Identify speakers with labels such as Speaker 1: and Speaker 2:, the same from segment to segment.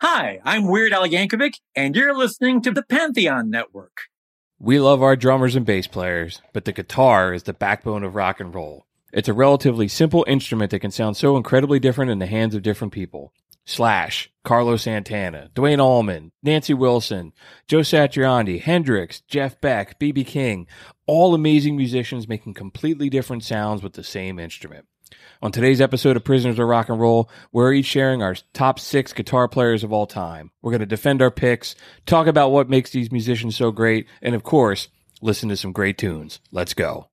Speaker 1: Hi, I'm Weird Al Yankovic, and you're listening to the Pantheon Network.
Speaker 2: We love our drummers and bass players, but the guitar is the backbone of rock and roll. It's a relatively simple instrument that can sound so incredibly different in the hands of different people. Slash, Carlos Santana, Dwayne Allman, Nancy Wilson, Joe Satriani, Hendrix, Jeff Beck, B.B. King, all amazing musicians making completely different sounds with the same instrument. On today's episode of Prisoners of Rock and Roll, we're each sharing our top six guitar players of all time. We're going to defend our picks, talk about what makes these musicians so great, and of course, listen to some great tunes. Let's go.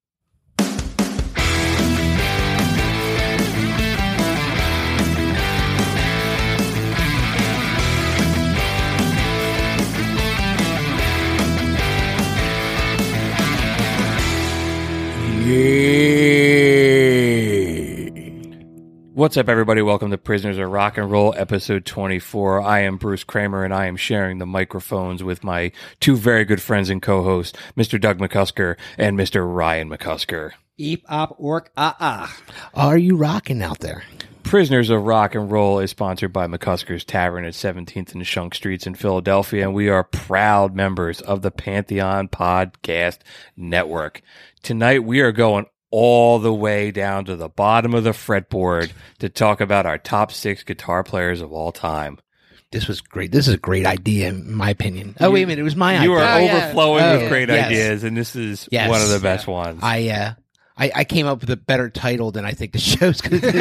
Speaker 2: What's up, everybody? Welcome to Prisoners of Rock and Roll, episode 24. I am Bruce Kramer, and I am sharing the microphones with my two very good friends and co hosts, Mr. Doug McCusker and Mr. Ryan McCusker.
Speaker 3: Eep, op, orc, ah, ah.
Speaker 4: Are you rocking out there?
Speaker 2: Prisoners of Rock and Roll is sponsored by McCusker's Tavern at 17th and Shunk Streets in Philadelphia, and we are proud members of the Pantheon Podcast Network. Tonight, we are going all the way down to the bottom of the fretboard to talk about our top six guitar players of all time.
Speaker 4: This was great. This is a great idea, in my opinion. Oh, wait a minute. It was my
Speaker 2: You
Speaker 4: idea.
Speaker 2: are
Speaker 3: Oh, yeah.
Speaker 2: overflowing
Speaker 4: Oh,
Speaker 2: with great
Speaker 4: yes.
Speaker 2: ideas, and this is
Speaker 4: Yes.
Speaker 2: one of the best ones.
Speaker 4: I, uh, I, I came up with a better title than I think the show's going to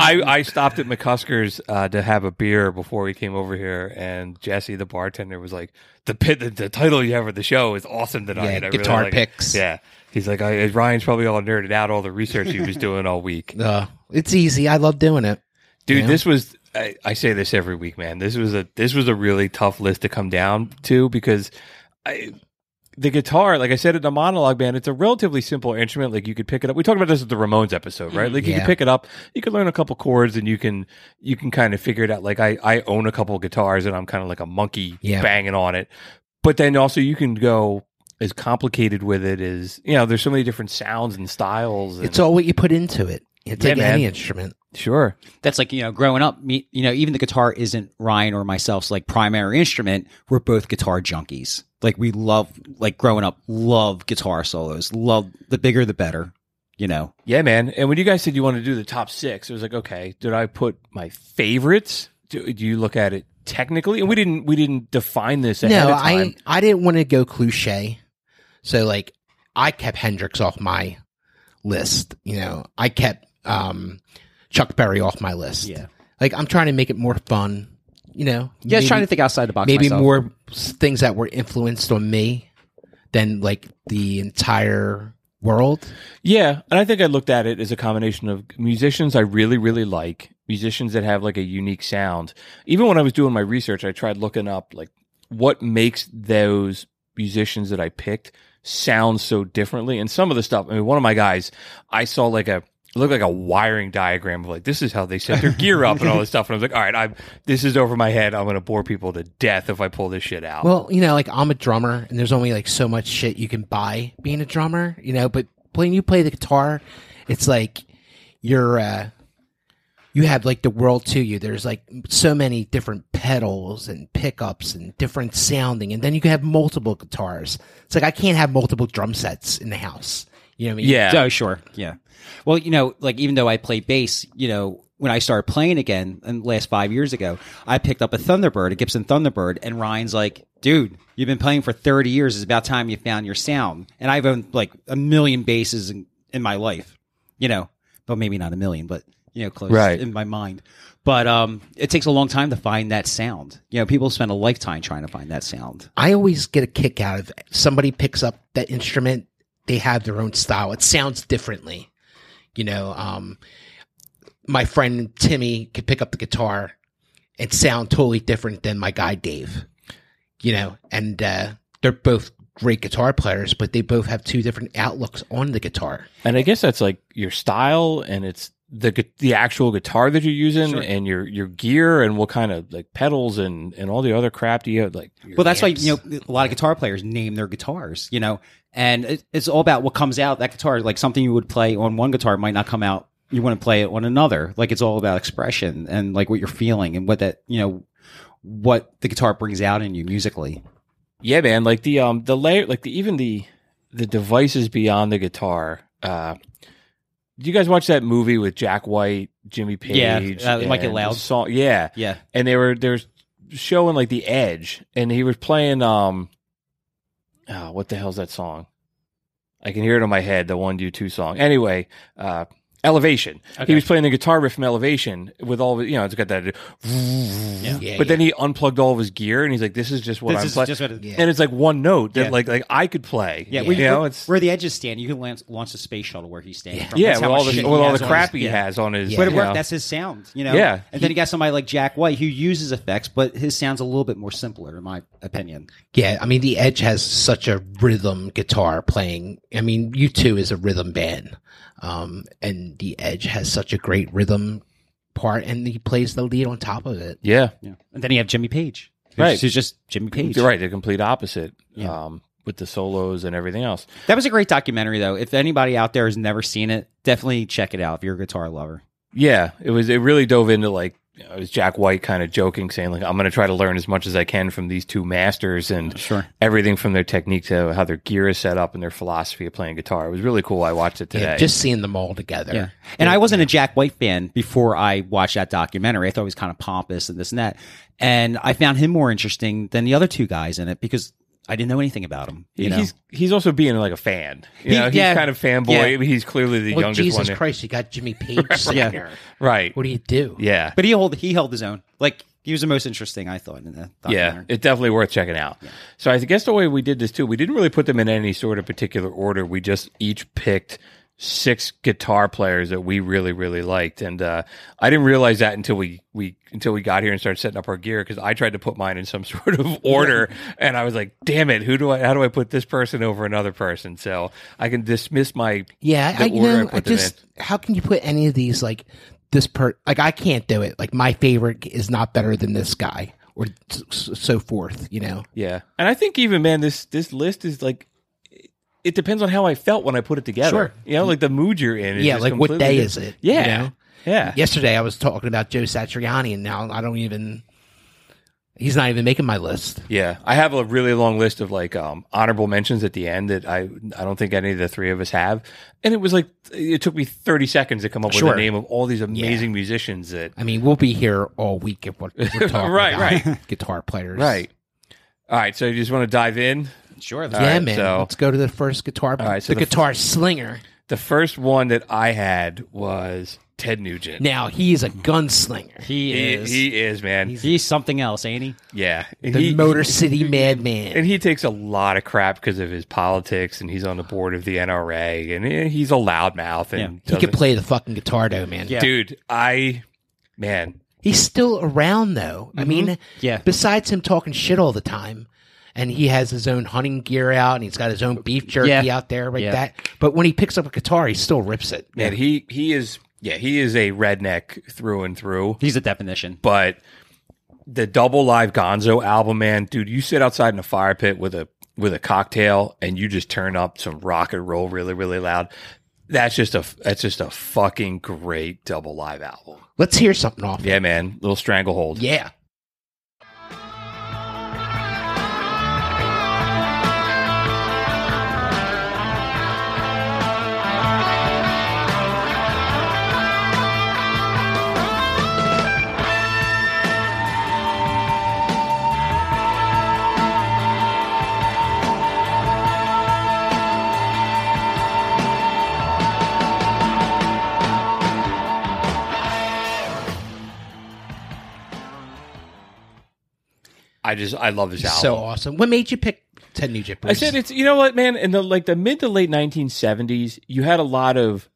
Speaker 2: I, I stopped at McCusker's uh, to have a beer before we came over here, and Jesse, the bartender, was like, "The pit, the, the title you have for the show is awesome tonight.
Speaker 4: Yeah,
Speaker 2: I really
Speaker 4: guitar
Speaker 2: like it."
Speaker 4: picks.
Speaker 2: Yeah, he's like, I, "Ryan's probably all nerded out all the research he was doing all week,
Speaker 4: do. Uh, it's easy. I love doing it.
Speaker 2: dude."
Speaker 4: Yeah.
Speaker 2: This was." I, I say this every week, man. This was a this was a really tough list to come down to because I, the guitar, like I said in the monologue band, it's a relatively simple instrument. Like you could pick it up. We talked about this at the Ramones episode, right? Like you
Speaker 4: Yeah.
Speaker 2: can pick it up, you can learn a couple chords, and you can you can kind of figure it out. Like I I own a couple guitars, and I'm kind of like a monkey
Speaker 4: Yeah.
Speaker 2: banging on it. But then also you can go as complicated with it as you know. There's so many different sounds and styles. And,
Speaker 4: It's all what you put into it. It's
Speaker 2: Yeah,
Speaker 4: like
Speaker 2: man.
Speaker 4: any instrument.
Speaker 2: sure.
Speaker 3: That's like, you know, growing up, me, you know, even the guitar isn't Ryan or myself's like primary instrument. We're both guitar junkies. Like we love, like growing up, love guitar solos. Love the bigger, the better, you know.
Speaker 2: Yeah, man. And when you guys said you want to do the top six, it was like, okay, did I put my favorites? Do, do you look at it technically? And we didn't we didn't define this ahead
Speaker 4: No,
Speaker 2: of time.
Speaker 4: I, I didn't want to go cliche. So, like, I kept Hendrix off my list. You know, I kept um, Chuck Berry off my list. Like, I'm trying to make it more fun. You know,
Speaker 3: Yeah, I was
Speaker 4: maybe-
Speaker 3: trying to think outside the box.
Speaker 4: maybe
Speaker 3: myself.
Speaker 4: more s- things that were influenced on me than like the entire world.
Speaker 2: Yeah, and I think I looked at it as a combination of musicians I really, really like, musicians that have like a unique sound. Even when I was doing my research, I tried looking up like what makes those musicians that I picked sound so differently. And some of the stuff, I mean, one of my guys, I saw like a it looked like a wiring diagram of like this is how they set their gear up and all this stuff. And I was like, all right, I'm this is over my head. I'm gonna bore people to death if I pull this shit out.
Speaker 4: Well, you know, like I'm a drummer and there's only like so much shit you can buy being a drummer, you know, but when you play the guitar, it's like you're uh you have like the world to you. There's like so many different pedals and pickups and different sounding and then you can have multiple guitars. It's like I can't have multiple drum sets in the house. You know what I mean?
Speaker 2: yeah.
Speaker 3: Oh, sure. Yeah. Well, you know, like even though I play bass, you know, when I started playing again and last five years ago, I picked up a Thunderbird, a Gibson Thunderbird, and Ryan's like, dude, you've been playing for 30 years. It's about time you found your sound. And I've owned like a million basses in, in my life, you know, well, maybe not a million, but, you know, close
Speaker 2: Right.
Speaker 3: in my mind. But um, it takes a long time to find that sound. You know, people spend a lifetime trying to find that sound.
Speaker 4: I always get a kick out of somebody picks up that instrument. They have their own style. It sounds differently, you know. Um, my friend Timmy could pick up the guitar and sound totally different than my guy Dave, you know. And uh, they're both great guitar players, but they both have two different outlooks on the guitar.
Speaker 2: And I guess that's like your style, and it's the gu- the actual guitar that you're using,
Speaker 3: Sure.
Speaker 2: and your your gear, and what kind of like pedals and and all the other crap do you have. Like, your
Speaker 3: Well, that's
Speaker 2: amps.
Speaker 3: why you know a lot of guitar players name their guitars, you know, and it, it's all about what comes out that guitar. Like something you would play on one guitar might not come out. You want to play it on another. Like it's all about expression and like what you're feeling and what that you know what the guitar brings out in you musically.
Speaker 2: Yeah, man. Like the um the layer, like the even the the devices beyond the guitar. Uh, do you guys watch that movie with Jack White, Jimmy Page,
Speaker 3: Yeah, uh, Like It
Speaker 2: and
Speaker 3: Loud.
Speaker 2: the Song, yeah,
Speaker 3: Yeah.
Speaker 2: and they were they were showing like the Edge, and he was playing um, oh, what the hell's that song? I can hear it in my head, the one do two song. Anyway, uh, Elevation. He
Speaker 3: Okay.
Speaker 2: was playing the guitar riff from Elevation with all of it, you know, it's got that.
Speaker 4: Yeah,
Speaker 2: But then he unplugged all of his gear, and he's like, "This is just what
Speaker 3: This
Speaker 2: I'm
Speaker 3: is
Speaker 2: playing."
Speaker 3: just what it-
Speaker 4: yeah.
Speaker 2: and it's like one note that
Speaker 3: Yeah.
Speaker 2: like like I could play.
Speaker 3: Yeah,
Speaker 2: you
Speaker 3: we-
Speaker 2: know, it's
Speaker 3: Where the edges stand, you can launch, launch the space shuttle where he's standing.
Speaker 4: Yeah.
Speaker 3: from.
Speaker 2: yeah,
Speaker 3: That's
Speaker 2: with
Speaker 3: how
Speaker 2: all
Speaker 3: much
Speaker 2: the
Speaker 3: shit
Speaker 2: with
Speaker 3: he
Speaker 2: all
Speaker 3: has
Speaker 2: the
Speaker 3: on his-
Speaker 2: crap he
Speaker 3: yeah.
Speaker 2: has on his.
Speaker 4: Yeah.
Speaker 3: But it
Speaker 2: you
Speaker 3: worked.
Speaker 2: know.
Speaker 3: That's his sound, you know.
Speaker 2: Yeah.
Speaker 3: And then you got somebody like Jack White who uses effects, but his sound's a little bit more simpler, in my opinion.
Speaker 4: Yeah, I mean, the Edge has such a rhythm guitar playing. I mean, U2 is a rhythm band, um, and the Edge has such a great rhythm part, and he plays the lead on top of it.
Speaker 2: yeah,
Speaker 3: Yeah. And then you have Jimmy Page, who's,
Speaker 2: Right.
Speaker 3: who's just Jimmy Page.
Speaker 2: you're right. The complete opposite.
Speaker 3: Yeah.
Speaker 2: Um, with the solos and everything else.
Speaker 3: That was a great documentary, though. If anybody out there has never seen it, definitely check it out if you're a guitar lover.
Speaker 2: Yeah, it was. It really dove into like you know, it was Jack White kind of joking, saying like, "I'm going to try to learn as much as I can from these two masters and
Speaker 3: Sure.
Speaker 2: everything from their technique to how their gear is set up and their philosophy of playing guitar." It was really cool. I watched it today.
Speaker 4: Yeah, just seeing them all together.
Speaker 3: Yeah. And I wasn't a Jack White fan before I watched that documentary. I thought he was kind of pompous and this and that. And I found him more interesting than the other two guys in it because I didn't know anything about him. You know?
Speaker 2: He's he's also being like a fan. You
Speaker 3: He-
Speaker 2: know, he's
Speaker 3: yeah.
Speaker 2: kind of fanboy. He's clearly the
Speaker 4: Well,
Speaker 2: youngest one.
Speaker 4: Jesus
Speaker 2: there.
Speaker 4: Christ, you got Jimmy Page sitting
Speaker 3: Yeah.
Speaker 4: there.
Speaker 2: Right.
Speaker 4: What do you do?
Speaker 2: Yeah.
Speaker 3: but he held he held his own. Like he was the most interesting I thought in the
Speaker 2: Yeah,
Speaker 3: documentary.
Speaker 2: it's definitely worth checking out. So I guess the way we did this too, we didn't really put them in any sort of particular order. We just each picked six guitar players that we really really liked, and uh, I didn't realize that until we we until we got here and started setting up our gear because I tried to put mine in some sort of order, and I was like, "Damn it, who do I? How do I put this person over another person?" So I can dismiss my
Speaker 4: Yeah,
Speaker 2: the
Speaker 4: I, you
Speaker 2: order I
Speaker 4: know,
Speaker 2: put
Speaker 4: I
Speaker 2: them
Speaker 4: just how can you put any of these like this per like I can't do it. Like my favorite is not better than this guy or s- s- so forth. You know,
Speaker 2: Yeah, and I think even man, this this list is like, it- it depends on how I felt when I put it together.
Speaker 4: Sure.
Speaker 2: you know, like the mood you're in. Is
Speaker 4: yeah.
Speaker 2: just
Speaker 4: Like what
Speaker 2: completely
Speaker 4: day
Speaker 2: different.
Speaker 4: is it?
Speaker 2: Yeah,
Speaker 4: you know?
Speaker 2: yeah,
Speaker 4: Yesterday I was talking about Joe Satriani, and now I don't even. He's not even making my list.
Speaker 2: yeah. I have a really long list of like um, honorable mentions at the end that I I don't think any of the three of us have, and it was like it took me thirty seconds to come up
Speaker 4: Sure.
Speaker 2: with the name of all these amazing musicians that
Speaker 4: I mean, we'll be here all week if we're, if we're talking
Speaker 2: Right,
Speaker 4: about guitar players.
Speaker 2: right. All right, so you just want to dive in.
Speaker 3: Sure.
Speaker 2: All
Speaker 4: yeah,
Speaker 2: right,
Speaker 4: man.
Speaker 2: so-
Speaker 4: Let's go to the first guitar.
Speaker 2: right, so
Speaker 4: the,
Speaker 2: the f-
Speaker 4: guitar slinger.
Speaker 2: The first one that I had was Ted Nugent.
Speaker 4: Now he's a gunslinger.
Speaker 3: He
Speaker 2: he,
Speaker 3: is he,
Speaker 2: he is man.
Speaker 3: he's, something else, ain't he?
Speaker 2: yeah,
Speaker 4: The
Speaker 2: He-
Speaker 4: Motor City Madman.
Speaker 2: and he takes a lot of crap because of his politics, and he's on the board of the NRA, and eh, he's a loudmouth, and
Speaker 4: He
Speaker 2: doesn't-
Speaker 4: could play the fucking guitar though, man.
Speaker 3: Yeah.
Speaker 2: dude. I man,
Speaker 4: He's still around though.
Speaker 2: Mm-hmm.
Speaker 4: I mean,
Speaker 3: Yeah.
Speaker 4: besides him talking shit all the time, and he has his own hunting gear out, and he's got his own beef jerky
Speaker 3: Yeah.
Speaker 4: out there like
Speaker 3: Yeah.
Speaker 4: that. But when he picks up a guitar, he still rips it.
Speaker 2: man, he he is yeah, he is a redneck through and through.
Speaker 3: He's a definition.
Speaker 2: But the double live Gonzo album, man, dude, you sit outside in a fire pit with a with a cocktail, and you just turn up some rock and roll really really loud. That's just a that's just a fucking great double live album.
Speaker 4: Let's hear something off.
Speaker 2: Yeah, man, little stranglehold.
Speaker 4: Yeah.
Speaker 2: I just I love this album.
Speaker 4: So awesome. What made you pick Ted Nugent?
Speaker 2: I
Speaker 4: Bruce?
Speaker 2: said it's you know what, man, in the like the mid to late nineteen seventies, you had a lot of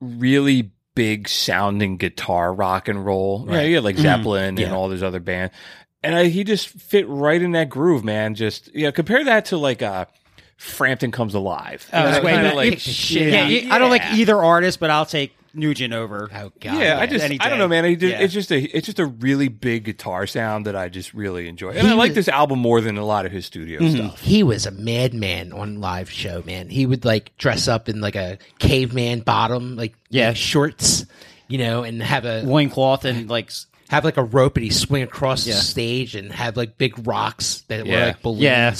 Speaker 2: really big sounding guitar rock and roll. Yeah, you had
Speaker 3: Mm-hmm.
Speaker 2: like Zeppelin and
Speaker 4: Yeah.
Speaker 2: all those other bands. And I, he just fit right in that groove, man. Just yeah, compare that to like uh Frampton comes alive.
Speaker 3: Oh,
Speaker 2: You know,
Speaker 3: that's way
Speaker 2: kinda
Speaker 3: better.
Speaker 2: like-
Speaker 4: Pick the shit
Speaker 3: Yeah,
Speaker 4: out.
Speaker 3: you- I don't like either artist, but I'll take Nugent over.
Speaker 4: Oh god.
Speaker 2: yeah, I just
Speaker 3: any
Speaker 2: I don't
Speaker 3: day.
Speaker 2: know, man. I just,
Speaker 3: Yeah.
Speaker 2: It's just a it's just a really big guitar sound that I just really enjoy, and
Speaker 4: He
Speaker 2: I like
Speaker 4: was-
Speaker 2: this album more than a lot of his studio
Speaker 3: Mm-hmm.
Speaker 2: stuff.
Speaker 4: He was a madman on live show, man. He would like dress up in like a caveman bottom, like
Speaker 3: Yeah.
Speaker 4: shorts, you know, and have a
Speaker 3: Loincloth and like s-
Speaker 4: have like a rope and he swing across
Speaker 3: Yeah.
Speaker 4: the stage and have like big rocks that
Speaker 2: Yeah.
Speaker 4: were like balloons
Speaker 5: Yeah.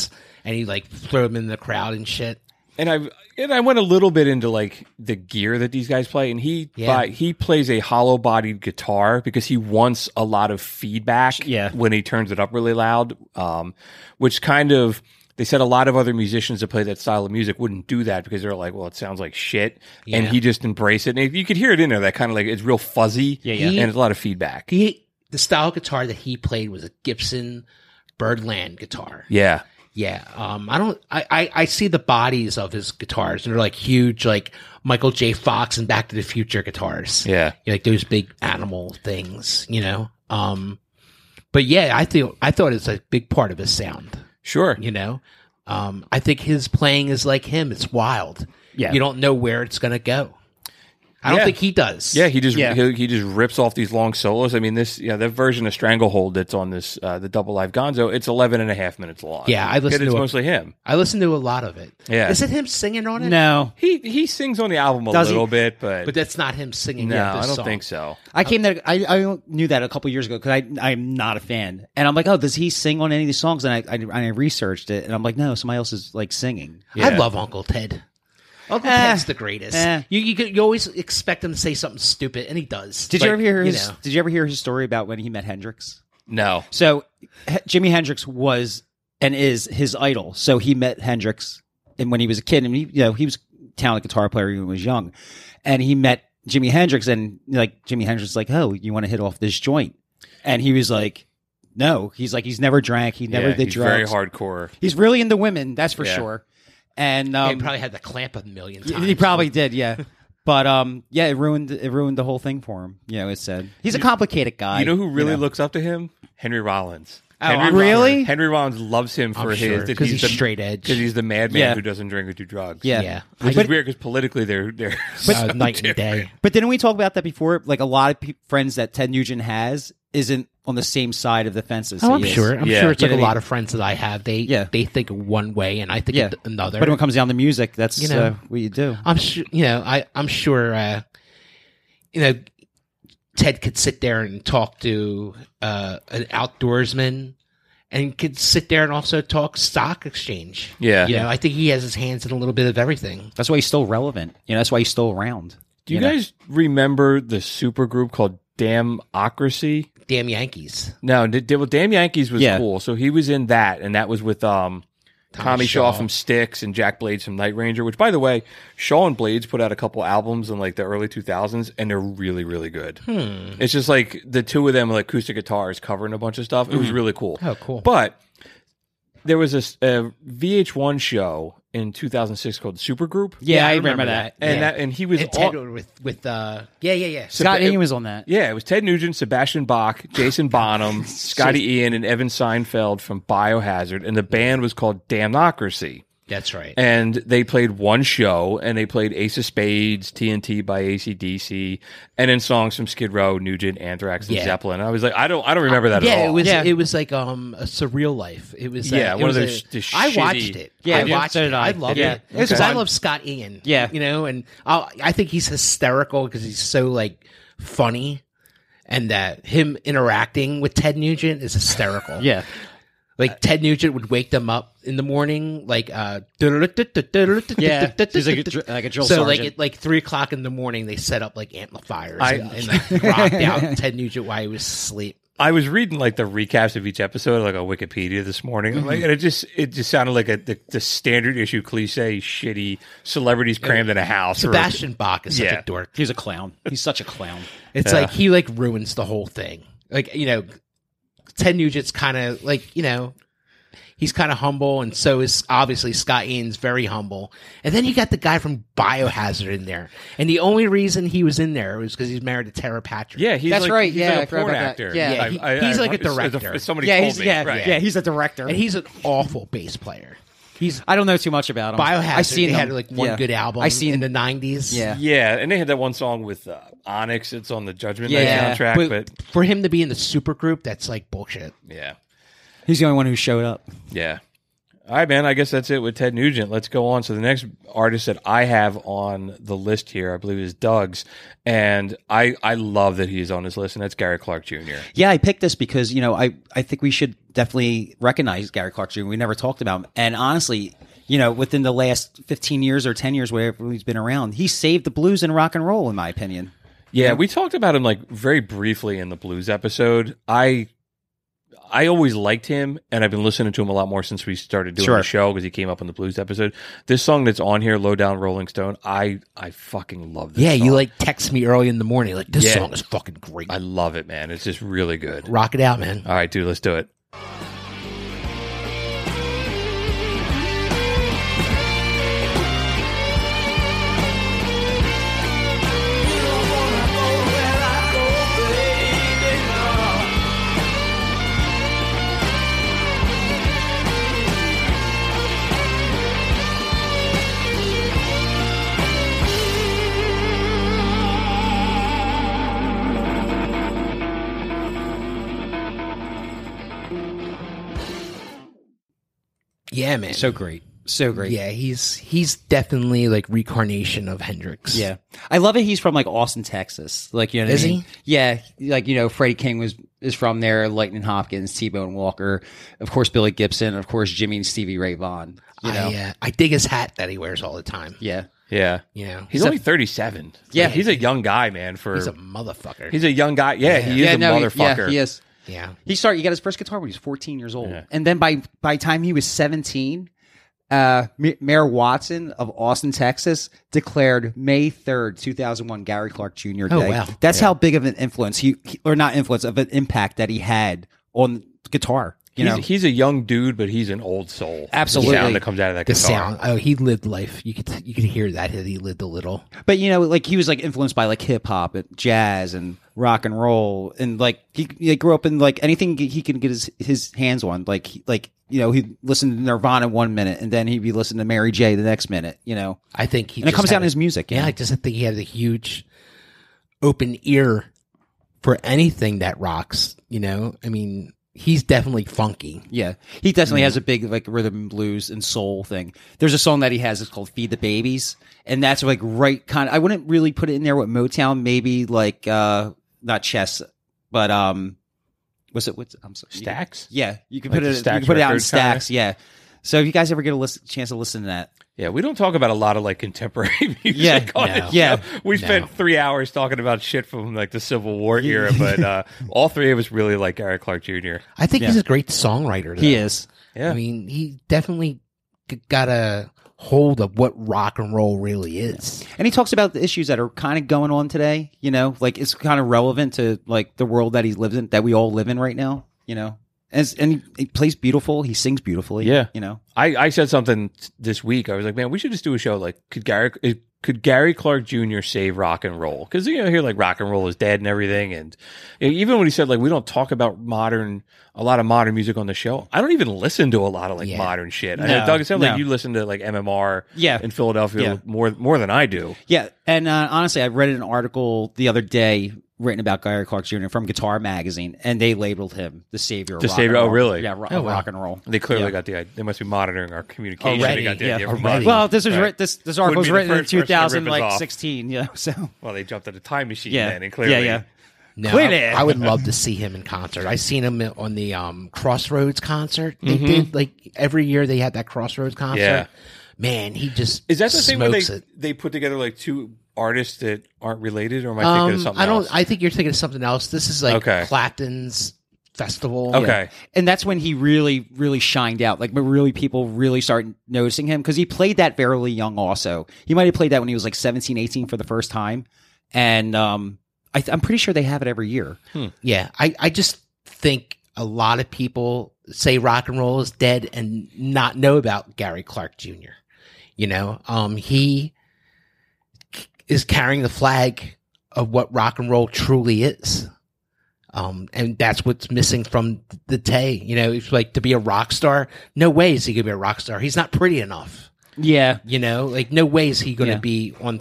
Speaker 4: and he like throw them in the crowd and shit.
Speaker 2: and I and I went a little bit into like the gear that these guys play, and he
Speaker 4: Yeah.
Speaker 2: buy- he plays a hollow bodied guitar because he wants a lot of feedback
Speaker 3: Yeah.
Speaker 2: when he turns it up really loud, um, which kind of they said a lot of other musicians that play that style of music wouldn't do that because they're like, well, it sounds like shit, and
Speaker 4: Yeah.
Speaker 2: he just embraced it, and you could hear it in there that kind of like it's real fuzzy,
Speaker 3: Yeah, yeah.
Speaker 2: and it's a lot of feedback,
Speaker 4: He the style of guitar that he played was a Gibson Birdland guitar.
Speaker 2: yeah,
Speaker 4: Yeah, um, I don't. I, I I see the bodies of his guitars, and they're like huge, like Michael J. Fox and Back to the Future guitars.
Speaker 2: yeah.
Speaker 4: like those big animal things, you know. Um, but yeah, I think I thought it's a big part of his sound.
Speaker 2: Sure.
Speaker 4: You know, um, I think his playing is like him. It's wild.
Speaker 5: Yeah.
Speaker 4: you don't know where it's gonna go. I don't
Speaker 2: Yeah.
Speaker 4: think he does.
Speaker 2: Yeah, he just
Speaker 5: Yeah.
Speaker 2: He, he just rips off these long solos. I mean, this yeah, that version of Stranglehold that's on this uh, the Double Live Gonzo, it's 11 and a half minutes long.
Speaker 4: Yeah, I listened
Speaker 2: And it's
Speaker 4: to a-
Speaker 2: mostly him.
Speaker 4: I listen to a lot of it.
Speaker 2: Yeah.
Speaker 4: is it him singing on it?
Speaker 3: No,
Speaker 2: He he sings on the album a
Speaker 3: Does he?
Speaker 2: little bit, but,
Speaker 4: but that's not him singing.
Speaker 2: no,
Speaker 4: yet,
Speaker 2: I
Speaker 4: this
Speaker 2: don't
Speaker 4: song.
Speaker 2: think so.
Speaker 3: I came that I, I knew that a couple years ago because I I'm not a fan, and I'm like, oh, does he sing on any of these songs? And I I, and I researched it, and I'm like, no, somebody else is like singing.
Speaker 4: I
Speaker 2: Yeah.
Speaker 4: love Uncle Ted. Uncle
Speaker 3: Eh.
Speaker 4: Ted's the greatest.
Speaker 3: Eh.
Speaker 4: You, you could- you always expect him to say something stupid, and he does.
Speaker 3: Did you
Speaker 4: Like,
Speaker 3: ever hear
Speaker 4: you
Speaker 3: his
Speaker 4: know.
Speaker 3: Did you ever hear his story about when he met Hendrix?
Speaker 2: No,
Speaker 3: So H- Jimi Hendrix was and is his idol. So he met Hendrix and when he was a kid, and he you know he was a talented guitar player when he was young, and he met Jimi Hendrix, and like Jimi Hendrix was like, oh, you want to hit off this joint, and he was like. No, he's like he's never drank. He never
Speaker 2: Yeah,
Speaker 3: did
Speaker 2: he's
Speaker 3: drugs.
Speaker 2: very hardcore.
Speaker 3: He's really into women, that's for
Speaker 2: Yeah.
Speaker 3: sure. And
Speaker 4: He
Speaker 3: um,
Speaker 4: probably had the clamp a million
Speaker 3: he
Speaker 4: times.
Speaker 3: he probably did, yeah. But um, yeah, it ruined it ruined the whole thing for him. You know, it said he's a complicated guy.
Speaker 2: you know who really
Speaker 3: you know.
Speaker 2: looks up to him? Henry Rollins.
Speaker 3: Oh,
Speaker 2: Henry
Speaker 3: I'm really?
Speaker 2: Rollins- Henry Rollins loves him for
Speaker 4: I'm
Speaker 2: his
Speaker 4: sure,
Speaker 2: that
Speaker 4: 'cause he's
Speaker 2: the-
Speaker 4: straight edge.
Speaker 2: 'cause he's the madman
Speaker 3: Yeah.
Speaker 2: who doesn't drink or do drugs.
Speaker 3: Yeah.
Speaker 4: Yeah.
Speaker 2: which
Speaker 3: But-
Speaker 2: is weird because politically they're they're so
Speaker 4: Uh, night and
Speaker 2: different.
Speaker 4: day.
Speaker 3: But didn't we talk about that before? Like a lot of pe- friends that Ted Nugent has isn't on the same side of the fence as
Speaker 4: Oh,
Speaker 3: he
Speaker 4: I'm
Speaker 3: is.
Speaker 4: sure. I'm
Speaker 2: Yeah.
Speaker 4: sure it's
Speaker 3: You
Speaker 4: like
Speaker 3: know
Speaker 4: a
Speaker 3: what I
Speaker 4: lot of friends that I have. They
Speaker 3: Yeah.
Speaker 4: they think one way, and I think
Speaker 3: Yeah.
Speaker 4: a- another.
Speaker 3: But when it comes down to music, that's
Speaker 4: You know.
Speaker 3: uh, what you do.
Speaker 4: I'm sure. You know, I I'm sure. Uh, you know, Ted could sit there and talk to uh, an outdoorsman, and could sit there and also talk stock exchange.
Speaker 2: Yeah.
Speaker 4: You know, I think he has his hands in a little bit of everything.
Speaker 3: That's why he's still relevant. You know, that's why he's still around.
Speaker 2: Do you,
Speaker 3: know?
Speaker 2: guys remember the super group called Damocracy?
Speaker 4: Damn Yankees.
Speaker 2: No, d- d- well, Damn Yankees was
Speaker 3: Yeah.
Speaker 2: cool. So he was in that, and that was with um, Tommy,
Speaker 4: Tommy
Speaker 2: Shaw.
Speaker 4: Shaw.
Speaker 2: from Styx and Jack Blades from Night Ranger. Which, by the way, Shaw and Blades put out a couple albums in like the early two thousands, and they're really, really good. It's just like the two of them with acoustic guitars covering a bunch of stuff. It was really cool.
Speaker 4: Oh, cool.
Speaker 2: But there was this a VH1 show in 2006 called Supergroup.
Speaker 3: Yeah, I remember that.
Speaker 2: and
Speaker 4: yeah.
Speaker 2: that and he was
Speaker 4: And
Speaker 2: all-
Speaker 4: Ted with with uh yeah yeah yeah.
Speaker 3: Scott Ian was on that.
Speaker 2: yeah, it was Ted Nugent, Sebastian Bach, Jason Bonham, Scotty Ian, and Evan Seinfeld from Biohazard, and the band was called Damnocracy.
Speaker 4: That's right.
Speaker 2: And they played one show, and they played Ace of Spades, TNT by ACDC, and then songs from Skid Row, Nugent, Anthrax, and
Speaker 4: Yeah. Uh,
Speaker 2: Zeppelin. I was like, I don't, I don't remember that
Speaker 4: yeah,
Speaker 2: at all.
Speaker 4: it was
Speaker 3: Yeah.
Speaker 4: it was like um a surreal life. It was uh,
Speaker 2: Yeah,
Speaker 4: it
Speaker 2: one of
Speaker 4: was
Speaker 2: those
Speaker 4: a-
Speaker 2: just
Speaker 4: I
Speaker 2: shitty-
Speaker 4: watched it.
Speaker 3: Yeah,
Speaker 4: I
Speaker 3: yeah,
Speaker 4: watched
Speaker 3: so did
Speaker 4: it.
Speaker 3: I.
Speaker 4: I loved
Speaker 3: Yeah.
Speaker 4: it
Speaker 3: It was
Speaker 4: because I
Speaker 3: fun.
Speaker 4: love Scott Ian.
Speaker 3: Yeah.
Speaker 4: you know, and I I think he's hysterical because he's so like funny, and that him interacting with Ted Nugent is hysterical.
Speaker 3: Yeah.
Speaker 4: Like Ted Nugent would wake them up in the morning, like uh,
Speaker 3: Yeah. He's like a dr- like a drill
Speaker 4: so
Speaker 3: sergeant.
Speaker 4: like at like three o'clock in the morning, they set up like amplifiers
Speaker 2: I-
Speaker 4: and, and like, rocked out Ted Nugent while he was asleep.
Speaker 2: I was reading like the recaps of each episode, like on Wikipedia this morning, I'm
Speaker 4: Mm-hmm.
Speaker 2: like, and it just it just sounded like a the, the standard issue cliche, shitty celebrities crammed in a house. or-
Speaker 4: Sebastian Bach is such
Speaker 2: Yeah.
Speaker 4: a dork.
Speaker 3: he's a clown. He's such a clown.
Speaker 4: It's
Speaker 2: Yeah.
Speaker 4: like he like ruins the whole thing. Like you know, Ted Nugent's kind of like you know, he's kind of humble, and so is obviously Scott Ian's very humble. And then you got the guy from Biohazard in there, and the only reason he was in there was because he's married to Tara Patrick.
Speaker 2: Yeah, he's
Speaker 3: That's
Speaker 2: like,
Speaker 3: right,
Speaker 2: He's
Speaker 3: yeah, I
Speaker 2: like a
Speaker 3: forgot
Speaker 2: porn
Speaker 3: about that.
Speaker 2: actor.
Speaker 3: Yeah.
Speaker 4: Yeah, he- he's like a director.
Speaker 2: somebody
Speaker 3: yeah,
Speaker 2: told
Speaker 3: he's,
Speaker 2: me.
Speaker 3: yeah,
Speaker 2: right.
Speaker 3: yeah, he's a director.
Speaker 4: and he's an awful bass player. He's
Speaker 3: I don't know too much about him.
Speaker 4: Biohazard.
Speaker 3: I seen
Speaker 4: they had
Speaker 3: him.
Speaker 4: like one
Speaker 3: Yeah.
Speaker 4: good album.
Speaker 3: I seen
Speaker 4: in the nineties.
Speaker 3: Yeah.
Speaker 2: Yeah, and they had that one song with uh, Onyx. It's on the Judgment
Speaker 3: Yeah,
Speaker 2: Night soundtrack,
Speaker 3: but-
Speaker 2: but,
Speaker 4: For him to be in the supergroup, that's like bullshit.
Speaker 2: yeah,
Speaker 3: He's the only one who showed up.
Speaker 2: yeah. All right, man. I guess that's it with Ted Nugent. Let's go on. So the next artist that I have on the list here, I believe, is Doug's, and I I love that he's on this list, and that's Gary Clark Jr.
Speaker 3: Yeah, I picked this because you know I I think we should definitely recognize Gary Clark Jr. We never talked about him, and honestly, you know, within the last fifteen years or ten years, wherever he's been around, he saved the blues and rock and roll, in my opinion.
Speaker 2: Yeah, we talked about him like very briefly in the blues episode. I I always liked him, and I've been listening to him a lot more since we started doing
Speaker 3: Sure.
Speaker 2: the show because he came up in the blues episode. This song that's on here, "Low Down Rolling Stone," I I fucking love this.
Speaker 4: Yeah, you
Speaker 2: song.
Speaker 4: like text me early in the morning like this
Speaker 2: Yeah.
Speaker 4: song is fucking great.
Speaker 2: I love it, man. It's just really good.
Speaker 4: Rock it out, man.
Speaker 2: All right, dude, let's do it.
Speaker 4: Yeah, man.
Speaker 3: So great, so great.
Speaker 4: yeah, he's he's definitely like reincarnation of Hendrix.
Speaker 3: Yeah, I love it. He's from like Austin, Texas. Like you know, what I
Speaker 4: Is he?
Speaker 3: mean? Yeah, like you know, Freddie King was is from there. Lightning Hopkins, T Bone Walker, of course, Billy Gibson, of course, Jimmy and Stevie Ray Vaughan. You know,
Speaker 4: I,
Speaker 3: yeah,
Speaker 4: uh, I dig his hat that he wears all the time.
Speaker 3: yeah,
Speaker 2: Yeah,
Speaker 4: You know,
Speaker 2: he's,
Speaker 4: he's,
Speaker 2: only thirty seven.
Speaker 3: Yeah.
Speaker 2: he's a young guy, man. For
Speaker 4: a motherfucker.
Speaker 2: He's a young guy. Yeah, he is a
Speaker 3: no, he-
Speaker 2: motherfucker.
Speaker 3: yeah, he is.
Speaker 4: yeah,
Speaker 3: He started. He got his first guitar when he was 14 years old,
Speaker 2: Yeah.
Speaker 3: and then by by the time he was 17, uh, M- Mayor Watson of Austin, Texas, declared May 3rd, 2001, Gary Clark Jr. Day.
Speaker 4: Oh, wow.
Speaker 3: That's how big of an influence he, he- or not influence of an impact that he had on guitar. You
Speaker 2: he's,
Speaker 3: know,
Speaker 2: he's a young dude, but he's an old soul.
Speaker 3: Absolutely.
Speaker 2: The sound that comes out of that
Speaker 4: the
Speaker 2: guitar.
Speaker 4: sound. Oh, he lived life. You could you could hear that that he lived a little.
Speaker 3: but you know, like he was like influenced by like hip hop and jazz and rock and roll, and like he, he grew up in like anything he could get his, his hands on. Like he- like you know, he listened to Nirvana one minute, and then he'd be listening to Mary J the next minute. You know,
Speaker 4: I think he
Speaker 3: and it
Speaker 4: just
Speaker 3: comes
Speaker 4: had
Speaker 3: out in
Speaker 4: a-
Speaker 3: his music.
Speaker 4: yeah. I just think he had a huge open ear for anything that rocks. You know, I mean, he's definitely funky.
Speaker 3: Yeah, he definitely has a big like rhythm and blues and soul thing. There's a song that he has. It's called "Feed the Babies," and that's like right kind. I wouldn't really put it in there with Motown. Maybe like uh not chess, but um, what's it? What's I'm sorry, you can-
Speaker 2: Stacks?
Speaker 3: yeah, you can
Speaker 2: Like
Speaker 3: put
Speaker 2: the
Speaker 3: it. You
Speaker 2: Stax
Speaker 3: can put it out in
Speaker 2: Records kinda?
Speaker 3: stacks. Yeah. So if you guys ever get a listen, chance to listen to that,
Speaker 2: Yeah, we don't talk about a lot of like contemporary music.
Speaker 3: Yeah,
Speaker 2: on
Speaker 4: no,
Speaker 2: the show.
Speaker 3: yeah,
Speaker 2: We
Speaker 4: no.
Speaker 2: spent three hours talking about shit from like the Civil War era, but uh, all three of us really like Eric Clark Jr.
Speaker 4: I think
Speaker 3: Yeah.
Speaker 4: he's a great songwriter. Though.
Speaker 3: he is.
Speaker 2: Yeah,
Speaker 4: I mean, he definitely g- got a hold of what rock and roll really is.
Speaker 3: And he talks about the issues that are kind of going on today. You know, like it's kind of relevant to like the world that he lives in, that we all live in right now. You know, and it's- and he, he plays beautiful. He sings beautifully.
Speaker 2: Yeah.
Speaker 3: you know,
Speaker 2: I, I said something this week. I was like, man, we should just do a show like could Gary eh, could Gary Clark Jr. save rock and roll? Because you know, I hear like rock and roll is dead and everything, and you know, even when he said like we don't talk about modern a lot of modern music on the show, I don't even listen to a lot of like
Speaker 4: Yeah.
Speaker 2: modern shit. I
Speaker 3: No,
Speaker 2: know Doug, it sounds
Speaker 3: no.
Speaker 2: like you listen to like MMR
Speaker 3: Yeah.
Speaker 2: in Philadelphia
Speaker 3: Yeah.
Speaker 2: more more than I do.
Speaker 3: yeah. And uh, honestly, I read an article the other day written about Gary Clark Jr. from Guitar Magazine, and they labeled him the savior. of
Speaker 2: The
Speaker 3: rock
Speaker 2: savior-
Speaker 3: and
Speaker 2: oh,
Speaker 3: roll.
Speaker 2: really?
Speaker 3: Yeah, ro-
Speaker 4: Oh, wow.
Speaker 3: rock and roll.
Speaker 2: They clearly
Speaker 3: Yeah.
Speaker 2: got the idea. They must be monitoring our communication.
Speaker 4: Already,
Speaker 2: they got the
Speaker 3: yeah,
Speaker 2: idea from
Speaker 4: already.
Speaker 2: us.
Speaker 3: Well, this was
Speaker 2: Right.
Speaker 3: writ- this this article
Speaker 2: Wouldn't
Speaker 3: was
Speaker 2: be the
Speaker 3: written in
Speaker 2: first person to rip us
Speaker 3: 2000, like
Speaker 2: off.
Speaker 3: 16. Yeah, so
Speaker 2: Well, they jumped at a time machine
Speaker 3: Yeah.
Speaker 2: then, and clearly,
Speaker 3: Yeah, yeah.
Speaker 4: No,
Speaker 3: Clearly.
Speaker 4: I, I would love to see him in concert. I seen him on the um, Crossroads concert. They did like every year they had that Crossroads concert.
Speaker 2: Mm-hmm. Yeah.
Speaker 4: Man, he just
Speaker 2: Is that the thing where they
Speaker 4: smokes it.
Speaker 2: they put together like two artists that aren't related, or am I thinking of
Speaker 4: Um,
Speaker 2: something
Speaker 4: I don't.
Speaker 2: else?
Speaker 4: I think you're thinking of something else. This is like
Speaker 2: Okay.
Speaker 4: Clapton's festival.
Speaker 2: okay,
Speaker 3: and that's when he really really shined out like but really people really started noticing him because he played that fairly young also he might have played that when he was like 17 18 for the first time and um I th- i'm pretty sure they have it every year
Speaker 4: Yeah, I, I just think a lot of people say rock and roll is dead and not know about Gary Clark Jr. You know, um, he c- is carrying the flag of what rock and roll truly is. Um, and that's what's missing from the day. You know, it's like to be a rock star. No way is he gonna be a rock star. He's not pretty enough.
Speaker 3: yeah
Speaker 4: You know, like no way is he gonna
Speaker 3: Yeah.
Speaker 4: be on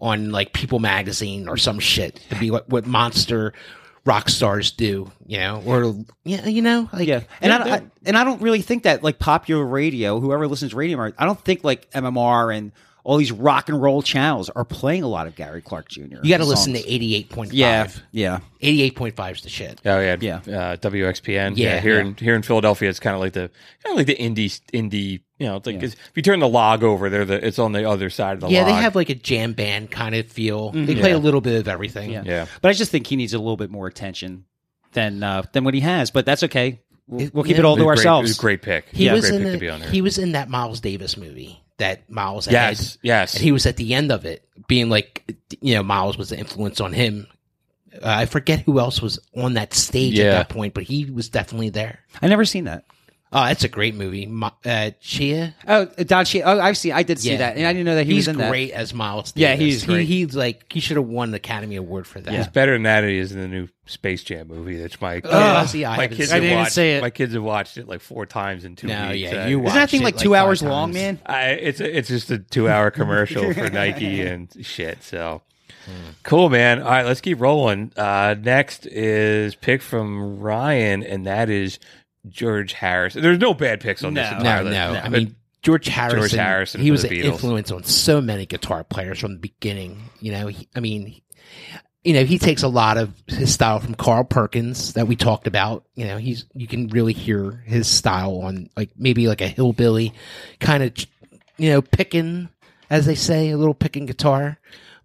Speaker 4: on like People magazine or some shit to be what, what monster rock stars do, you know, or yeah, you know, like
Speaker 3: yeah, and I,
Speaker 4: they're-
Speaker 3: don't- I and I don't really think that like popular radio, whoever listens to radio, I don't think like MMR and all these rock and roll channels are playing a lot of Gary Clark Jr.
Speaker 4: you got to listen to
Speaker 3: songs.
Speaker 4: 88.5.
Speaker 3: yeah, yeah,
Speaker 4: 88.5 is the shit.
Speaker 2: Oh yeah,
Speaker 3: Yeah.
Speaker 2: Uh, WXPN. Yeah,
Speaker 4: Yeah,
Speaker 2: here
Speaker 4: yeah.
Speaker 2: in here in Philadelphia, it's kind of like the kind of like the indie indie. You know, it's like
Speaker 3: Yeah.
Speaker 2: it's, if you turn the log over, they're the it's on the other side of the
Speaker 4: yeah,
Speaker 2: log.
Speaker 4: they have like a jam band kind of feel. They
Speaker 2: Mhm.
Speaker 4: play
Speaker 2: Yeah.
Speaker 4: a little bit of everything.
Speaker 3: Mm-hmm. Yeah.
Speaker 2: yeah,
Speaker 3: but I just think he needs a little bit more attention than uh, than what he has. But that's okay. We'll,
Speaker 4: It-
Speaker 3: we'll keep
Speaker 4: yeah.
Speaker 3: it all
Speaker 2: It
Speaker 3: to
Speaker 2: was a great- it was
Speaker 3: ourselves.
Speaker 2: a Great, pick.
Speaker 4: He
Speaker 2: Yeah,
Speaker 4: was
Speaker 2: great
Speaker 4: in
Speaker 2: pick
Speaker 4: a,
Speaker 2: to be on here.
Speaker 4: he was in that Miles Davis movie that Miles had.
Speaker 2: yes, yes.
Speaker 4: And he was at the end of it, being like, you know, Miles was the influence on him. Uh, I forget who else was on that stage
Speaker 2: Yeah.
Speaker 4: at that point, but he was definitely there.
Speaker 3: I never seen that.
Speaker 4: Oh, that's a great movie. Mi- Uh, Chia,
Speaker 3: Oh, Don Shea. Oh, I've seen. I did see
Speaker 4: Yeah.
Speaker 3: that, and I didn't know that he
Speaker 4: he's
Speaker 3: was in that.
Speaker 4: great as Miles. Davis.
Speaker 3: Yeah, he's
Speaker 4: he,
Speaker 3: great.
Speaker 4: he's like he should have won an Academy Award for that.
Speaker 2: It's better than that. It is in the new Space Jam movie. That's my
Speaker 4: Oh, yeah, see,
Speaker 3: Uh,
Speaker 4: I
Speaker 2: my
Speaker 4: haven't
Speaker 2: kids
Speaker 4: seen
Speaker 2: have
Speaker 5: it. I didn't
Speaker 2: watched,
Speaker 5: say it.
Speaker 2: My kids have watched it like four times in two
Speaker 4: No,
Speaker 2: weeks.
Speaker 4: yeah,
Speaker 2: I-
Speaker 4: you
Speaker 3: Isn't that
Speaker 4: watched
Speaker 3: thing
Speaker 4: it
Speaker 3: like
Speaker 4: like
Speaker 3: two
Speaker 4: five
Speaker 3: hours long,
Speaker 4: times.
Speaker 3: man?
Speaker 2: I, it's a, it's just a two hour commercial for Nike and shit. So
Speaker 4: Hmm.
Speaker 2: cool, man. All right, let's keep rolling. Uh, next is pick from Ryan, and that is George Harris. There's no bad picks on this.
Speaker 3: No.
Speaker 4: No,
Speaker 2: entirely.
Speaker 4: no, I
Speaker 2: But
Speaker 4: mean George Harrison.
Speaker 2: Harrison
Speaker 4: He
Speaker 2: for
Speaker 4: was
Speaker 2: the
Speaker 4: an
Speaker 2: Beatles.
Speaker 4: influence on so many guitar players from the beginning. You know, he, I mean, he- you know, he takes a lot of his style from Carl Perkins that we talked about. You know, he's you can really hear his style on like maybe like a hillbilly kind of, you know, picking as they say, a little picking guitar.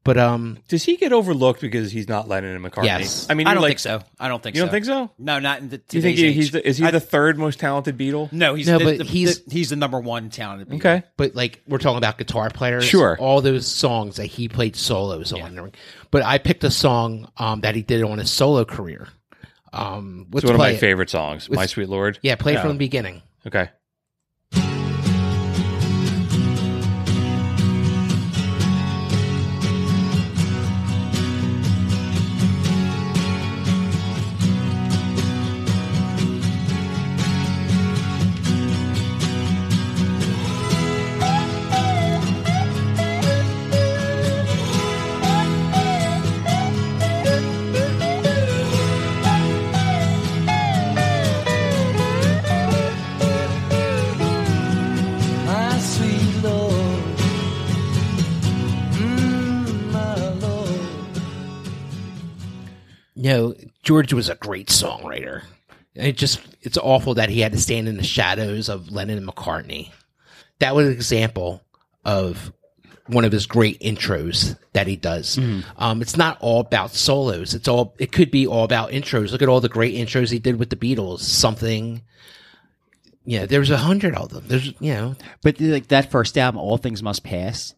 Speaker 4: But um,
Speaker 2: does he get overlooked because he's not Lennon and McCartney?
Speaker 4: Yes.
Speaker 2: I mean,
Speaker 3: I
Speaker 2: you're
Speaker 3: don't
Speaker 2: like,
Speaker 3: think so. I don't think
Speaker 2: You
Speaker 3: so.
Speaker 2: don't think so?
Speaker 3: No, not in the
Speaker 2: Do you think
Speaker 3: today's
Speaker 2: he, he's
Speaker 3: age.
Speaker 2: the, is he
Speaker 3: I-
Speaker 2: the third most talented Beatle?
Speaker 3: No, he's
Speaker 4: No,
Speaker 3: the,
Speaker 4: but
Speaker 3: the-
Speaker 4: he's-
Speaker 3: the- he's the number one talent.
Speaker 2: Okay.
Speaker 4: but like we're talking about guitar players
Speaker 2: Sure.
Speaker 4: all those songs that he played solos on but i picked a song um, that he did on his solo career um
Speaker 2: It's
Speaker 4: let's
Speaker 2: one of
Speaker 4: play
Speaker 2: my
Speaker 4: it.
Speaker 2: favorite songs, My
Speaker 4: Let's-
Speaker 2: Sweet Lord.
Speaker 4: yeah play it
Speaker 2: Yeah.
Speaker 4: from the beginning
Speaker 2: Okay.
Speaker 6: My sweet Lord, mm, my Lord.
Speaker 4: no george was a great songwriter And it just it's awful that he had to stand in the shadows of lennon and mccartney that was an example of one of his great intros that he does. Um, it's not all about solos. It's all it could be all about intros. Look at all the great intros he did with the Beatles. Something, you know, there's a hundred of them. There's you know,
Speaker 3: But like that first album, All Things Must Pass.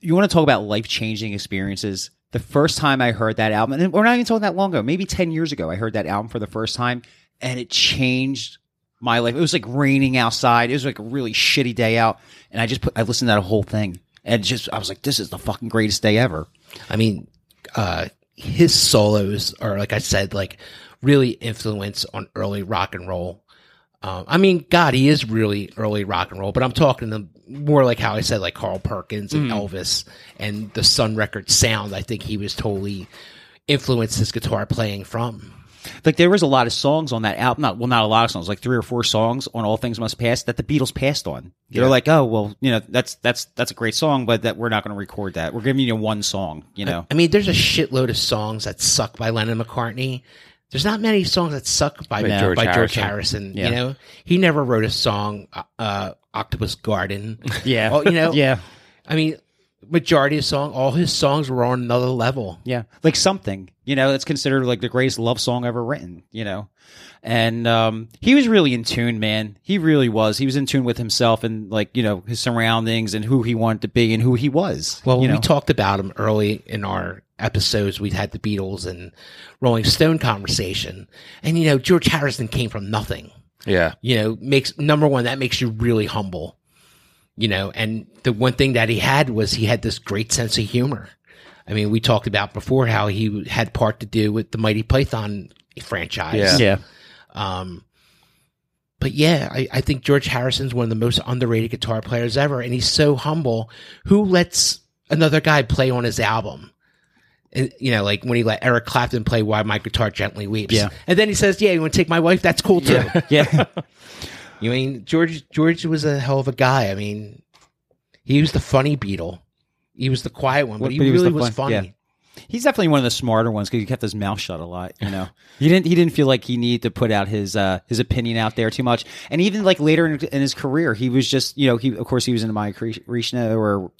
Speaker 3: You want to talk about life changing experiences? The first time I heard that album, and we're not even talking that long ago, maybe ten years ago, I heard that album for the first time, and it changed my life. It was like raining outside. It was like a really shitty day out, and I just put I listened to that whole thing, and just I was like, this is the fucking greatest day ever.
Speaker 4: I mean, uh, his solos are like I said, like really influence on early rock and roll. Um, I mean, God, he is really early rock and roll, but I'm talking to more like how I said, like Carl Perkins and Elvis and the Sun Records sound. I think he was totally influenced his guitar playing from.
Speaker 3: Like there was a lot of songs on that album. Not well, not a lot of songs. Like three or four songs on All Things Must Pass that the Beatles passed on. They're like, oh well, you know that's that's that's a great song, but that we're not going to record that. We're giving you one song. You know,
Speaker 4: I mean, there's a shitload of songs that suck by Lennon McCartney. There's not many songs that suck by,
Speaker 2: George
Speaker 4: George, by George
Speaker 2: Harrison.
Speaker 4: Harrison.
Speaker 3: Yeah.
Speaker 4: You know, he never wrote a song, uh, uh, Octopus Garden.
Speaker 3: yeah,
Speaker 4: Oh, you know,
Speaker 3: yeah,
Speaker 4: I mean, majority of song, all his songs were on another level.
Speaker 3: yeah, like something. You know, it's considered like the greatest love song ever written. You know, and um, he was really in tune, man. He really was. He was in tune with himself and like you know his surroundings and who he wanted to be and who he was.
Speaker 4: Well,
Speaker 3: you
Speaker 4: when
Speaker 3: know?
Speaker 4: we talked about him early in our episodes, we had the Beatles and Rolling Stone conversation, and you know, George Harrison came from nothing.
Speaker 2: Yeah.
Speaker 4: You know, makes number one that makes you really humble. You know, and the one thing that he had was he had this great sense of humor. I mean, we talked about before how he had part to do with the Mighty Python franchise.
Speaker 2: Yeah.
Speaker 3: yeah,
Speaker 4: Um, but yeah, I, I think George Harrison's one of the most underrated guitar players ever, and he's so humble. Who lets another guy play on his album? And, you know, like when he let Eric Clapton play "Why My Guitar Gently Weeps."
Speaker 3: Yeah.
Speaker 4: and then he says, "Yeah, you want to take my wife? That's cool too."
Speaker 3: Yeah.
Speaker 4: You mean George? George was a hell of a guy. I mean, he was the funny Beatle. He was the quiet one, but he, really
Speaker 3: the
Speaker 4: was,
Speaker 3: fun-
Speaker 4: funny.
Speaker 3: yeah. He's definitely one of the smarter ones because he kept his mouth shut a lot. You know, he didn't. He didn't feel like he needed to put out his uh, his opinion out there too much. And even like later in, in his career, he was just you know he of course he was into Maya Krishna or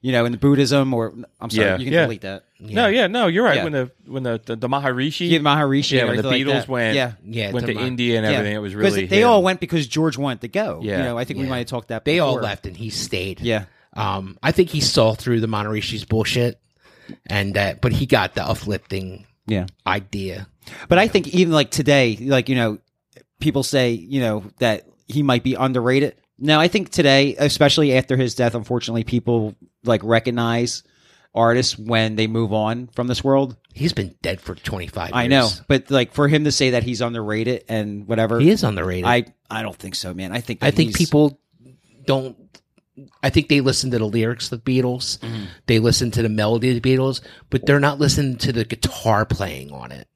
Speaker 3: you know in Buddhism or I'm sorry,
Speaker 2: Yeah.
Speaker 3: you can
Speaker 2: Yeah.
Speaker 3: delete that.
Speaker 2: No, yeah, no, you're right.
Speaker 3: Yeah.
Speaker 2: When the when the the, the Maharishi,
Speaker 3: Yeah, Maharishi.
Speaker 2: yeah,
Speaker 3: or
Speaker 2: when the
Speaker 3: something
Speaker 2: Beatles
Speaker 3: like that.
Speaker 2: went,
Speaker 3: Yeah.
Speaker 4: Yeah,
Speaker 2: went to
Speaker 4: Demar-
Speaker 2: India and
Speaker 3: Yeah.
Speaker 2: everything. It was
Speaker 3: 'Cause
Speaker 2: really
Speaker 3: they
Speaker 2: him.
Speaker 3: all went because George wanted to go.
Speaker 2: Yeah.
Speaker 3: You know, I think we
Speaker 4: Yeah.
Speaker 3: might have talked that.
Speaker 4: They all
Speaker 3: before.
Speaker 4: left, and he stayed.
Speaker 3: Yeah.
Speaker 4: Um, I think he saw through the Monterishi's bullshit, and uh, but he got the uplifting
Speaker 3: Yeah.
Speaker 4: idea.
Speaker 3: But I think even like today, like you know, people say you know that he might be underrated. Now I think today, especially after his death, unfortunately, people like recognize artists when they move on from this world.
Speaker 4: He's been dead for twenty five.
Speaker 3: I know, but like for him to say that he's underrated and whatever,
Speaker 4: he is underrated. I,
Speaker 3: I I don't think so, man. I think that
Speaker 4: I think
Speaker 3: he's-
Speaker 4: people don't. I think they listen to the lyrics of the Beatles.
Speaker 3: Mm-hmm.
Speaker 4: They listen to the melody of the Beatles, but they're not listening to the guitar playing on it.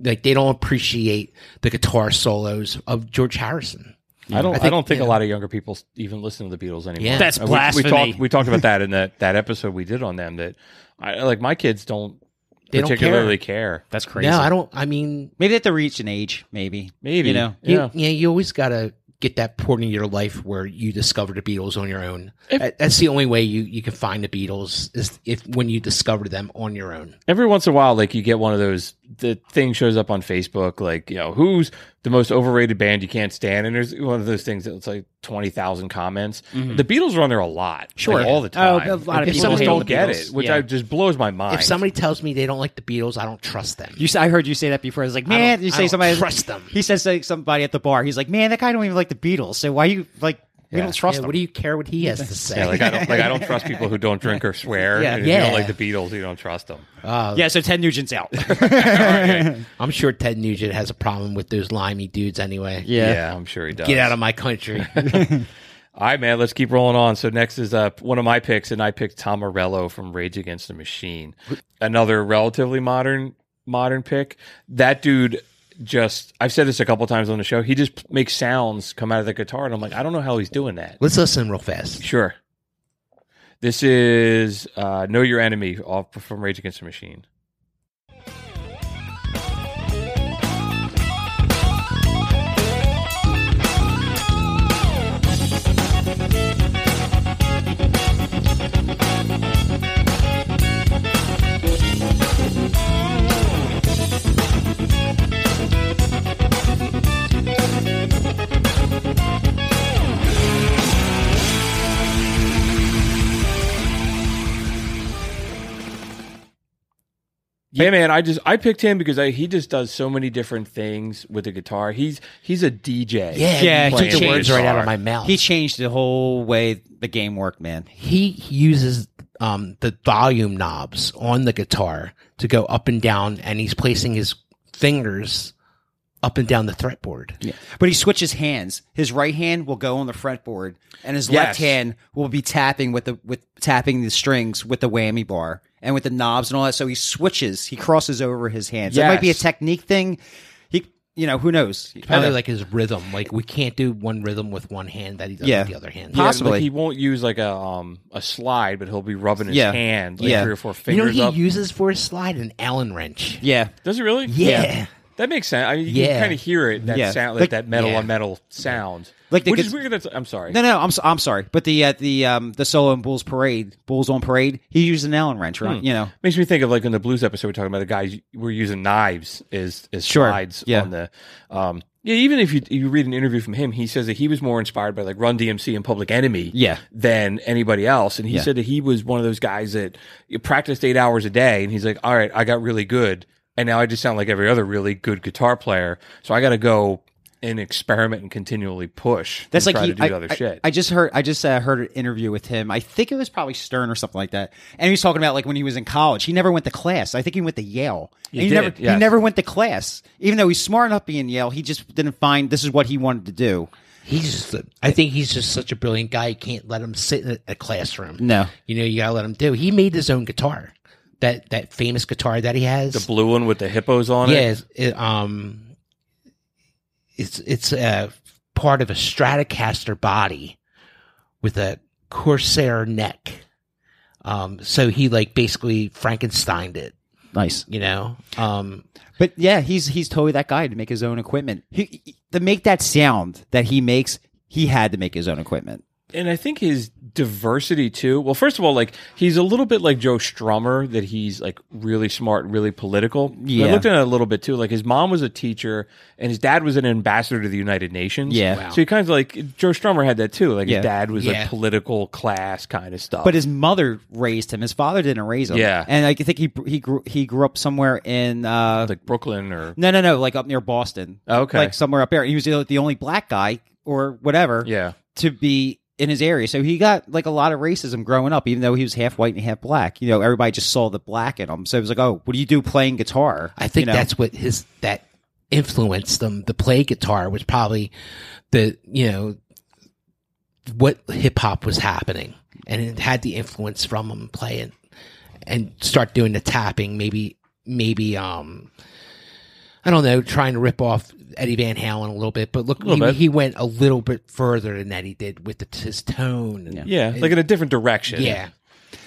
Speaker 4: Like they don't appreciate the guitar solos of George Harrison.
Speaker 2: I don't. I,
Speaker 4: I think-
Speaker 2: don't think
Speaker 4: yeah.
Speaker 2: a lot of younger people s- even listen to the Beatles anymore.
Speaker 4: Yeah.
Speaker 5: That's
Speaker 2: Uh, we- We,
Speaker 5: blasphemy.
Speaker 2: talked. We talked about that in that that episode we did on them. That I like. My kids don't
Speaker 4: They don't
Speaker 2: particularly care.
Speaker 5: That's crazy.
Speaker 4: No, I don't. I mean,
Speaker 3: maybe they have to reach an age, maybe
Speaker 2: Maybe.
Speaker 3: you know.
Speaker 4: You,
Speaker 2: Yeah.
Speaker 4: yeah. you always got to get that point in your life where you discover the Beatles on your own. That- That's the only way you, you can find the Beatles is if when you discover them on your own.
Speaker 2: Every once in a while, like you get one of those. The thing shows up on Facebook, like you know, who's the most overrated band you can't stand, and there's one of those things that's like twenty thousand comments. The Beatles are on there a lot,
Speaker 5: Sure.
Speaker 2: like, all
Speaker 5: Oh,
Speaker 2: the time.
Speaker 5: a lot of
Speaker 2: And
Speaker 4: people
Speaker 2: people
Speaker 4: hate
Speaker 2: don't
Speaker 4: the
Speaker 2: get
Speaker 5: Beatles.
Speaker 2: it, which
Speaker 5: Yeah.
Speaker 2: I, just blows my mind.
Speaker 4: If somebody tells me they don't like the Beatles, I don't trust them.
Speaker 3: You, s- I heard you say that before. I was like,
Speaker 4: I
Speaker 3: man,
Speaker 4: don't-
Speaker 3: you
Speaker 4: I
Speaker 3: say
Speaker 4: don't
Speaker 3: somebody
Speaker 4: trust them.
Speaker 3: He says like, somebody at the bar. He's like, man, that guy don't even like the Beatles. So why you like? We
Speaker 2: Yeah.
Speaker 3: don't trust
Speaker 4: Yeah,
Speaker 3: him.
Speaker 4: what do you care what he has to say?
Speaker 2: Yeah, like I don't like I don't trust people who don't drink or swear.
Speaker 3: Yeah.
Speaker 2: and if you
Speaker 4: Yeah.
Speaker 2: don't like the Beatles, you don't trust them.
Speaker 4: Uh,
Speaker 3: Yeah, so Ted Nugent's out.
Speaker 4: I'm sure Ted Nugent has a problem with those limey dudes anyway.
Speaker 2: Yeah, I'm sure he does.
Speaker 4: Get out of my country.
Speaker 2: All right, man. Let's keep rolling on. So next is uh, one of my picks, and I picked Tom Morello from Rage Against the Machine. Another relatively modern modern pick. That dude just I've said this a couple times on the show. He just p- makes sounds come out of the guitar, and I'm like, I don't know how he's doing that.
Speaker 4: Let's listen real fast.
Speaker 2: Sure. This is uh, Know Your Enemy off from Rage Against the Machine. Hey man, I just I picked him because I, he just does so many different things with the guitar. He's he's a DJ.
Speaker 4: Yeah,
Speaker 3: Yeah,
Speaker 4: you
Speaker 3: he
Speaker 4: took the
Speaker 3: changed
Speaker 4: words right out of
Speaker 2: our-
Speaker 4: my mouth.
Speaker 3: he changed the whole way the game worked, man.
Speaker 4: he he uses um, the volume knobs on the guitar to go up and down, and he's placing his fingers up and down the fretboard.
Speaker 3: Yeah. But he switches hands. His right hand will go on the fretboard, and his
Speaker 2: Yes.
Speaker 3: left hand will be tapping with the with tapping the strings with the whammy bar and with the knobs and all that. So he switches. He crosses over his hands. It might be a
Speaker 2: Yes.
Speaker 3: technique thing. He, you know, who knows?
Speaker 4: Probably like his rhythm. Like we can't do one rhythm with one hand that he does
Speaker 3: Yeah.
Speaker 4: with the other hand.
Speaker 3: Yeah.
Speaker 2: Possibly
Speaker 3: Possibly.
Speaker 2: he won't use like a um a slide, but he'll be rubbing his
Speaker 3: Yeah.
Speaker 2: hand like
Speaker 3: Yeah.
Speaker 2: three or four
Speaker 4: You know what
Speaker 2: fingers
Speaker 4: he
Speaker 2: up.
Speaker 4: uses for his slide an Allen wrench.
Speaker 3: Yeah.
Speaker 2: Does it really?
Speaker 4: Yeah.
Speaker 2: that makes sense. I mean, you
Speaker 4: Yeah.
Speaker 2: can kind of hear it that
Speaker 3: Yeah.
Speaker 2: sound,
Speaker 3: Like-
Speaker 2: like, that metal
Speaker 4: Yeah.
Speaker 2: on metal sound,
Speaker 3: Like the
Speaker 2: which
Speaker 3: gu-
Speaker 2: is weird. That's, I'm sorry.
Speaker 3: No, no, I'm so, I'm sorry, but the uh, the um the solo in Bulls Parade, Bulls on Parade, he used an Allen wrench, right? You know,
Speaker 2: Makes me think of like in the blues episode we're talking about the guys were using knives as as
Speaker 3: Sure.
Speaker 2: slides
Speaker 3: Yeah.
Speaker 2: on the um yeah even if you you read an interview from him he says that he was more inspired by like Run DMC and Public Enemy
Speaker 3: Yeah.
Speaker 2: than anybody else and he
Speaker 3: Yeah.
Speaker 2: said that he was one of those guys that you practiced eight hours a day and he's like all right I got really good and now I just sound like every other really good guitar player so I got to go and experiment and continually push
Speaker 3: that's
Speaker 2: and
Speaker 3: like
Speaker 2: try
Speaker 3: he,
Speaker 2: to do
Speaker 3: I,
Speaker 2: other
Speaker 3: I-
Speaker 2: shit
Speaker 3: I just heard I just uh, heard an interview with him. I think it was probably Stern or something like that, and he was talking about like when he was in college, he never went to class. I think he went to Yale. And he
Speaker 2: did,
Speaker 3: never he
Speaker 2: yes.
Speaker 3: never went to class, even though he's smart enough being Yale. He just didn't find this is what he wanted to do.
Speaker 4: He's just, a- I think he's just such a brilliant guy. You can't let him sit in a, a classroom.
Speaker 3: No.
Speaker 4: You know, you gotta let him do. He made his own guitar. that that famous guitar that he has.
Speaker 2: The blue one with the hippos on
Speaker 4: yeah,
Speaker 2: it.
Speaker 4: it's- it, um, it's it's a part of a Stratocaster body with a Corsair neck. Um, so he like basically Frankensteined it,
Speaker 3: Nice.
Speaker 4: you know. Um,
Speaker 3: But yeah, he's he's totally that guy to make his own equipment. He, he- to make that sound that he makes, he had to make his own equipment.
Speaker 2: and I think his diversity too. Well, first of all, like he's a little bit like Joe Strummer that he's like really smart, really political.
Speaker 3: Yeah.
Speaker 2: I looked at it a little bit too. Like his mom was a teacher and his dad was an ambassador to the United Nations.
Speaker 3: Yeah.
Speaker 4: Wow.
Speaker 2: So he kind of like Joe Strummer had that too. Like
Speaker 3: Yeah.
Speaker 2: his dad was
Speaker 4: Yeah.
Speaker 2: like political class kind of stuff.
Speaker 3: But his mother raised him. His father didn't raise him.
Speaker 2: Yeah.
Speaker 3: and I think he he grew he grew up somewhere in uh,
Speaker 2: like Brooklyn or Oh,
Speaker 3: no no no like up near Boston.
Speaker 2: okay,
Speaker 3: like somewhere up there. He was the the only black guy or whatever
Speaker 2: yeah,
Speaker 3: to be in his area. So he got like a lot of racism growing up, even though he was half white and half black. You know, everybody just saw the black in him. So it was like, oh, what do you do playing guitar?
Speaker 4: I think
Speaker 3: You know?
Speaker 4: that's what his that influenced them. The play guitar was probably the you know what hip hop was happening, and it had the influence from him playing and start doing the tapping. Maybe maybe um I don't know, trying to rip off Eddie Van Halen a little bit, but look, he,
Speaker 2: Little bit.
Speaker 4: he went a little bit further than that he did with the, his tone. and-
Speaker 2: yeah, like in a different direction.
Speaker 4: yeah,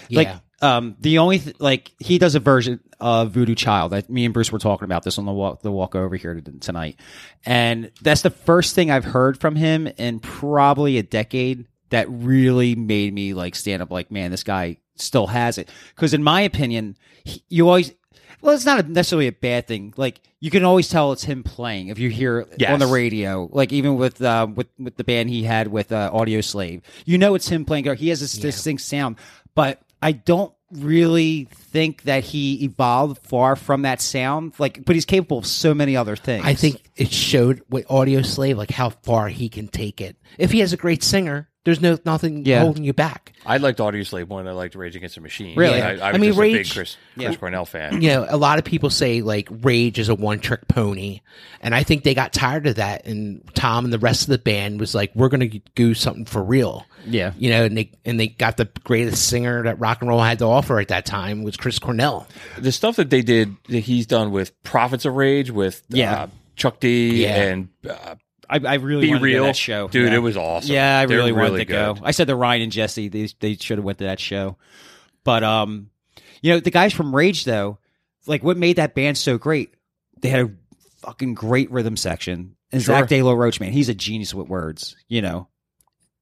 Speaker 4: yeah.
Speaker 3: like um the only th- like he does a version of Voodoo Child that me and Bruce were talking about this on the walk the walk over here t- tonight, and that's the first thing I've heard from him in probably a decade that really made me like stand up like man this guy still has it because in my opinion he, you always well it's not a, necessarily a bad thing like you can always tell it's him playing if you hear it on the
Speaker 2: Yes.
Speaker 3: radio like even with uh, with with the band he had with uh, Audio Slave you know it's him playing guitar. he has this distinct sound but I don't really think that he evolved far from that sound. Like, but he's capable of so many other things.
Speaker 4: I think it showed with Audio Slave like how far he can take it. If he has a great singer, there's no nothing
Speaker 3: Yeah.
Speaker 4: holding you back.
Speaker 2: I liked Audio Slave more than I liked Rage Against the Machine.
Speaker 3: Really?
Speaker 2: I, I
Speaker 4: I
Speaker 2: was
Speaker 4: mean,
Speaker 2: just a
Speaker 4: Rage-
Speaker 2: big Chris,
Speaker 3: Yeah.
Speaker 2: Chris Cornell fan.
Speaker 4: You know, a lot of people say like Rage is a one trick pony, and I think they got tired of that. And Tom and the rest of the band was like, "We're going to do something for real."
Speaker 3: Yeah.
Speaker 4: you know, and they and they got the greatest singer that rock and roll had to offer at that time was Chris Cornell.
Speaker 2: the stuff that they did that he's done with Prophets of Rage with
Speaker 3: Yeah.
Speaker 2: uh, Chuck D
Speaker 4: Yeah.
Speaker 2: and uh,
Speaker 3: I, I really
Speaker 2: Be
Speaker 3: wanted to go to
Speaker 2: Real
Speaker 3: that show,
Speaker 2: dude.
Speaker 3: Yeah.
Speaker 2: It was awesome.
Speaker 3: Yeah, I
Speaker 2: They're
Speaker 3: really wanted to
Speaker 2: good.
Speaker 3: go. I said to Ryan and Jesse, they they should have went to that show. But um, you know, the guys from Rage though, like what made that band so great? They had a fucking great rhythm section. And
Speaker 2: Sure.
Speaker 3: Zach De La Roach, man, he's a genius with words. You know,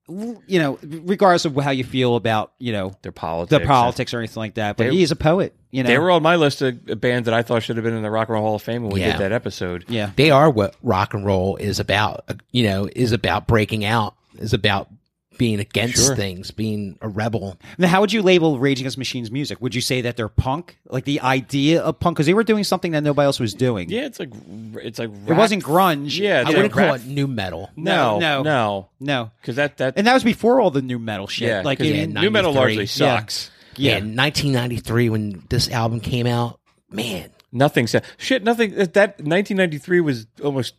Speaker 3: W- you know, regardless of how you feel about you know
Speaker 2: Their politics.
Speaker 3: the politics or anything like that, but
Speaker 2: They-
Speaker 3: he's a poet. You know,
Speaker 2: They were on my list of bands that I thought should have been in the Rock and Roll Hall of Fame when we
Speaker 4: Yeah.
Speaker 2: did that episode.
Speaker 3: yeah.
Speaker 4: They are what rock and roll is about. uh, You know, is about breaking out, is about being against
Speaker 2: Sure.
Speaker 4: things, being a rebel.
Speaker 3: Now, how would you label Rage Against the Machines music? Would you say that they're punk, like the idea of punk, because they were doing something that nobody else was doing?
Speaker 2: Yeah, it's like it's like
Speaker 3: it wasn't grunge.
Speaker 2: Yeah, it's
Speaker 4: I
Speaker 2: like
Speaker 4: wouldn't call
Speaker 2: rap-
Speaker 4: it new metal.
Speaker 2: No,
Speaker 3: No, no.
Speaker 2: no, no,
Speaker 3: no.
Speaker 2: because that that
Speaker 3: And that was before all the new metal shit.
Speaker 2: yeah,
Speaker 3: like
Speaker 2: 'cause
Speaker 3: I
Speaker 4: yeah,
Speaker 3: mean,
Speaker 2: new metal
Speaker 4: 93.
Speaker 2: largely
Speaker 4: Yeah.
Speaker 2: sucks.
Speaker 4: Yeah.
Speaker 3: yeah,
Speaker 4: in 1993 when this album came out, man,
Speaker 2: Nothing said shit. Nothing that that 1993 was almost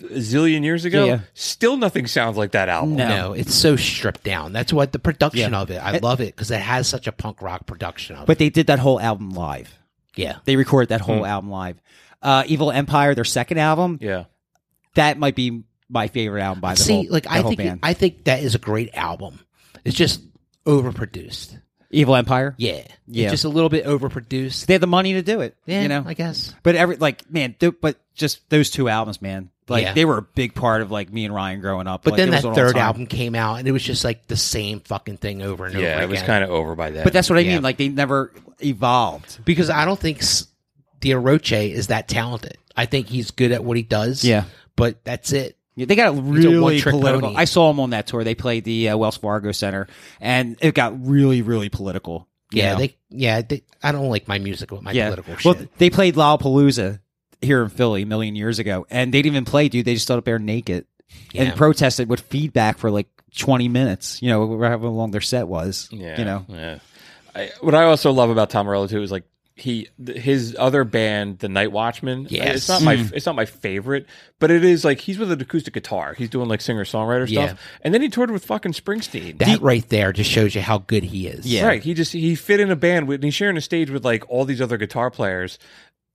Speaker 2: a zillion years ago.
Speaker 3: Yeah.
Speaker 2: Still, nothing sounds like that album.
Speaker 3: No.
Speaker 4: no, it's so stripped down. That's what the production
Speaker 3: Yeah.
Speaker 4: of it. I love it because it has such a punk rock production of it.
Speaker 3: but they did that whole album live.
Speaker 4: Yeah,
Speaker 3: They recorded that
Speaker 2: Hmm.
Speaker 3: whole album live. Uh, Evil Empire, their second album,
Speaker 2: Yeah,
Speaker 3: that might be my favorite album by the
Speaker 4: see,
Speaker 3: whole,
Speaker 4: like
Speaker 3: the
Speaker 4: I
Speaker 3: whole
Speaker 4: think
Speaker 3: band.
Speaker 4: I think that is a great album. It's just overproduced.
Speaker 3: Evil Empire.
Speaker 4: Yeah, It's
Speaker 3: Yeah.
Speaker 4: just a little bit overproduced.
Speaker 3: They had the money to do it.
Speaker 4: Yeah,
Speaker 3: you know,
Speaker 4: I guess.
Speaker 3: But every like man, th- but just those two albums, man. Like
Speaker 4: Yeah.
Speaker 3: they were a big part of like me and Ryan growing up.
Speaker 4: But
Speaker 3: Like,
Speaker 4: then
Speaker 3: it was
Speaker 4: that
Speaker 3: on all
Speaker 4: third
Speaker 3: the time.
Speaker 4: album came out, and it was just like the same fucking thing over and over.
Speaker 2: yeah, it was
Speaker 4: again.
Speaker 2: kind of over by then.
Speaker 3: Oh But that's what I
Speaker 4: Yeah.
Speaker 3: mean. Like they never evolved.
Speaker 4: because I don't think S- Diaroche is that talented. I think he's good at what he does.
Speaker 3: Yeah.
Speaker 4: but that's it.
Speaker 3: Yeah, they got really
Speaker 4: one-trick
Speaker 3: political.
Speaker 4: pony.
Speaker 3: I saw them on that tour. They played the uh, Wells Fargo Center, and it got really, really political. you
Speaker 4: Yeah,
Speaker 3: know?
Speaker 4: they yeah, they, I don't like my music with my
Speaker 3: yeah.
Speaker 4: political
Speaker 3: well,
Speaker 4: shit.
Speaker 3: they played Lollapalooza here in Philly a million years ago, and they didn't even play, dude. They just stood up there naked
Speaker 4: Yeah.
Speaker 3: and protested with feedback for like twenty minutes. You know, however long their set was.
Speaker 2: Yeah,
Speaker 3: you know,
Speaker 2: yeah. I, what I also love about Tom Morello too is like he th- his other band, the Night Watchman.
Speaker 4: Yes.
Speaker 2: it's not my it's not my favorite, but it is like he's with an acoustic guitar. He's doing like singer songwriter
Speaker 4: Yeah.
Speaker 2: stuff, and then he toured with fucking Springsteen.
Speaker 4: That right there just shows you how good he is.
Speaker 3: Yeah.
Speaker 2: Right. He just he fit in a band with and he's sharing a stage with like all these other guitar players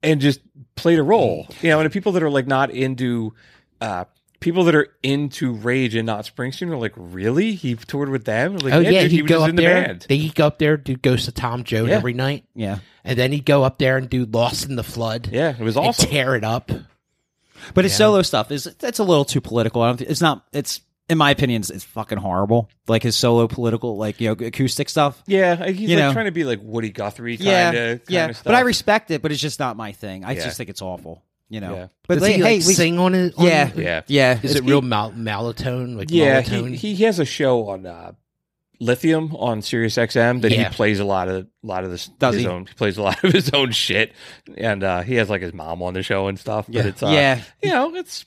Speaker 2: and just played a role.
Speaker 4: Mm.
Speaker 2: You know, and the people that are like not into uh people that are into Rage and not Springsteen are like, really? He toured with them? Like,
Speaker 4: oh yeah,
Speaker 2: dude,
Speaker 4: he'd
Speaker 2: was
Speaker 4: go
Speaker 2: just
Speaker 4: up
Speaker 2: in
Speaker 4: there.
Speaker 2: the band.
Speaker 4: Then he'd go up there do Ghost of Tom Joad
Speaker 2: Yeah.
Speaker 4: every night,
Speaker 3: Yeah.
Speaker 4: and then he'd go up there and do Lost in the Flood.
Speaker 2: Yeah, it was
Speaker 4: and
Speaker 2: awesome.
Speaker 4: tear it up.
Speaker 3: But his solo stuff is that's a little too political. I don't think, it's not. It's in my opinion, it's, it's fucking horrible. Like his solo political, like you know, acoustic stuff.
Speaker 2: yeah, like, he's
Speaker 3: You
Speaker 2: like
Speaker 3: know.
Speaker 2: trying to be like Woody Guthrie kind
Speaker 3: yeah,
Speaker 2: of kinda
Speaker 3: yeah.
Speaker 2: stuff.
Speaker 3: But I respect it. But it's just not my thing. I
Speaker 2: Yeah.
Speaker 3: just think it's awful. You know.
Speaker 2: Yeah.
Speaker 3: But
Speaker 4: Does
Speaker 3: like,
Speaker 4: he
Speaker 3: hey,
Speaker 4: like,
Speaker 3: we-
Speaker 4: sing on it? on-
Speaker 3: Yeah.
Speaker 2: Yeah.
Speaker 3: Yeah.
Speaker 4: Is it real mal- malotone? Like
Speaker 2: Yeah,
Speaker 4: malotone?
Speaker 2: he, he has a show on uh, Lithium on Sirius XM that
Speaker 4: Yeah.
Speaker 2: he plays a lot of lot of this
Speaker 3: Does
Speaker 2: his
Speaker 3: he?
Speaker 2: own he plays a lot of his own shit, and uh, he has like his mom on the show and stuff. But
Speaker 4: Yeah.
Speaker 2: it's uh,
Speaker 3: yeah.
Speaker 2: you know it's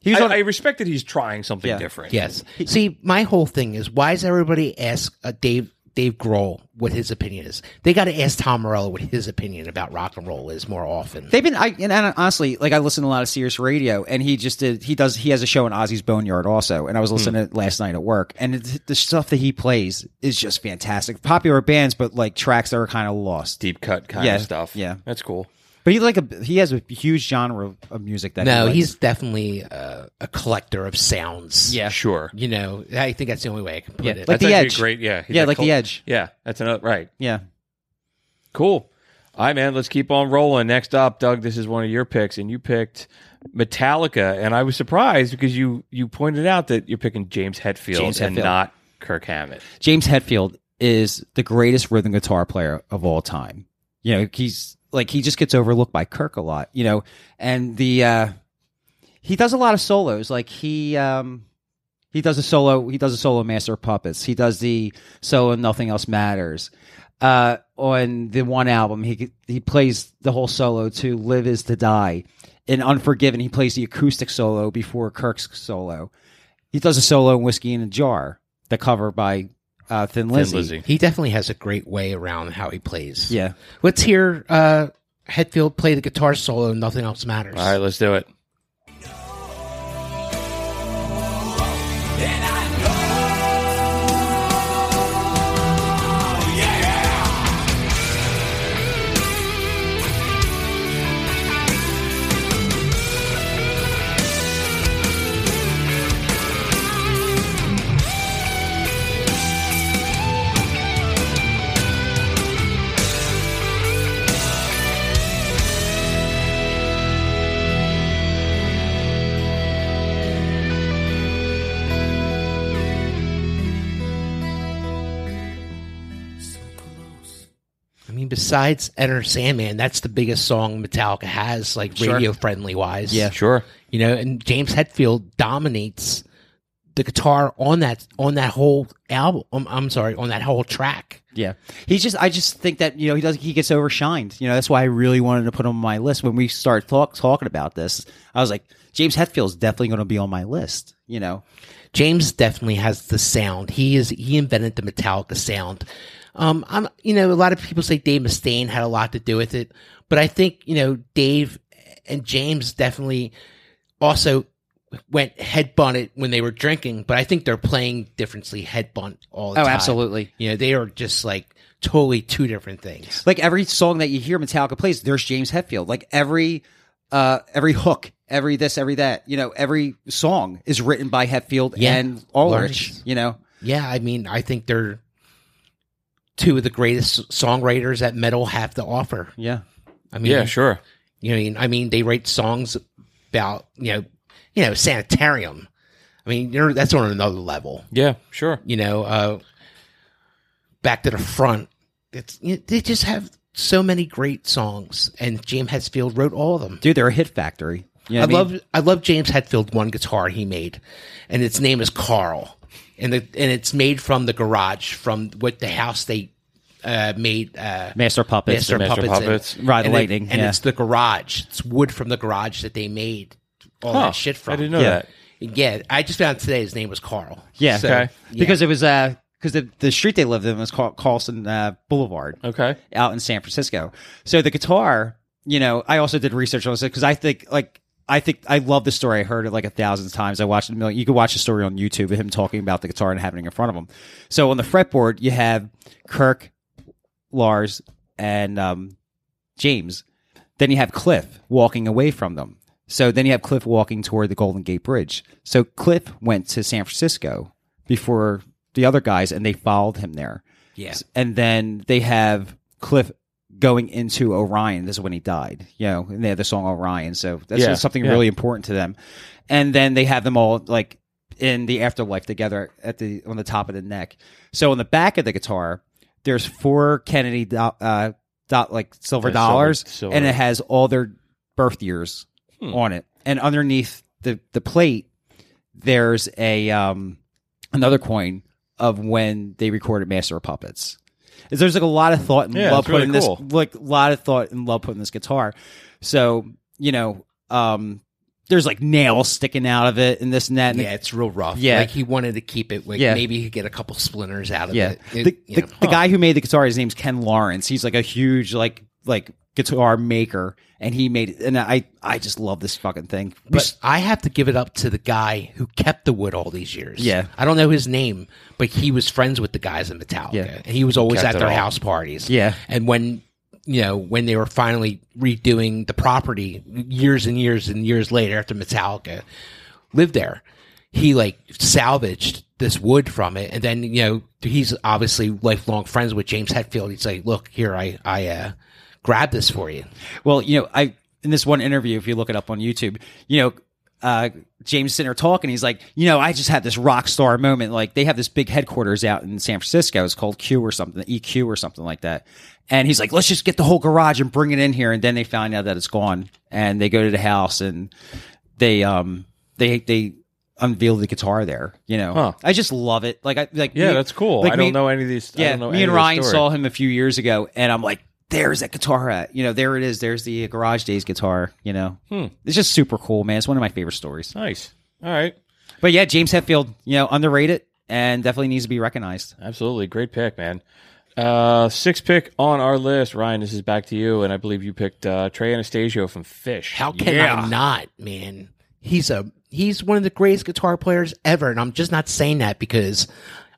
Speaker 3: He was
Speaker 2: I,
Speaker 3: on.
Speaker 2: I respect that he's trying something
Speaker 3: Yeah.
Speaker 2: different.
Speaker 4: Yes. See, my whole thing is why does everybody ask uh, Dave Dave Grohl what his opinion is? They got to ask Tom Morello what his opinion about rock and roll is more often.
Speaker 3: They've been, I, and, and honestly, like I listen to a lot of Sirius Radio, and he just did. He does. He has a show in Ozzy's Boneyard also, and I
Speaker 4: Hmm.
Speaker 3: was listening to it last night at work, and it's, the stuff that he plays is just fantastic. Popular bands, but like tracks that are kind of lost.
Speaker 2: deep cut kind
Speaker 3: Yeah.
Speaker 2: of stuff.
Speaker 3: Yeah.
Speaker 2: that's cool.
Speaker 3: But he like a he has a huge genre of music that. he
Speaker 4: no,
Speaker 3: likes.
Speaker 4: he's definitely uh, a collector of sounds.
Speaker 3: Yeah.
Speaker 2: Sure.
Speaker 4: You know, I think that's the only way I can put
Speaker 3: Yeah.
Speaker 4: it.
Speaker 3: Like
Speaker 2: That's
Speaker 3: The
Speaker 2: actually
Speaker 3: Edge.
Speaker 2: Great. Yeah. he's
Speaker 3: Yeah,
Speaker 2: a
Speaker 3: like The
Speaker 2: cult-
Speaker 3: Edge.
Speaker 2: Yeah, that's another right.
Speaker 3: yeah.
Speaker 2: Cool. All right, man. Let's keep on rolling. Next up, Doug, this is one of your picks, and you picked Metallica. And I was surprised because you you pointed out that you're picking James Hetfield
Speaker 3: James
Speaker 2: and
Speaker 3: Hetfield.
Speaker 2: not Kirk Hammett.
Speaker 3: James Hetfield is the greatest rhythm guitar player of all time. You know, he's like he just gets overlooked by Kirk a lot, you know, and the uh he does a lot of solos. Like he um he does a solo he does a solo master of puppets. He does the solo nothing else matters. Uh on the one album he he plays the whole solo to Live is to Die. In Unforgiven he plays the acoustic solo before Kirk's solo. He does a solo in Whiskey in a Jar, the cover by uh Thin Lizzy.
Speaker 2: Lizzy.
Speaker 4: he definitely has a great way around how he plays.
Speaker 3: Yeah.
Speaker 4: Let's hear uh, Hetfield play the guitar solo. Nothing else matters.
Speaker 2: All right, let's do it.
Speaker 4: I mean, besides Enter Sandman, that's the biggest song Metallica has, like radio friendly wise.
Speaker 2: Sure.
Speaker 4: you know, and James Hetfield dominates the guitar on that on that whole album. I'm, I'm sorry, on that whole track.
Speaker 3: Yeah, he's just. I just think that you know he does. He gets overshined. You know that's why I really wanted to put him on my list when we start talk, talking about this. I was like, James Hetfield's definitely going to be on my list. You know,
Speaker 4: James definitely has the sound. He is he invented the Metallica sound. Um, I'm you know a lot of people say Dave Mustaine had a lot to do with it, but I think you know Dave and James definitely also went head bunted when they were drinking. But I think they're playing differently head bunt all
Speaker 3: Oh,
Speaker 4: the time. You know they are just like totally two different things.
Speaker 3: Like every song that you hear Metallica plays, there's James Hetfield. Like every, uh, every hook, every this, every that. You know, every song is written by Hetfield
Speaker 4: Yeah.
Speaker 3: and Ulrich.
Speaker 4: Ulrich.
Speaker 3: You know,
Speaker 4: Yeah, I mean, I think they're two of the greatest songwriters that metal have to offer.
Speaker 3: yeah,
Speaker 4: I
Speaker 3: Mm-hmm.
Speaker 4: mean,
Speaker 2: sure.
Speaker 4: you know, I mean, I mean, they write songs about you know, you know, sanitarium. I mean, you're, that's on another level.
Speaker 2: Yeah, sure.
Speaker 4: You know, uh, back to the front. It's you they just have so many great songs, and James Hetfield wrote all of them.
Speaker 3: dude, they're a hit factory. You know
Speaker 4: I,
Speaker 3: what mean?
Speaker 4: love I love James Hetfield one guitar he made, and its name is Carl, and the and it's made from the garage from what the house they uh, made uh,
Speaker 3: Master Puppets,
Speaker 4: Master,
Speaker 2: Master
Speaker 4: Puppets, in.
Speaker 2: Puppets.
Speaker 3: Ride the
Speaker 4: and it-
Speaker 3: Lightning,
Speaker 4: and
Speaker 3: yeah.
Speaker 4: it's the garage. It's wood from the garage that they made all
Speaker 2: Huh,
Speaker 4: that shit from.
Speaker 2: I didn't know
Speaker 3: Yeah.
Speaker 2: that.
Speaker 4: Yeah, I just found today his name was Carl.
Speaker 3: Yeah,
Speaker 4: So,
Speaker 2: Okay.
Speaker 4: yeah.
Speaker 3: because it was uh, because the, the street they lived in was called Carlson uh, Boulevard
Speaker 2: Okay.
Speaker 3: out in San Francisco. So the guitar, you know, I also did research on this because I think like I think I love the story. I heard it like a thousand times. I watched it a million. You could watch the story on YouTube of him talking about the guitar and happening in front of him. So on the fretboard, you have Kirk, Lars, and um, James. Then you have Cliff walking away from them. So then you have Cliff walking toward the Golden Gate Bridge. So Cliff went to San Francisco before the other guys, and they followed him there.
Speaker 4: Yeah.
Speaker 3: And then they have Cliff going into Orion. This is when he died, you know, and they have the song Orion. So that's
Speaker 2: Yeah,
Speaker 3: something
Speaker 2: yeah.
Speaker 3: really important to them. And then they have them all like in the afterlife together at the on the top of the neck. So on the back of the guitar, there's four Kennedy do- uh, dot like silver
Speaker 2: Yeah, silver-
Speaker 3: dollars,
Speaker 2: silver.
Speaker 3: and it has all their birth years
Speaker 2: Hmm.
Speaker 3: on it. And underneath the the plate, there's a um another coin of when they recorded Master of Puppets. Is There's like a lot of thought and
Speaker 2: Yeah,
Speaker 3: love
Speaker 2: it's really
Speaker 3: put in
Speaker 2: cool.
Speaker 3: this, like a lot of thought and love put in this guitar. So you know, um, there's like nails sticking out of it and this and that. And
Speaker 4: yeah, it's real rough.
Speaker 3: Yeah.
Speaker 4: like he wanted to keep it. Like
Speaker 3: Yeah.
Speaker 4: maybe he could get a couple splinters out of
Speaker 3: Yeah.
Speaker 4: it. It-
Speaker 3: the,
Speaker 4: you
Speaker 3: the,
Speaker 4: know.
Speaker 3: the guy who made the guitar, his name's Ken Lawrence. He's like a huge like like guitar maker, and he made it. And I I just love this fucking thing.
Speaker 4: But I have to give it up to the guy who kept the wood all these years.
Speaker 3: Yeah.
Speaker 4: I don't know his name, but he was friends with the guys in Metallica.
Speaker 3: Yeah.
Speaker 4: And he was always
Speaker 2: Kept
Speaker 4: at
Speaker 2: it
Speaker 4: their
Speaker 2: all.
Speaker 4: house parties.
Speaker 3: Yeah.
Speaker 4: And when you know, when they were finally redoing the property years and years and years later after Metallica lived there, he like salvaged this wood from it and then, you know, he's obviously lifelong friends with James Hetfield. He's like, Look, here I I uh grabbed this for you.
Speaker 3: Well, you know, I in this one interview, if you look it up on YouTube, you know, uh, James Sinner talking, he's like, you know, I just had this rock star moment. Like they have this big headquarters out in San Francisco. It's called Q or something, EQ or something like that. And he's like, let's just get the whole garage and bring it in here. And then they find out that it's gone, and they go to the house and they um they they unveil the guitar there. You know,
Speaker 2: Huh.
Speaker 3: I just love it. Like I like
Speaker 2: Yeah,
Speaker 3: me-
Speaker 2: that's cool.
Speaker 3: like
Speaker 2: I don't
Speaker 3: me-
Speaker 2: know any of these. I
Speaker 3: yeah,
Speaker 2: don't know
Speaker 3: me
Speaker 2: any
Speaker 3: and
Speaker 2: of this
Speaker 3: Ryan
Speaker 2: story.
Speaker 3: saw him a few years ago, and I'm like, "There's that guitar at you know, there it is. There's the Garage Days guitar. You know,
Speaker 2: Hmm.
Speaker 3: it's just super cool, man. It's one of my favorite stories.
Speaker 2: Nice. All right.
Speaker 3: But yeah, James Hetfield, you know, underrated and definitely needs to be recognized.
Speaker 2: Absolutely. Great pick, man. Uh, sixth pick on our list. Ryan, this is back to you. And I believe you picked uh, Trey Anastasio from Fish.
Speaker 4: How can
Speaker 2: yeah.
Speaker 4: I not, man? He's a he's one of the greatest guitar players ever, and I'm just not saying that because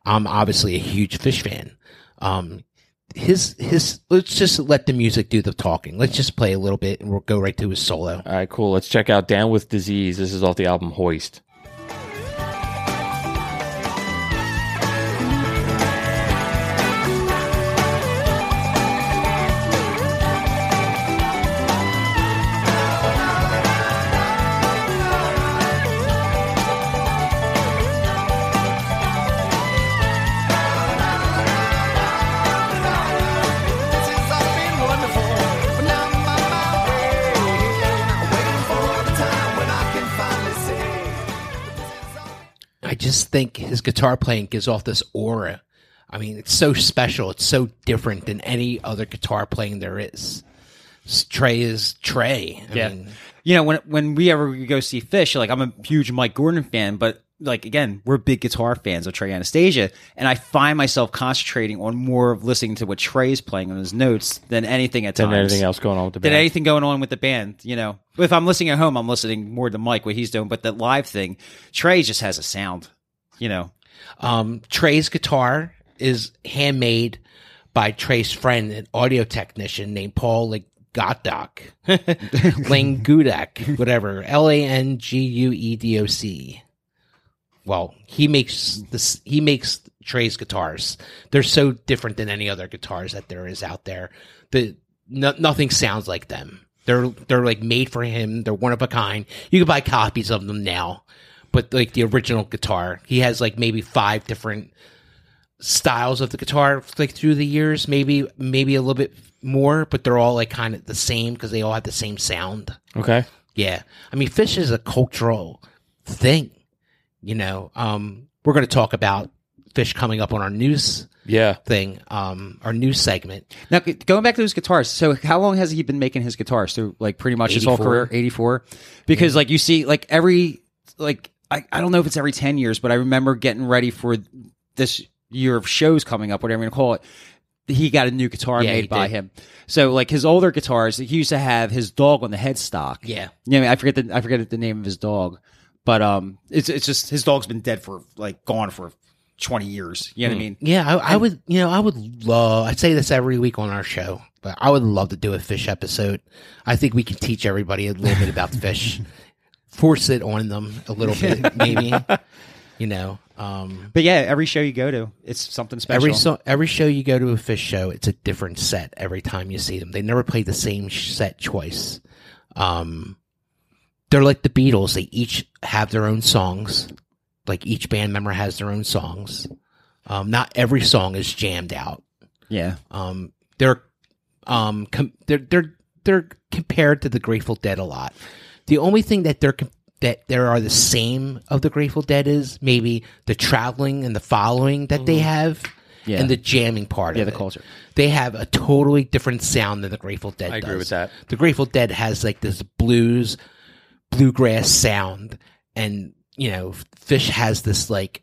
Speaker 4: I'm obviously a huge Fish fan. Um, his his let's just let the music do the talking. Let's just play a little bit, and we'll go right to his solo.
Speaker 2: All right, cool. Let's check out Down with Disease. This is off the album Hoist.
Speaker 5: Since I've been wonderful, but now I'm on my way. Waiting for the time when I can finally say.
Speaker 4: I just think his guitar playing gives off this aura. I mean, it's so special. It's so different than any other guitar playing there is. S- Trey is Trey. I
Speaker 3: Yeah.
Speaker 4: mean,
Speaker 3: You know, when when we ever go see Fish, like I'm a huge Mike Gordon fan, but like again, we're big guitar fans of Trey Anastasia, and I find myself concentrating on more of listening to what Trey's playing on his notes than anything at
Speaker 2: Than
Speaker 3: times.
Speaker 2: anything else going on with the
Speaker 3: than
Speaker 2: band.
Speaker 3: anything going on with the band. You know, if I'm listening at home, I'm listening more to Mike what he's doing, but that live thing, Trey just has a sound. You know,
Speaker 4: Um, Trey's guitar is handmade by Trey's friend, an audio technician named Paul Lig- Gottdock, Langudak, whatever, L A N G U E D O C. Well, he makes this. He makes Trey's guitars. They're so different than any other guitars that there is out there. The no, nothing sounds like them. They're they're like made for him. They're one of a kind. You can buy copies of them now, but like the original guitar, he has like maybe five different styles of the guitar like through the years. Maybe maybe a little bit more, but they're all like kind of the same because they all have the same sound.
Speaker 2: Okay.
Speaker 4: Yeah. I mean, fish is a cultural thing, you know. Um, we're going to talk about fish coming up on our news
Speaker 2: Yeah.
Speaker 4: thing, um, our news segment.
Speaker 3: now g- going back to his guitars. So how long has he been making his guitars? Through like pretty much his whole
Speaker 4: 84.
Speaker 3: career, eighty four. Because like you see, like every like I, I don't know if it's every ten years, but I remember getting ready for this year of shows coming up, whatever you want to call it, he got a new guitar
Speaker 4: Yeah, he
Speaker 3: made by
Speaker 4: did.
Speaker 3: him. So like his older guitars, he used to have his dog on the headstock.
Speaker 4: Yeah.
Speaker 3: You know, what I mean? I forget the I forget the name of his dog, but um, it's it's just his dog's been dead for like gone for twenty years. You know what I mean?
Speaker 4: Yeah, I, I would. You know, I would love. I'd say this every week on our show, but I would love to do a fish episode. I think we can teach everybody a little bit about fish, force it on them a little bit, maybe. You know, um,
Speaker 3: But yeah, every show you go to, it's something special.
Speaker 4: every so, every show you go to a fish show, it's a different set every time you see them. They never play the same sh- set twice. Um, they're like the Beatles. They each have their own songs. Like each band member has their own songs. Um, not every song is jammed out
Speaker 3: yeah,
Speaker 4: um, they're um, com- they're they're they're compared to the Grateful Dead a lot. The only thing that they're com- that there are the same of the Grateful Dead is maybe the traveling and the following that they
Speaker 2: Mm-hmm.
Speaker 4: have,
Speaker 3: Yeah.
Speaker 4: and the jamming part.
Speaker 3: yeah,
Speaker 4: of
Speaker 3: the
Speaker 4: it.
Speaker 3: culture.
Speaker 4: They have a totally different sound than the Grateful Dead.
Speaker 2: I agree
Speaker 4: does.
Speaker 2: with that.
Speaker 4: The Grateful Dead has like this blues, bluegrass sound, and you know, Fish has this like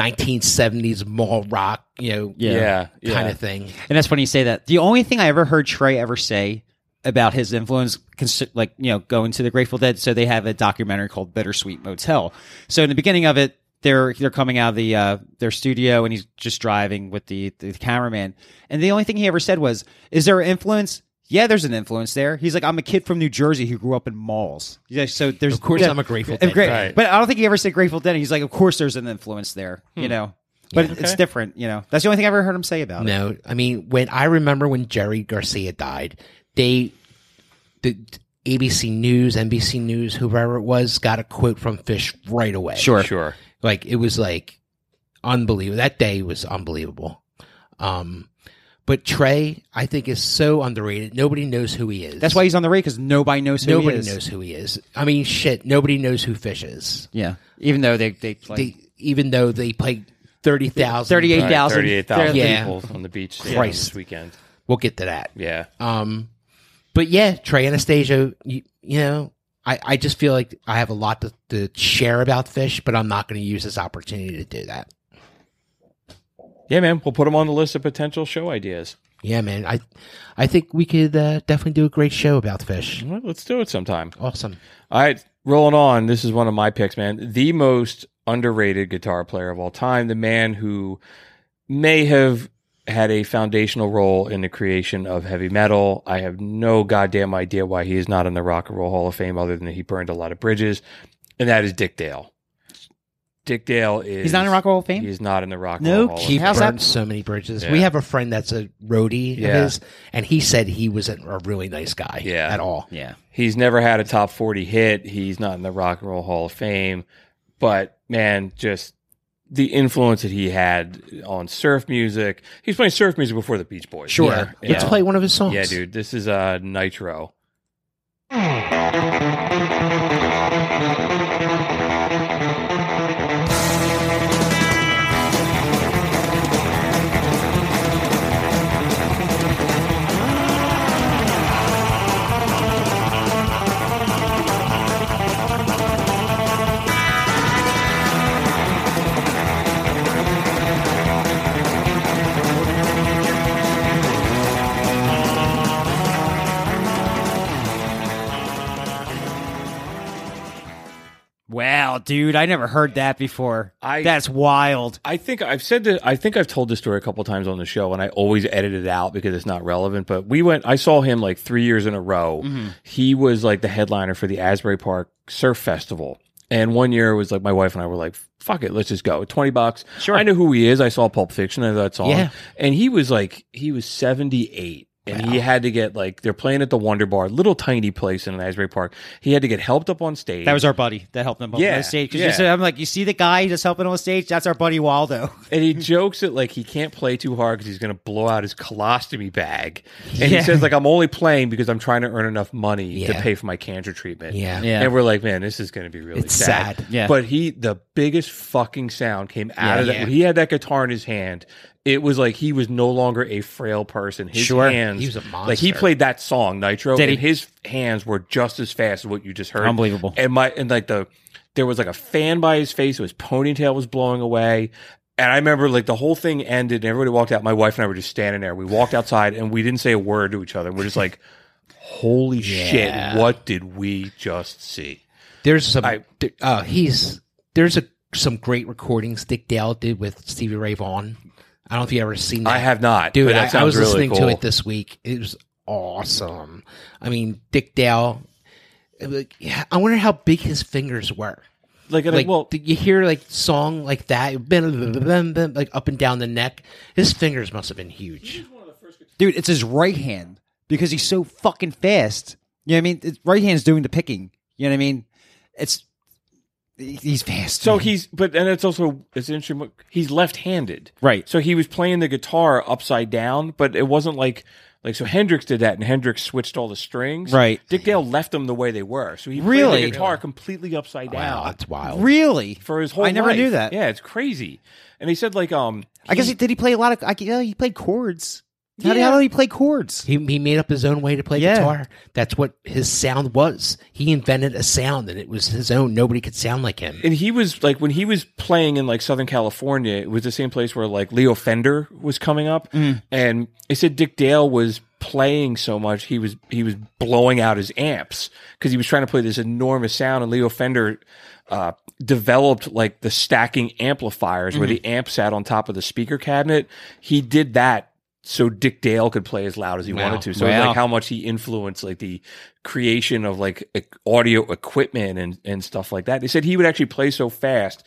Speaker 4: 1970s mall rock, you know,
Speaker 2: Yeah, yeah.
Speaker 4: kind of thing.
Speaker 3: And that's funny you say that. The only thing I ever heard Trey ever say about his influence, consi- like, you know, going to the Grateful Dead. So they have a documentary called Bittersweet Motel. So in the beginning of it, they're, they're coming out of the, uh, their studio and he's just driving with the, the cameraman. And the only thing he ever said was, is there an influence? Yeah, there's an influence there. He's like, I'm a kid from New Jersey who grew up in malls. Yeah, so there's
Speaker 4: Of course,
Speaker 3: yeah,
Speaker 4: I'm a Grateful
Speaker 3: I'm
Speaker 4: Dead.
Speaker 3: great.
Speaker 2: Right.
Speaker 3: But I don't think he ever said Grateful Dead. He's like, of course there's an influence there,
Speaker 4: Hmm.
Speaker 3: you know. But it's different, you know. That's the only thing I ever heard him say about it.
Speaker 4: No, I mean when I remember when Jerry Garcia died, they the ABC News, NBC News, whoever it was, got a quote from Fish right away.
Speaker 2: Sure.
Speaker 4: like it was like unbelievable. That day was unbelievable. Um, but Trey, I think, is so underrated. Nobody knows who he is.
Speaker 3: That's why he's on the radio because nobody knows who
Speaker 4: nobody
Speaker 3: he is.
Speaker 4: knows who he is. I mean, shit, nobody knows who Fish is.
Speaker 3: Yeah, even though they they play
Speaker 4: They, even though they played thirty thousand,
Speaker 3: thirty-eight
Speaker 2: Right,
Speaker 3: thousand.
Speaker 2: 38,000
Speaker 4: Yeah.
Speaker 2: people on the beach yeah,
Speaker 4: Christ.
Speaker 2: this weekend.
Speaker 4: We'll get to that.
Speaker 2: Yeah.
Speaker 4: Um, but yeah, Trey Anastasia, you, you know, I, I just feel like I have a lot to, to share about fish, but I'm not going to use this opportunity to do that.
Speaker 2: Yeah, man. We'll put them on the list of potential show ideas.
Speaker 4: Yeah, man, I I think we could uh, definitely do a great show about fish.
Speaker 2: Well, let's do it sometime.
Speaker 4: Awesome.
Speaker 2: All right, rolling on. This is one of my picks, man. The most underrated guitar player of all time, the man who may have had a foundational role in the creation of heavy metal. I have no goddamn idea why he is not in the Rock and Roll Hall of Fame other than he burned a lot of bridges, and that is Dick Dale. Dick Dale is
Speaker 3: He's not in Rock and Roll Fame.
Speaker 2: He's not in the Rock and
Speaker 3: No
Speaker 2: Roll Hall of
Speaker 3: kidding.
Speaker 2: Fame.
Speaker 3: How's
Speaker 4: Burned
Speaker 3: that-
Speaker 4: so many bridges.
Speaker 2: Yeah.
Speaker 4: We have a friend that's a roadie
Speaker 2: Yeah.
Speaker 4: of his, and he said he wasn't a really nice guy
Speaker 2: Yeah.
Speaker 4: at all.
Speaker 3: yeah,
Speaker 2: He's never had a top 40 hit. He's not in the Rock and Roll Hall of Fame. But man, just the influence that he had on surf music. He was playing surf music before the Beach Boys.
Speaker 3: Sure.
Speaker 4: Yeah.
Speaker 2: Yeah.
Speaker 4: Let's play one of his songs.
Speaker 2: Yeah, dude. This is uh, Nitro.
Speaker 3: wow, dude, I never heard that before.
Speaker 2: I-
Speaker 3: that's wild.
Speaker 2: I think I've said that. I think I've told this story a couple times on the show, and I always edit it out because it's not relevant. But we went. I saw him like three years in a row. He was like the headliner for the Asbury Park Surf Festival. And one year it was like my wife and I were like, "Fuck it, let's just go." Twenty bucks. Sure. I know who he is. I saw Pulp Fiction. I know that song.
Speaker 4: Yeah.
Speaker 2: And he was like, he was seventy eight. And he had to get like they're playing at the Wonder Bar, little tiny place in Asbury Park. He had to get helped up on stage.
Speaker 3: That was our buddy that helped him up
Speaker 2: Yeah,
Speaker 3: on stage. 'Cause
Speaker 2: yeah.
Speaker 3: you said- I'm like, you see the guy that's helping on stage? That's our buddy Waldo.
Speaker 2: And he jokes that like he can't play too hard because he's going to blow out his colostomy bag. And he
Speaker 3: Yeah.
Speaker 2: says like I'm only playing because I'm trying to earn enough money to
Speaker 4: Yeah.
Speaker 2: pay for my cancer treatment.
Speaker 4: Yeah.
Speaker 3: Yeah.
Speaker 2: And we're like, man, this is going to be really
Speaker 4: It's
Speaker 2: sad.
Speaker 4: sad.
Speaker 3: Yeah.
Speaker 2: But he, the biggest fucking sound came out
Speaker 3: Yeah.
Speaker 2: of that.
Speaker 4: Yeah.
Speaker 2: When he had that guitar in his hand, it was like he was no longer a frail person. His
Speaker 3: Sure.
Speaker 2: hands,
Speaker 4: He was a
Speaker 2: Like he
Speaker 4: monster.
Speaker 2: played that song Nitro,
Speaker 3: Did
Speaker 2: and
Speaker 3: he?
Speaker 2: his hands were just as fast as what you just heard.
Speaker 3: Unbelievable.
Speaker 2: And my and like the there was like a fan by his face. His ponytail was blowing away. And I remember like the whole thing ended and everybody walked out. My wife and I were just standing there. We walked outside and we didn't say a word to each other. We're just like, holy shit, what did we just see?
Speaker 4: There's some.
Speaker 2: I-
Speaker 4: there- oh, he's there's a some great recordings Dick Dale did with Stevie Ray Vaughan. I don't know if you ever seen that.
Speaker 2: I have not.
Speaker 4: dude.
Speaker 2: but that
Speaker 4: I, I
Speaker 2: sounds
Speaker 4: was
Speaker 2: really
Speaker 4: listening
Speaker 2: cool.
Speaker 4: to it this week. It was awesome. I mean, Dick Dale. like, yeah, I wonder how big his fingers were.
Speaker 2: Like, and I-
Speaker 4: Like,
Speaker 2: well,
Speaker 4: did you hear like song like that, bim, bim, bim, bim, like up and down the neck. His fingers must have been huge.
Speaker 3: dude. It's his right hand because he's so fucking fast. You know what I mean? It's, right hand's doing the picking. You know what I mean? It's he- he's fast.
Speaker 2: So
Speaker 3: man.
Speaker 2: he's, but and it's also it's interesting. He's left-handed,
Speaker 3: Right.
Speaker 2: So he was playing the guitar upside down, but it wasn't like like so Hendrix did that, and Hendrix switched all the strings,
Speaker 3: Right.
Speaker 2: Dick Dale left them the way they were, so he played
Speaker 3: Really?
Speaker 2: the guitar completely upside down
Speaker 4: Wow, that's wild.
Speaker 3: really
Speaker 2: for his whole.
Speaker 3: I never
Speaker 2: life.
Speaker 3: knew that.
Speaker 2: Yeah, it's crazy. And he said like um,
Speaker 3: I guess he, did he play a lot of? I, gu- yeah, he played chords. How, do-
Speaker 2: Yeah.
Speaker 3: how did he play chords?
Speaker 4: He, he made up his own way to play
Speaker 3: Yeah.
Speaker 4: guitar. That's what his sound was. He invented a sound, and it was his own. Nobody could sound like him.
Speaker 2: and he was like when he was playing in like Southern California, it was the same place where like Leo Fender was coming up, and they said Dick Dale was playing so much he was he was blowing out his amps because he was trying to play this enormous sound, and Leo Fender uh, developed like the stacking amplifiers where the amp sat on top of the speaker cabinet. He did that. So Dick Dale could play as loud as he wanted to. So
Speaker 3: Wow.
Speaker 2: like how much he influenced like the creation of like e- audio equipment and and stuff like that. They said he would actually play so fast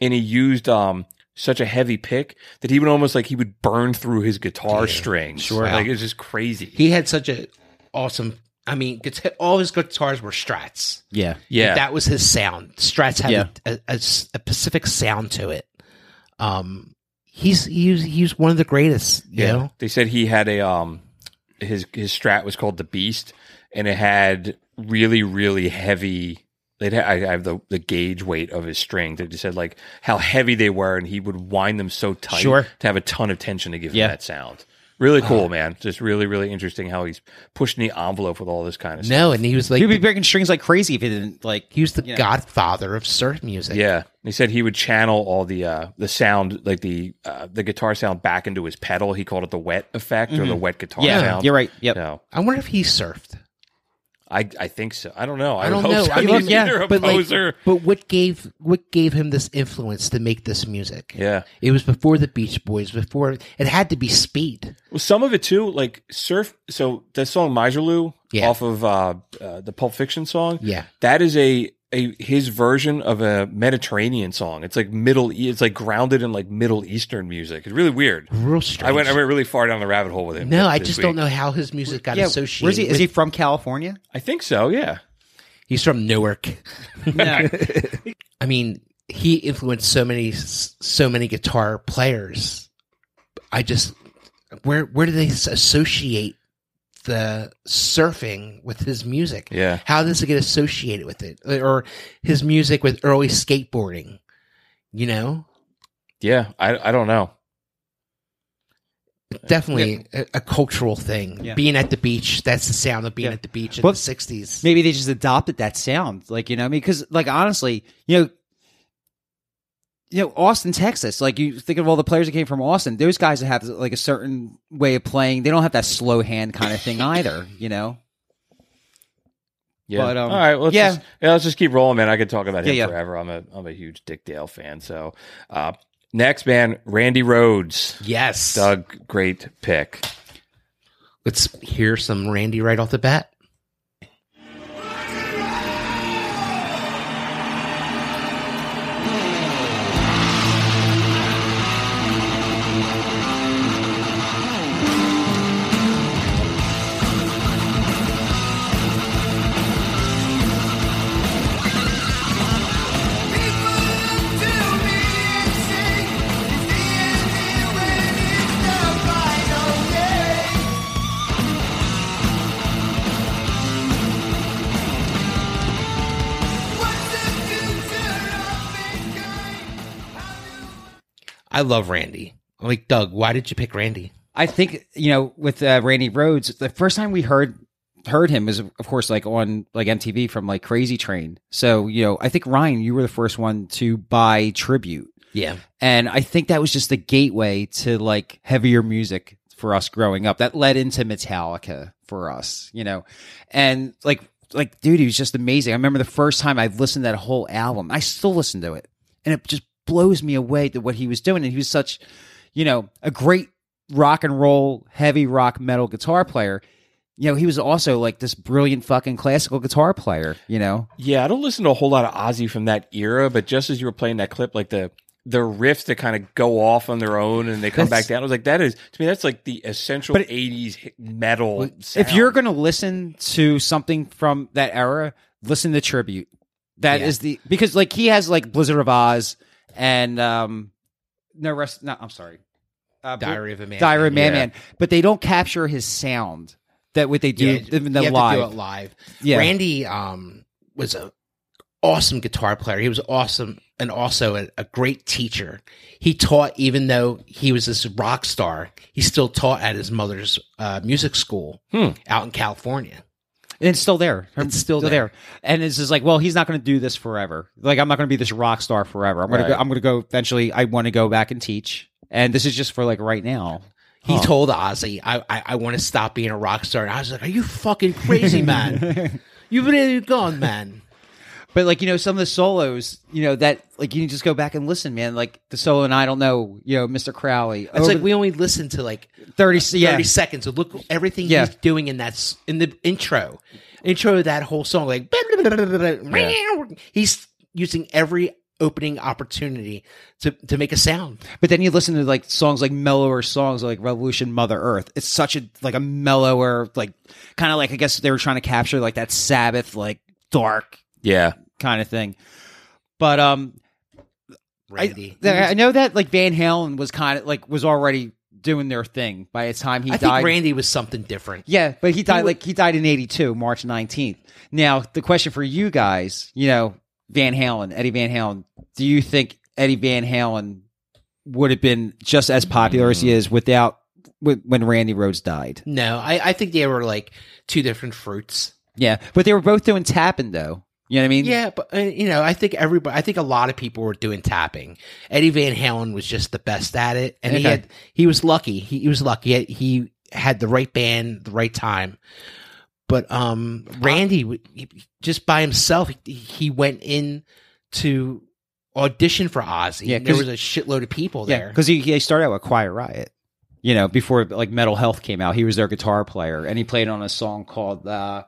Speaker 2: and he used um such a heavy pick that he would almost like he would burn through his guitar strings. Sure. Like it's just crazy.
Speaker 4: He had such a awesome. I mean, guitar, all his guitars were Strats.
Speaker 3: Yeah,
Speaker 2: yeah.
Speaker 4: that was his sound. Strats had
Speaker 3: Yeah.
Speaker 4: a, a- a s- a Pacific sound to it. Um, he's he's he's one of the greatest. You know,
Speaker 2: They said he had a um his his strat was called the Beast and it had really really heavy they'd ha- I I have the, the gauge weight of his string. They just said like how heavy they were, and he would wind them so tight
Speaker 3: Sure.
Speaker 2: to have a ton of tension to give
Speaker 3: Yeah. Ah.
Speaker 2: him that sound. Really cool, man. Just really, really interesting how he's pushing the envelope with all this kind of stuff.
Speaker 4: no, and he was like
Speaker 3: he'd be
Speaker 4: the,
Speaker 3: breaking strings like crazy if he didn't like.
Speaker 4: he was the
Speaker 3: Yeah.
Speaker 4: godfather of surf music.
Speaker 2: Yeah, he said he would channel all the uh, the sound, like the uh, the guitar sound, back into his pedal. He called it the wet effect or the wet guitar
Speaker 3: Mm-hmm. Yeah,
Speaker 2: sound.
Speaker 3: you're right. Yep.
Speaker 2: No,
Speaker 4: I wonder if he surfed.
Speaker 2: I I think so. I don't know. I,
Speaker 4: I don't
Speaker 2: would
Speaker 4: know.
Speaker 2: hope so.
Speaker 4: I
Speaker 2: He's
Speaker 4: mean,
Speaker 2: either
Speaker 4: yeah,
Speaker 2: a
Speaker 4: but
Speaker 2: poser.
Speaker 4: like, but what gave what gave him this influence to make this music?
Speaker 2: Yeah.
Speaker 4: it was before the Beach Boys. Before it had to be speed.
Speaker 2: Well, some of it too, like surf. So the song "Miserloo"
Speaker 4: Yeah.
Speaker 2: off of uh, uh, the Pulp Fiction song,
Speaker 4: Yeah.
Speaker 2: that is a a his version of a Mediterranean song. It's like middle. E- It's like grounded in like Middle Eastern music. It's really weird.
Speaker 4: Real strange.
Speaker 2: I went I went really far down the rabbit hole with him.
Speaker 4: no,
Speaker 2: th-
Speaker 4: I
Speaker 2: this
Speaker 4: just
Speaker 2: week.
Speaker 4: don't know how his music got
Speaker 3: yeah,
Speaker 4: associated.
Speaker 3: where's he? Is
Speaker 4: with-
Speaker 3: he from California?
Speaker 2: I think so. Yeah.
Speaker 4: He's from Newark.
Speaker 3: No.
Speaker 4: I mean, he influenced so many so many guitar players. I just where where do they s- associate the surfing with his music?
Speaker 2: Yeah.
Speaker 4: How does it get associated with it, or his music with early skateboarding? You know,
Speaker 2: Yeah. I I don't know.
Speaker 4: definitely a, a cultural thing.
Speaker 3: Yeah.
Speaker 4: Being at the beach—that's the sound of being
Speaker 3: Yeah.
Speaker 4: at the beach in
Speaker 3: Well,
Speaker 4: the '60s.
Speaker 3: Maybe they just adopted that sound. Like, you know, what I mean, because, like, honestly, you know, you know, Austin, Texas. Like, you think of all the players that came from Austin. Those guys that have like a certain way of playing. They don't have that slow hand kind of thing either. You know.
Speaker 2: Yeah.
Speaker 3: But, um,
Speaker 2: All right. Let's
Speaker 3: yeah.
Speaker 2: Just, yeah. Let's just keep rolling, man. I could talk about him
Speaker 3: Yeah, yeah.
Speaker 2: forever. I'm a I'm a huge Dick Dale fan. So uh, next, man, Randy Rhodes.
Speaker 4: yes,
Speaker 2: Doug, great pick.
Speaker 4: let's hear some Randy right off the bat. I love Randy. I'm like Doug. Why did you pick Randy?
Speaker 3: I think you know with uh, Randy Rhodes, the first time we heard heard him is of course like on like MTV from like Crazy Train. So you know, I think Ryan, you were the first one to buy tribute.
Speaker 4: Yeah.
Speaker 3: And I think that was just the gateway to like heavier music for us growing up. That led into Metallica for us, you know. And like like dude, he was just amazing. I remember the first time I listened to that whole album. I still listen to it. And it just blows me away to what he was doing. And he was such, you know, a great rock and roll, heavy rock metal guitar player. You know, he was also like this brilliant fucking classical guitar player, you know.
Speaker 2: Yeah, I don't listen to a whole lot of Ozzy from that era, but just as you were playing that clip, like the the riffs that kind of go off on their own and they come
Speaker 3: That's-
Speaker 2: back down, I was like, that is to me, that's like the essential
Speaker 3: But it-
Speaker 2: '80s hit metal.
Speaker 3: If you're
Speaker 2: sound.
Speaker 3: going to listen to something from that era, listen to tribute. That
Speaker 4: Yeah.
Speaker 3: is the because like he has like Blizzard of Oz and um no rest. No, I'm sorry, uh, Bl-
Speaker 4: Diary of a Man.
Speaker 3: Diary of Man,
Speaker 2: Yeah.
Speaker 3: Man. But they don't capture his sound that what they do
Speaker 4: Yeah,
Speaker 3: in the
Speaker 4: you have
Speaker 3: live.
Speaker 4: to do it live.
Speaker 3: Yeah.
Speaker 4: Randy um, was a awesome guitar player. He was awesome and also a, a great teacher. He taught even though he was this rock star. He still taught at his mother's uh, music school
Speaker 2: Hmm.
Speaker 4: out in California.
Speaker 3: And it's still there.
Speaker 4: It's still
Speaker 3: there. And it's just like, well, he's not going to do this forever. Like, I'm not going to be this rock star forever. I'm going
Speaker 2: Right.
Speaker 3: to go. I'm going to go eventually. I want to go back and teach. And this is just for like right now.
Speaker 4: He told Ozzy, "I I, I want to stop being a rock star." And I was like, "Are you fucking crazy, man? You've been gone, man."
Speaker 3: But like you know, some of the solos, you know that like you can just go back and listen, man. Like the solo, and I don't know, you know, Mr. Crowley.
Speaker 4: It's like we only listen to like
Speaker 3: thirty, yeah,
Speaker 4: 30 seconds. Look everything
Speaker 3: Yeah.
Speaker 4: he's doing in that s- in the intro, intro to that whole song. Like he's using every opening opportunity to to make a sound.
Speaker 3: But then you listen to like songs like mellower songs like Revolution Mother Earth. It's such a like a mellower like kind of like I guess they were trying to capture like that Sabbath like dark
Speaker 2: yeah,
Speaker 3: kind of thing. But um I,
Speaker 4: Randy,
Speaker 3: I know that like Van Halen was kind of like was already doing their thing by the time he
Speaker 4: I
Speaker 3: died.
Speaker 4: think Randy was something different.
Speaker 3: Yeah, but he died like he died in '82, March 19th. Now the question for you guys, you know, Van Halen, Eddie Van Halen, do you think Eddie Van Halen would have been just as popular as he is without wi- when Randy Rhodes died?
Speaker 4: No, I, I think they were like two different fruits.
Speaker 3: Yeah, but they were both doing tapping though. You know what I mean?
Speaker 4: Yeah, but uh, you know, I think everybody, I think a lot of people were doing tapping. Eddie Van Halen was just the best at it, and he
Speaker 3: Okay.
Speaker 4: had he was lucky. He, he was lucky. He had, he had the right band, the right time. But um, Randy, w- he- just by himself, he, he went in to audition for Ozzy.
Speaker 3: Yeah,
Speaker 4: and there
Speaker 3: 'cause-
Speaker 4: was a shitload of people
Speaker 3: yeah,
Speaker 4: there.
Speaker 3: because he, he started out with Quiet Riot. You know, before like Metal Health came out, he was their guitar player, and he played on a song called uh,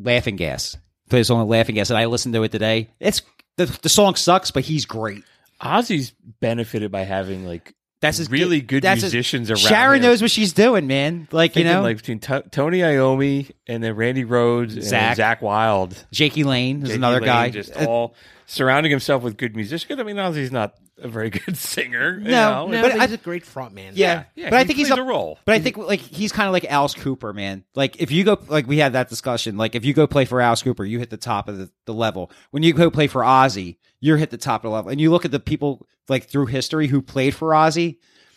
Speaker 3: "Laughing Gas." Played a song called "Laughing Gas," and I listened to it today. It's the, the song sucks, but he's great.
Speaker 2: Ozzy's benefited by having like
Speaker 3: That's his
Speaker 2: really good
Speaker 3: that's his-
Speaker 2: musicians around.
Speaker 3: Sharon
Speaker 2: him.
Speaker 3: knows what she's doing, man. Like you
Speaker 2: Thinking,
Speaker 3: know,
Speaker 2: like
Speaker 3: like
Speaker 2: between to Tony Iommi and then Randy Rhodes and
Speaker 3: Zach.
Speaker 2: Zach Wild.
Speaker 3: Jakey Lane is
Speaker 2: J.D.
Speaker 3: another
Speaker 2: Lane
Speaker 3: guy.
Speaker 2: just
Speaker 3: Uh,
Speaker 2: all surrounding himself with good musicians. I mean, Ozzy's not a very good singer. you know?
Speaker 3: No,
Speaker 4: no,
Speaker 3: but
Speaker 4: but,
Speaker 3: I-
Speaker 4: he's a great front man.
Speaker 3: yeah.
Speaker 2: yeah,
Speaker 3: but I
Speaker 2: he
Speaker 3: think he's
Speaker 2: plays
Speaker 3: a,
Speaker 2: a role.
Speaker 3: But I think like he's kind of like Alice Cooper, man. Like if you go, like we had that discussion. Like if you go play for Alice Cooper, you hit the top of the, the level. When you go play for Ozzy, you're hit the top of the level. And you look at the people like through history who played for Ozzy.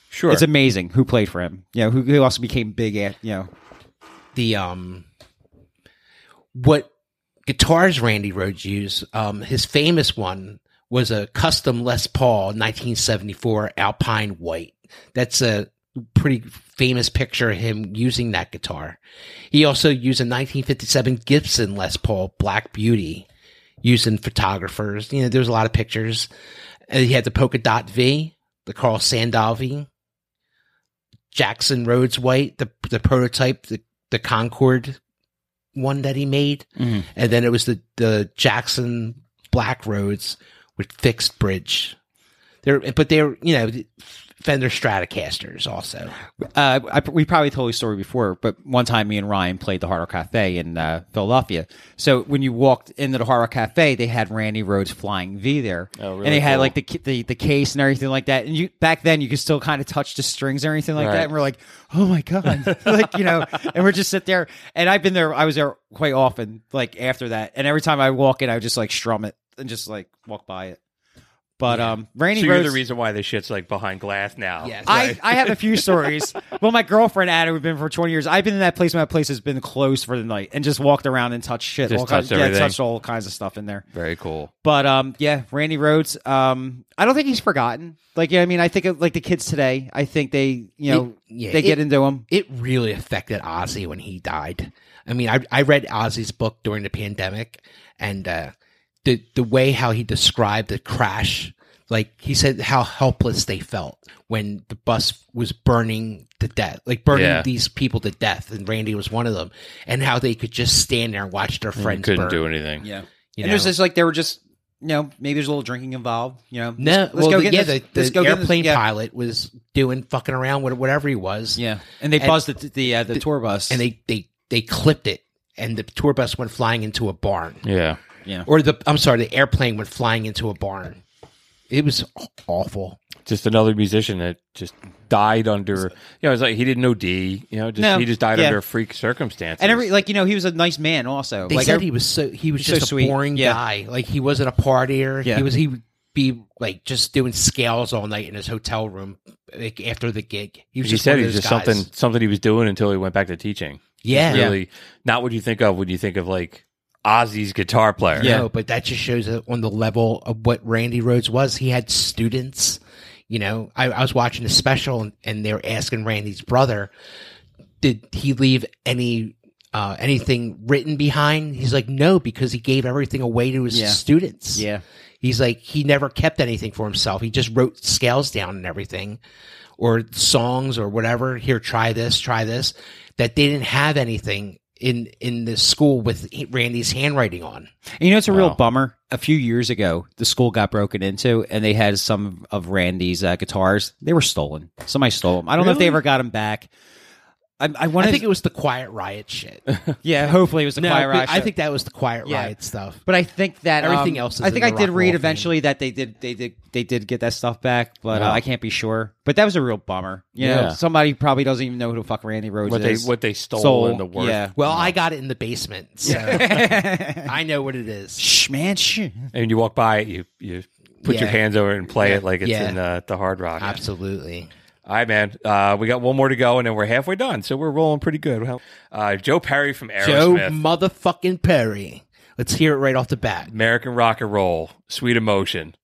Speaker 2: Sure.
Speaker 3: It's amazing who played for him. You know who, who also became big. At, you know,
Speaker 4: the um what guitars Randy Rhodes used. Um, his famous one was a custom Les Paul 1974 Alpine White. That's a pretty famous picture of him using that guitar. He also used a 1957 Gibson Les Paul Black Beauty using photographers. You know, there's a lot of pictures. And he had the Polka Dot V, the Carl Sandow V, Jackson Rhodes White, the the prototype, the the Concord one that he made,
Speaker 3: Mhm.
Speaker 4: and then it was the the Jackson Black Roads with fixed bridge. They're but they're you know Fender Stratocasters also.
Speaker 3: uh, I, we probably told this story before, but one time me and Ryan played the Hard Rock Cafe in uh, Philadelphia. So when you walked into the Hard Rock Cafe, they had Randy Rhodes Flying V there,
Speaker 2: Oh, really
Speaker 3: and they had
Speaker 2: cool.
Speaker 3: like the, ki- the the case and everything like that. And you back then you could still kind of touch the strings or anything like
Speaker 2: Right.
Speaker 3: that. And we're like, oh my god, like you know, and we're just sit there. And I've been there, I was there quite often, like after that. And every time I walk in, I would just like strum it and just like walk by it. But um, Rainy
Speaker 2: so you're
Speaker 3: Rose.
Speaker 2: the reason why this shit's like behind glass now.
Speaker 4: Yes.
Speaker 3: I, I have a few stories. well, my girlfriend had it. We've been for 20 years. I've been in that place. My place has been closed for the night and just walked around and touched shit.
Speaker 2: Just
Speaker 3: all kinds-
Speaker 2: touched
Speaker 3: yeah,
Speaker 2: everything.
Speaker 3: touched all kinds of stuff in there.
Speaker 2: Very cool.
Speaker 3: But um, yeah, Randy Rhodes. Um, I don't think he's forgotten. Like, yeah, I mean, I think of, like the kids today. I think they, you know,
Speaker 4: It- yeah,
Speaker 3: they get
Speaker 4: it-
Speaker 3: into him.
Speaker 4: it really affected Ozzy when he died. I mean, I I read Ozzy's book during the pandemic, and uh, the the way how he described the crash, like he said how helpless they felt when the bus was burning to death, like burning
Speaker 2: Yeah.
Speaker 4: these people to death, and Randy was one of them, and how they could just stand there and watch their friends
Speaker 2: Couldn't
Speaker 4: burn.
Speaker 2: do anything.
Speaker 3: Yeah,
Speaker 4: you
Speaker 3: and there's
Speaker 4: know?
Speaker 3: just like they were just, you know, maybe there's a little drinking involved. You know,
Speaker 4: No,
Speaker 3: let's, let's
Speaker 4: well,
Speaker 3: go
Speaker 4: the-
Speaker 3: get
Speaker 4: yeah,
Speaker 3: this-
Speaker 4: the,
Speaker 3: let's
Speaker 4: the
Speaker 3: go get this-
Speaker 4: airplane
Speaker 3: yeah.
Speaker 4: pilot was doing fucking around with whatever he was,
Speaker 3: Yeah, and they
Speaker 4: And-
Speaker 3: buzzed the the, uh, the tour bus,
Speaker 4: and they they they clipped it, and the tour bus went flying into a barn.
Speaker 2: Yeah.
Speaker 4: or the I'm sorry, the airplane went flying into a barn. It was awful.
Speaker 2: Just another musician that just died under. You know, it's like he didn't OD. You know, just
Speaker 3: No.
Speaker 2: he just died
Speaker 3: Yeah.
Speaker 2: under freak circumstances.
Speaker 3: and every like you know he was a nice man also.
Speaker 4: They
Speaker 3: like
Speaker 4: said
Speaker 3: every-
Speaker 4: he was so he was
Speaker 3: he's so
Speaker 4: just a
Speaker 3: sweet.
Speaker 4: boring
Speaker 3: Yeah.
Speaker 4: guy. Like he wasn't a partier.
Speaker 3: Yeah.
Speaker 4: He was he would be like just doing scales all night in his hotel room like after the gig. He was
Speaker 2: he
Speaker 4: just
Speaker 2: said
Speaker 4: one
Speaker 2: he
Speaker 4: of
Speaker 2: was
Speaker 4: those
Speaker 2: just
Speaker 4: guys.
Speaker 2: something something he was doing until he went back to teaching.
Speaker 4: Yeah.
Speaker 2: Really, not what you think of when you think of like Ozzy's guitar player.
Speaker 3: Yeah.
Speaker 4: No, but that just shows that on the level of what Randy Rhodes was. He had students. You know, I, I was watching a special and, and they were asking Randy's brother, did he leave any uh, anything written behind? He's like, no, because he gave everything away to his
Speaker 3: Yeah.
Speaker 4: students.
Speaker 3: yeah,
Speaker 4: He's like, he never kept anything for himself. He just wrote scales down and everything, or songs or whatever. Here, try this, try this. That they didn't have anything in in the school with Randy's handwriting on.
Speaker 3: And you know, it's a
Speaker 2: Wow.
Speaker 3: real bummer. A few years ago, the school got broken into, and they had some of Randy's uh, guitars. They were stolen. Somebody stole them. I don't know if they
Speaker 2: Really?
Speaker 3: ever got them back. I, I want
Speaker 4: I
Speaker 3: to
Speaker 4: think it was the Quiet Riot shit.
Speaker 3: yeah. Hopefully, it was a
Speaker 4: No,
Speaker 3: choir.
Speaker 4: but
Speaker 3: I
Speaker 4: I think that was the Quiet
Speaker 3: Yeah.
Speaker 4: Riot stuff.
Speaker 3: but I think that um,
Speaker 4: Everything else is
Speaker 3: I
Speaker 4: in
Speaker 3: think
Speaker 4: the
Speaker 3: I
Speaker 4: Rock
Speaker 3: did
Speaker 4: and
Speaker 3: read
Speaker 4: Roll
Speaker 3: eventually that they did. They did. They did get that stuff back, but uh, I can't be sure. But that was a real bummer. You know,
Speaker 2: Yeah.
Speaker 3: somebody probably doesn't even know who the fuck Randy Rhodes
Speaker 2: What they
Speaker 3: is.
Speaker 2: what they stole, and the worth.
Speaker 3: Yeah.
Speaker 4: Well, I got it in the basement, so I know what it is.
Speaker 3: Shh, man. Shh.
Speaker 2: And you walk by it, you you put your
Speaker 4: Yeah.
Speaker 2: hands over it and play it like it's
Speaker 4: Yeah.
Speaker 2: in uh, the hard rock.
Speaker 4: Absolutely.
Speaker 2: All right, man. Uh, we got one more to go, and then we're halfway done, so we're rolling pretty good. Well, Uh, Joe Perry from
Speaker 4: Joe
Speaker 2: Aerosmith,
Speaker 4: motherfucking Perry. Let's hear it right off the bat.
Speaker 2: American rock and roll, Sweet Emotion.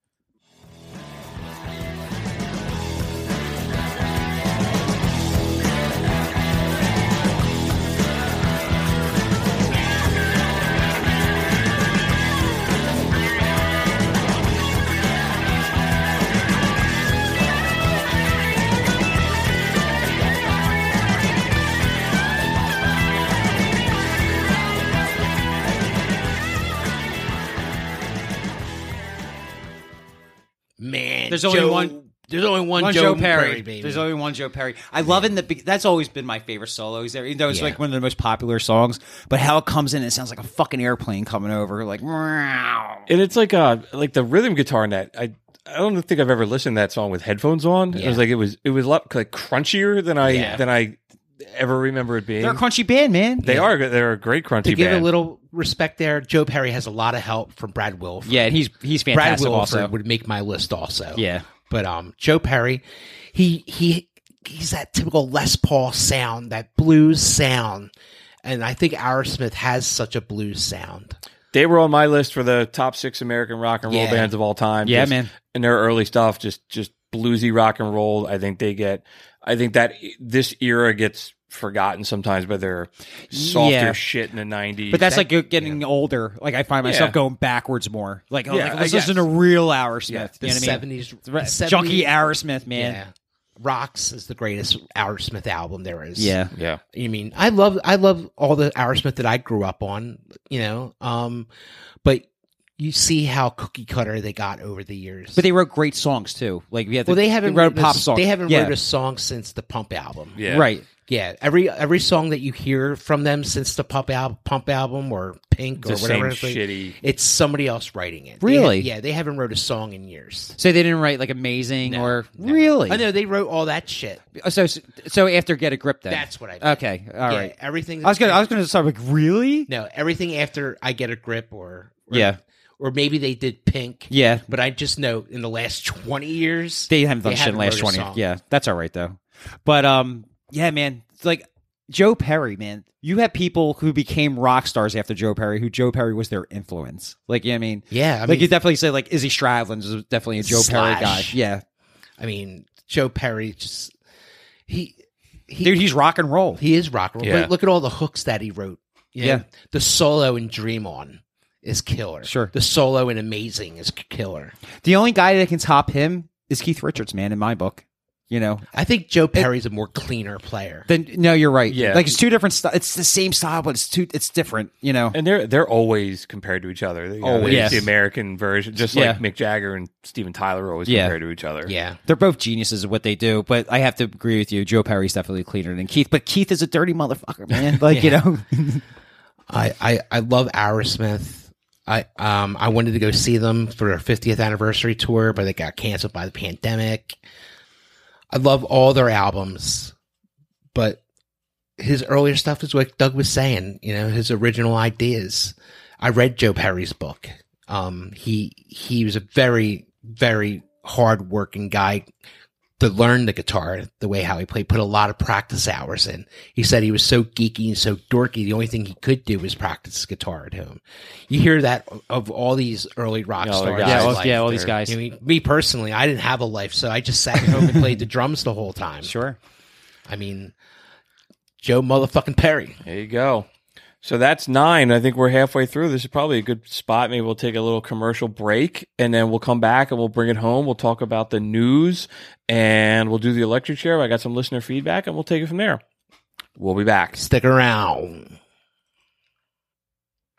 Speaker 4: Man,
Speaker 3: There's only
Speaker 4: Joe-
Speaker 3: one-
Speaker 4: There's only one,
Speaker 3: one
Speaker 4: Joe,
Speaker 3: Joe, Perry.
Speaker 4: baby.
Speaker 3: There's only one Joe Perry. I love in the be- that's always been my favorite solos there. Even though it's
Speaker 4: Yeah.
Speaker 3: like one of the most popular songs, but how it comes in, it sounds like a fucking airplane coming over. Like, "Meow."
Speaker 2: And it's like uh like the rhythm guitar in that. I I don't think I've ever listened to that song with headphones on. It was like it was it was a lot like crunchier than I than I ever remember it being.
Speaker 3: they're a crunchy band, man.
Speaker 2: They are good- they're a great crunchy
Speaker 4: to give
Speaker 2: band.
Speaker 4: a little respect there, Joe Perry has a lot of help from Brad Wilf.
Speaker 3: yeah, and he's he's
Speaker 4: Brad
Speaker 3: fantastic.
Speaker 4: Wilford
Speaker 3: Also,
Speaker 4: would make my list also.
Speaker 3: Yeah.
Speaker 4: But um Joe Perry, he he he's that typical Les Paul sound, that blues sound. And I think Aerosmith has such a blues sound.
Speaker 2: they were on my list for the top six American rock and roll
Speaker 4: Yeah.
Speaker 2: bands of all time.
Speaker 3: Yeah,
Speaker 2: Just-
Speaker 3: man.
Speaker 2: And their early stuff, just just bluesy rock and roll. I think they get. I think that e, this era gets forgotten sometimes by their softer
Speaker 3: Yeah.
Speaker 2: shit in the nineties.
Speaker 3: but that's like getting older. Like I find myself
Speaker 2: Yeah.
Speaker 3: going backwards more. Like, oh,
Speaker 2: Yeah,
Speaker 3: like
Speaker 2: I
Speaker 3: let's listen to
Speaker 2: guess.
Speaker 3: real Aerosmith.
Speaker 4: uh, The
Speaker 3: you know what I mean?
Speaker 4: seventies
Speaker 3: Right. Junky Aerosmith,
Speaker 4: Yeah.
Speaker 3: man.
Speaker 4: Rocks is the greatest Aerosmith album there is.
Speaker 3: Yeah.
Speaker 2: yeah.
Speaker 4: You mean I love I love all the Aerosmith that I grew up on, you know. Um but you see how cookie cutter they got over the years.
Speaker 3: But they wrote great songs too. Like we have
Speaker 4: well, they haven't
Speaker 3: wrote a
Speaker 4: a
Speaker 3: pop song.
Speaker 4: They haven't
Speaker 3: yeah.
Speaker 4: wrote a song since the Pump album.
Speaker 2: Yeah.
Speaker 3: right.
Speaker 4: yeah. Every every song that you hear from them since the Pump al- Pump album or Pink
Speaker 2: It's
Speaker 4: or
Speaker 2: the same
Speaker 4: whatever, it's like-
Speaker 2: shitty-
Speaker 4: It's somebody else writing it. They
Speaker 3: Really?
Speaker 4: ha- yeah, they haven't wrote a song in years.
Speaker 3: So they didn't write like amazing or really. Oh,
Speaker 4: I know they wrote all that shit.
Speaker 3: So so after get a grip then.
Speaker 4: That's what I. Meant.
Speaker 3: Okay. all right.
Speaker 4: Yeah, Everything.
Speaker 3: I was gonna I was gonna start like really?
Speaker 4: No, everything after I get a grip or, or
Speaker 3: Yeah.
Speaker 4: or maybe they did Pink.
Speaker 3: Yeah,
Speaker 4: But I just know in the last 20 years,
Speaker 3: They haven't done
Speaker 4: They
Speaker 3: shit in the
Speaker 4: haven't
Speaker 3: last
Speaker 4: wrote a
Speaker 3: twenty.
Speaker 4: song.
Speaker 3: Yeah, that's all right though. But um, yeah, man, it's like Joe Perry, man, you have people who became rock stars after Joe Perry, who Joe Perry was their influence. Like, yeah, I mean,
Speaker 4: yeah, I
Speaker 3: like
Speaker 4: mean,
Speaker 3: you definitely say like Izzy Stradlin is definitely a Joe
Speaker 4: Slash.
Speaker 3: Perry guy. Yeah,
Speaker 4: I mean, Joe Perry just he he
Speaker 3: dude, he's rock and roll.
Speaker 4: he is rock and roll.
Speaker 2: Yeah.
Speaker 4: But look at all the hooks that he wrote. you know?
Speaker 3: Yeah.
Speaker 4: the solo in Dream On is killer.
Speaker 3: Sure.
Speaker 4: the solo in Amazing is k- killer.
Speaker 3: The only guy that can top him is Keith Richards, man, in my book. You know,
Speaker 4: I think Joe Perry's a more cleaner player.
Speaker 3: then no, you're right.
Speaker 2: Yeah.
Speaker 3: like it's two different. St- it's the same style, but it's two. It's different. You know,
Speaker 2: And they're they're always compared to each other. You know,
Speaker 3: Always.
Speaker 2: there's
Speaker 3: Yes.
Speaker 2: the American version, just
Speaker 3: Yeah.
Speaker 2: like Mick Jagger and Steven Tyler are always
Speaker 3: Yeah.
Speaker 2: compared to each other.
Speaker 4: yeah,
Speaker 3: They're both geniuses at what they do, but I have to agree with you. Joe Perry's definitely cleaner than Keith, but Keith is a dirty motherfucker, man. Like you know,
Speaker 4: I I, I love Aerosmith. I um I wanted to go see them for their 50th anniversary tour, but they got canceled by the pandemic. I love all their albums, but his earlier stuff is what Doug was saying. You know, his original ideas. I read Joe Perry's book. Um, he he was a very very hard working guy to learn the guitar the way how he played. Put a lot of practice hours in. He said he was so geeky and so dorky. The only thing he could do was practice guitar at home. You hear that of all these early rock
Speaker 2: Yeah, all Oh, the
Speaker 4: stars.
Speaker 2: guys.
Speaker 4: in
Speaker 2: Yeah, all-
Speaker 4: life.
Speaker 2: yeah, all these
Speaker 3: guys.
Speaker 4: I mean, me personally, I didn't have a life, so I just sat at home and played the drums the whole time.
Speaker 3: Sure.
Speaker 4: I mean, Joe motherfucking Perry.
Speaker 2: There you go. So that's nine. I think we're halfway through. This is probably a good spot. Maybe we'll take a little commercial break and then we'll come back and we'll bring it home. We'll talk about the news and we'll do the electric chair. I got some listener feedback and we'll take it from there. We'll be back.
Speaker 4: Stick
Speaker 2: Oh,
Speaker 4: around.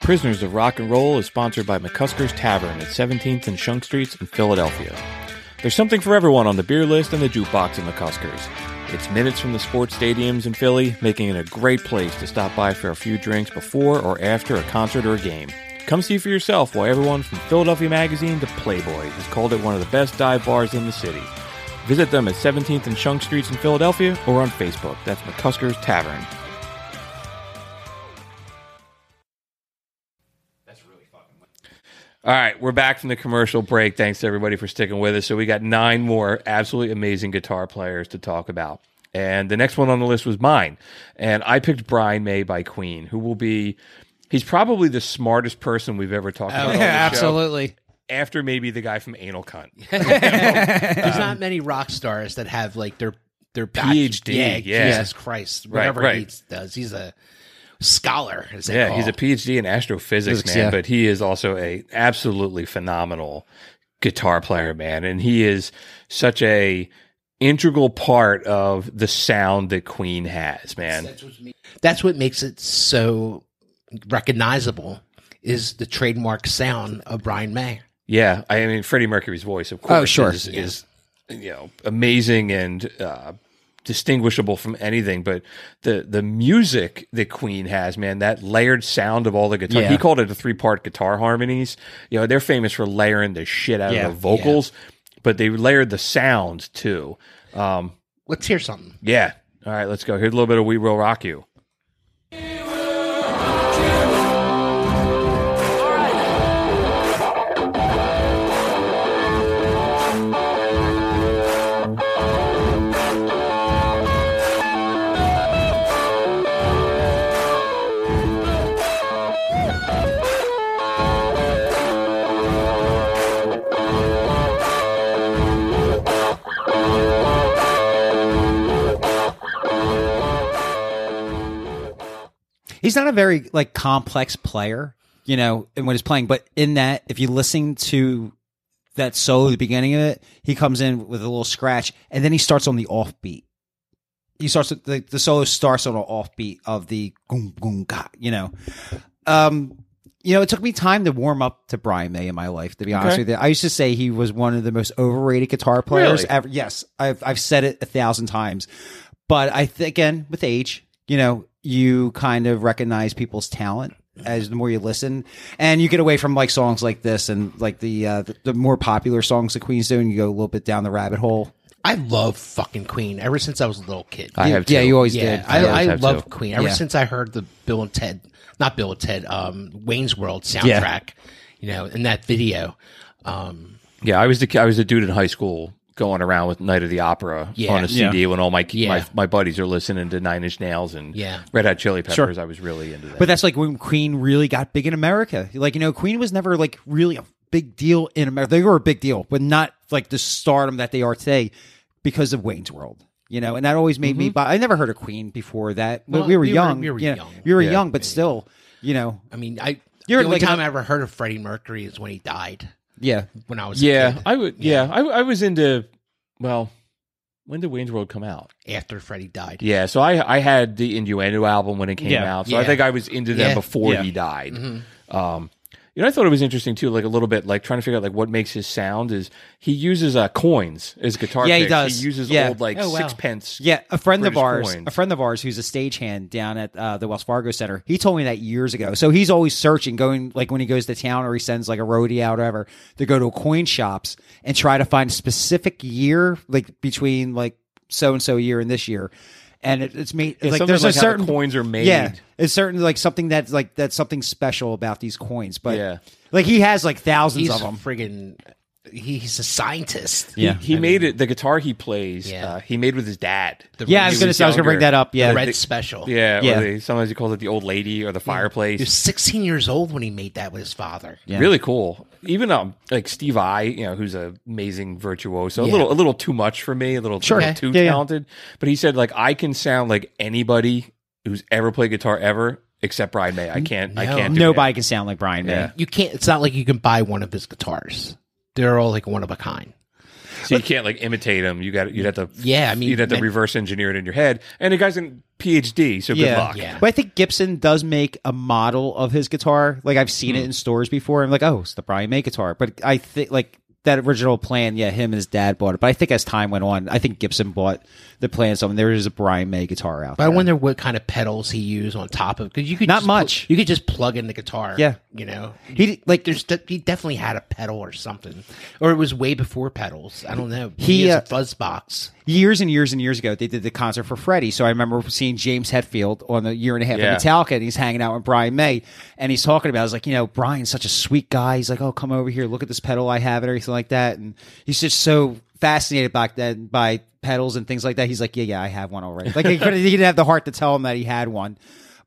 Speaker 2: Prisoners of Rock and Roll is sponsored by McCusker's Tavern at 17th and Shunk Streets in Philadelphia. There's something for everyone on the beer list and the jukebox at McCusker's. It's minutes from the sports stadiums in Philly, making it a great place to stop by for a few drinks before or after a concert or a game. Come see for yourself why everyone from Philadelphia Magazine to Playboy has called it one of the best dive bars in the city. Visit them at 17th and Shunk Streets in Philadelphia or on Facebook. That's McCusker's Tavern. All right, we're back from the commercial break. Thanks to everybody for sticking with us. So we got nine more absolutely amazing guitar players to talk about. And the next one on the list was mine. And I picked Brian May by Queen, who will be he's probably the smartest person we've ever
Speaker 4: Oh,
Speaker 2: talked about. on the show, After maybe the guy from Anal Cunt.
Speaker 4: There's not many rock stars that have like their their back-
Speaker 2: PhD, yeah.
Speaker 4: Jesus Christ, whatever
Speaker 2: right.
Speaker 4: he does, he's a scholar. as they
Speaker 2: Yeah,
Speaker 4: call
Speaker 2: he's a
Speaker 4: it.
Speaker 2: PhD in astrophysics,
Speaker 3: oh. Physics,
Speaker 2: man.
Speaker 3: yeah.
Speaker 2: But he is also a absolutely phenomenal guitar player, man, and he is such a integral part of the sound that Queen has, man.
Speaker 4: That's what, ma- that's what makes it so recognizable is the trademark sound of Brian May.
Speaker 2: Yeah, I mean Freddie Mercury's voice, of course,
Speaker 3: Oh, sure.
Speaker 2: is, is you know amazing and uh, distinguishable from anything. But the the music that Queen has, man, that layered sound of all the guitar.
Speaker 3: Yeah.
Speaker 2: He called it the three part guitar harmonies. You know, they're famous for layering the shit out
Speaker 3: Yeah,
Speaker 2: of the vocals, but they layered the sounds too. Um,
Speaker 4: Let's hear something.
Speaker 2: yeah. All right, let's go. Here's a little bit of "We Will Rock You."
Speaker 3: he's not a very like complex player, you know, in what he's playing. But in that, if you listen to that solo at the beginning of it, he comes in with a little scratch, and then he starts on the offbeat. He starts the, the solo starts on an offbeat of the goom goom ga, you know. Um, you know, it took me time to warm up to Brian May in my life. To be honest
Speaker 2: Okay.
Speaker 3: with you, I used to say he was one of the most overrated guitar players
Speaker 2: Really?
Speaker 3: ever. Yes, I've I've said it a thousand times, but I th- again with age, you know, you kind of recognize people's talent as the more you listen, and you get away from like songs like this and like the uh, the, the more popular songs that Queen's do, and you go a little bit down the rabbit hole.
Speaker 4: I love fucking Queen ever since I was a little kid.
Speaker 2: I have
Speaker 3: yeah,
Speaker 2: two.
Speaker 3: you always
Speaker 4: Yeah,
Speaker 3: did.
Speaker 4: I,
Speaker 2: Yeah,
Speaker 4: I
Speaker 2: have
Speaker 4: love
Speaker 2: to.
Speaker 4: Queen. Ever
Speaker 3: Yeah.
Speaker 4: since I heard the Bill and Ted, not Bill and Ted, um, Wayne's World soundtrack,
Speaker 3: Yeah.
Speaker 4: you you know, in that video. Um,
Speaker 2: Yeah, I was the ki- I was a dude in high school going around with Night of the Opera
Speaker 4: Yeah.
Speaker 2: on a CD when all my,
Speaker 4: Yeah.
Speaker 2: my my buddies are listening to Nine Inch Nails and
Speaker 4: Yeah.
Speaker 2: Red Hot Chili Peppers. I was really into that.
Speaker 3: But that's like when Queen really got big in America. Like, you know, Queen was never like really a big deal in America. They were a big deal, but not like the stardom that they are today because of Wayne's World. You know, and that always made me. But I never heard of Queen before that.
Speaker 4: Mm-hmm.
Speaker 3: Well,
Speaker 4: Well,
Speaker 3: we were
Speaker 4: we were-
Speaker 3: young.
Speaker 4: we were
Speaker 3: you know,
Speaker 4: young.
Speaker 3: We were
Speaker 2: Yeah.
Speaker 3: young, but still, you know,
Speaker 4: I mean, I
Speaker 3: You're
Speaker 4: the only
Speaker 3: like-
Speaker 4: time I ever heard of Freddie Mercury is when he died.
Speaker 3: yeah.
Speaker 4: When I was a
Speaker 2: yeah,
Speaker 4: kid,
Speaker 2: I would. Yeah, I, I was into. Well, when did Wayne's World come out?
Speaker 4: after Freddie died.
Speaker 2: Yeah, so I I had the Innuendo album when it came
Speaker 7: Yeah.
Speaker 2: out, so I
Speaker 4: Yeah.
Speaker 2: think I was into them
Speaker 4: Yeah.
Speaker 2: before
Speaker 7: Yeah.
Speaker 2: he died.
Speaker 4: Mm-hmm.
Speaker 3: Mm-hmm.
Speaker 2: Um, you know, I thought it was interesting too, like a little bit, like trying to figure out like what makes his sound is he uses uh, coins as guitar.
Speaker 3: Yeah, he
Speaker 2: picks.
Speaker 3: does.
Speaker 2: He uses
Speaker 3: Yeah.
Speaker 2: old like
Speaker 4: Oh, wow.
Speaker 2: sixpence.
Speaker 3: Yeah, a friend
Speaker 2: British
Speaker 3: of ours,
Speaker 2: coins.
Speaker 3: a friend of ours who's a stagehand down at uh, the Wells Fargo Center. He told me that years ago. So he's always searching, going like when he goes to town or he sends like a roadie out or whatever to go to coin shops and try to find a specific year, like between like so and so year and this year. And it, it's made
Speaker 2: Yeah,
Speaker 3: like
Speaker 2: something
Speaker 3: there's
Speaker 2: like
Speaker 3: a
Speaker 2: how the
Speaker 3: certain
Speaker 2: coins are made.
Speaker 3: Yeah, it's certain like something that's like that's something special about these coins. But
Speaker 2: Yeah.
Speaker 3: like he has like thousands
Speaker 4: he's
Speaker 3: of them.
Speaker 4: friggin' he, he's a scientist.
Speaker 3: Yeah.
Speaker 2: He made it. The guitar he plays,
Speaker 4: Yeah.
Speaker 2: uh, he made with his dad.
Speaker 4: The
Speaker 3: Yeah,
Speaker 4: red-
Speaker 3: I was
Speaker 2: he
Speaker 3: gonna
Speaker 2: was
Speaker 3: say I was gonna bring
Speaker 2: younger.
Speaker 3: that up. Yeah,
Speaker 4: the red special.
Speaker 2: Yeah,
Speaker 3: Yeah.
Speaker 2: Or they, sometimes he calls it the old lady or the
Speaker 4: He was
Speaker 2: fireplace.
Speaker 4: 16 years old when he made that with his father.
Speaker 3: Yeah.
Speaker 2: Really cool. Even um, like Steve I, you know, who's an amazing virtuoso. A
Speaker 4: Yeah.
Speaker 2: little, a little too much for me. A little,
Speaker 4: Sure.
Speaker 2: little
Speaker 4: Okay.
Speaker 2: too
Speaker 3: Yeah, yeah.
Speaker 2: talented. But he said like I can sound like anybody who's ever played guitar ever, except Brian May. I can't. I
Speaker 4: No.
Speaker 2: can't. Do
Speaker 3: nobody can sound like Brian May.
Speaker 2: Yeah.
Speaker 4: You can't. It's not like you can buy one of his guitars. They're all like one of a kind.
Speaker 2: That. So you can't like imitate him. You got. You'd have to.
Speaker 4: Yeah, I mean,
Speaker 2: you'd have to
Speaker 4: man-
Speaker 2: reverse engineer it in your head. And the guy's in PhD, so good
Speaker 3: yeah,
Speaker 2: luck.
Speaker 4: Yeah.
Speaker 3: But I think Gibson does make a model of his guitar. Like I've seen it in stores before. I'm like, oh, it's the Brian May guitar. But I think like that original plan, yeah, him and his dad bought it. But I think as time went on, I think Gibson bought the plan. So there is a Brian May guitar out.
Speaker 4: But I
Speaker 3: there.
Speaker 4: wonder what kind of pedals he used on top of because you could
Speaker 3: Not
Speaker 4: just pl-
Speaker 3: much.
Speaker 4: you could just plug in the guitar.
Speaker 3: Yeah.
Speaker 4: you know,
Speaker 3: He- like-
Speaker 4: like there's de- he definitely had a pedal or something, or it was way before pedals. I don't know.
Speaker 3: He,
Speaker 4: has
Speaker 3: uh,
Speaker 4: a fuzz box.
Speaker 3: years and years and years ago, they did the concert for Freddie. So I remember seeing James Hetfield on the year and a half
Speaker 2: Yeah.
Speaker 3: of Metallica, and he's hanging out with Brian May, and he's talking about, I was like, you know, Brian's such a sweet guy. He's like, oh, come over here, look at this pedal I have, and everything like that. And he's just so fascinated back then by pedals and things like that. He's like, yeah, yeah, I have one already. Like he, couldn't, he didn't have the heart to tell him that he had one.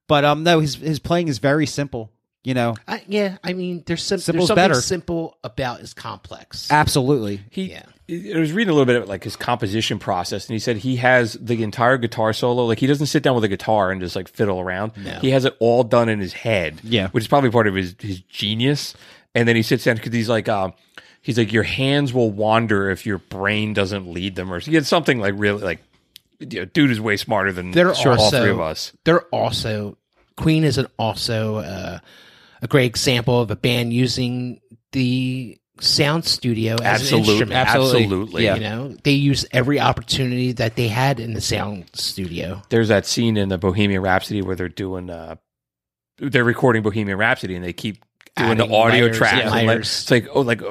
Speaker 3: But um, no, his his playing is very simple. You know,
Speaker 4: I, yeah, I mean, there's, some, there's
Speaker 3: Simple's
Speaker 4: something
Speaker 3: better.
Speaker 4: simple about is complex.
Speaker 3: absolutely.
Speaker 2: he
Speaker 4: Yeah.
Speaker 2: I was reading a little bit of like his composition process and he said he has the entire guitar solo like he doesn't sit down with a guitar and just like fiddle around he has it all done in his head
Speaker 3: Yeah.
Speaker 2: which is probably part of his his genius and then he sits down because he's like um he's like your hands will wander if your brain doesn't lead them or he had something like really like you know, dude is way smarter than
Speaker 4: They're
Speaker 2: all
Speaker 4: also
Speaker 2: three of us
Speaker 4: They're also Queen is an also uh, a great example of a band using the sound studio as
Speaker 2: Absolute-
Speaker 4: an instrument.
Speaker 2: Absolutely. absolutely.
Speaker 4: You know, they use every opportunity that they had in the sound studio.
Speaker 2: there's that scene in the Bohemian Rhapsody where they're doing uh they're recording Bohemian Rhapsody and they keep doing
Speaker 4: Adding
Speaker 2: the audio
Speaker 4: layers,
Speaker 2: tracks.
Speaker 4: yeah.
Speaker 2: and like-
Speaker 4: Layers.
Speaker 2: it's like oh like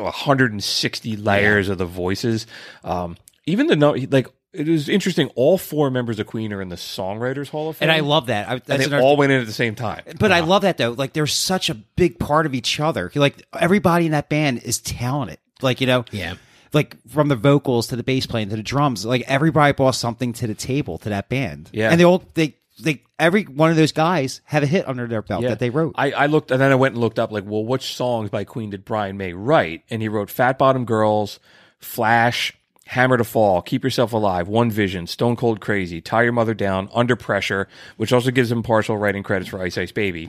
Speaker 2: 160 layers of the voices. Um even the no like it is interesting all four members of Queen are in the Songwriters Hall of Fame.
Speaker 3: And I love that. I, that's
Speaker 2: and they
Speaker 3: another-
Speaker 2: all went in at the same time.
Speaker 3: But I love that though. Like they're such a big part of each other. Like everybody in that band is talented. Like you know,
Speaker 4: Yeah.
Speaker 3: Like from the vocals to the bass playing to the drums, like everybody brought something to the table to that band.
Speaker 2: Yeah.
Speaker 3: and they all they they every one of those guys had a hit under their belt that they wrote.
Speaker 2: I, I looked and then I went and looked up like, well, which songs by Queen did Brian May write? And he wrote Fat Bottom Girls, Flash, Hammer to Fall, Keep Yourself Alive, One Vision, Stone Cold Crazy, Tie Your Mother Down, Under Pressure, which also gives him partial writing credits for Ice Ice Baby.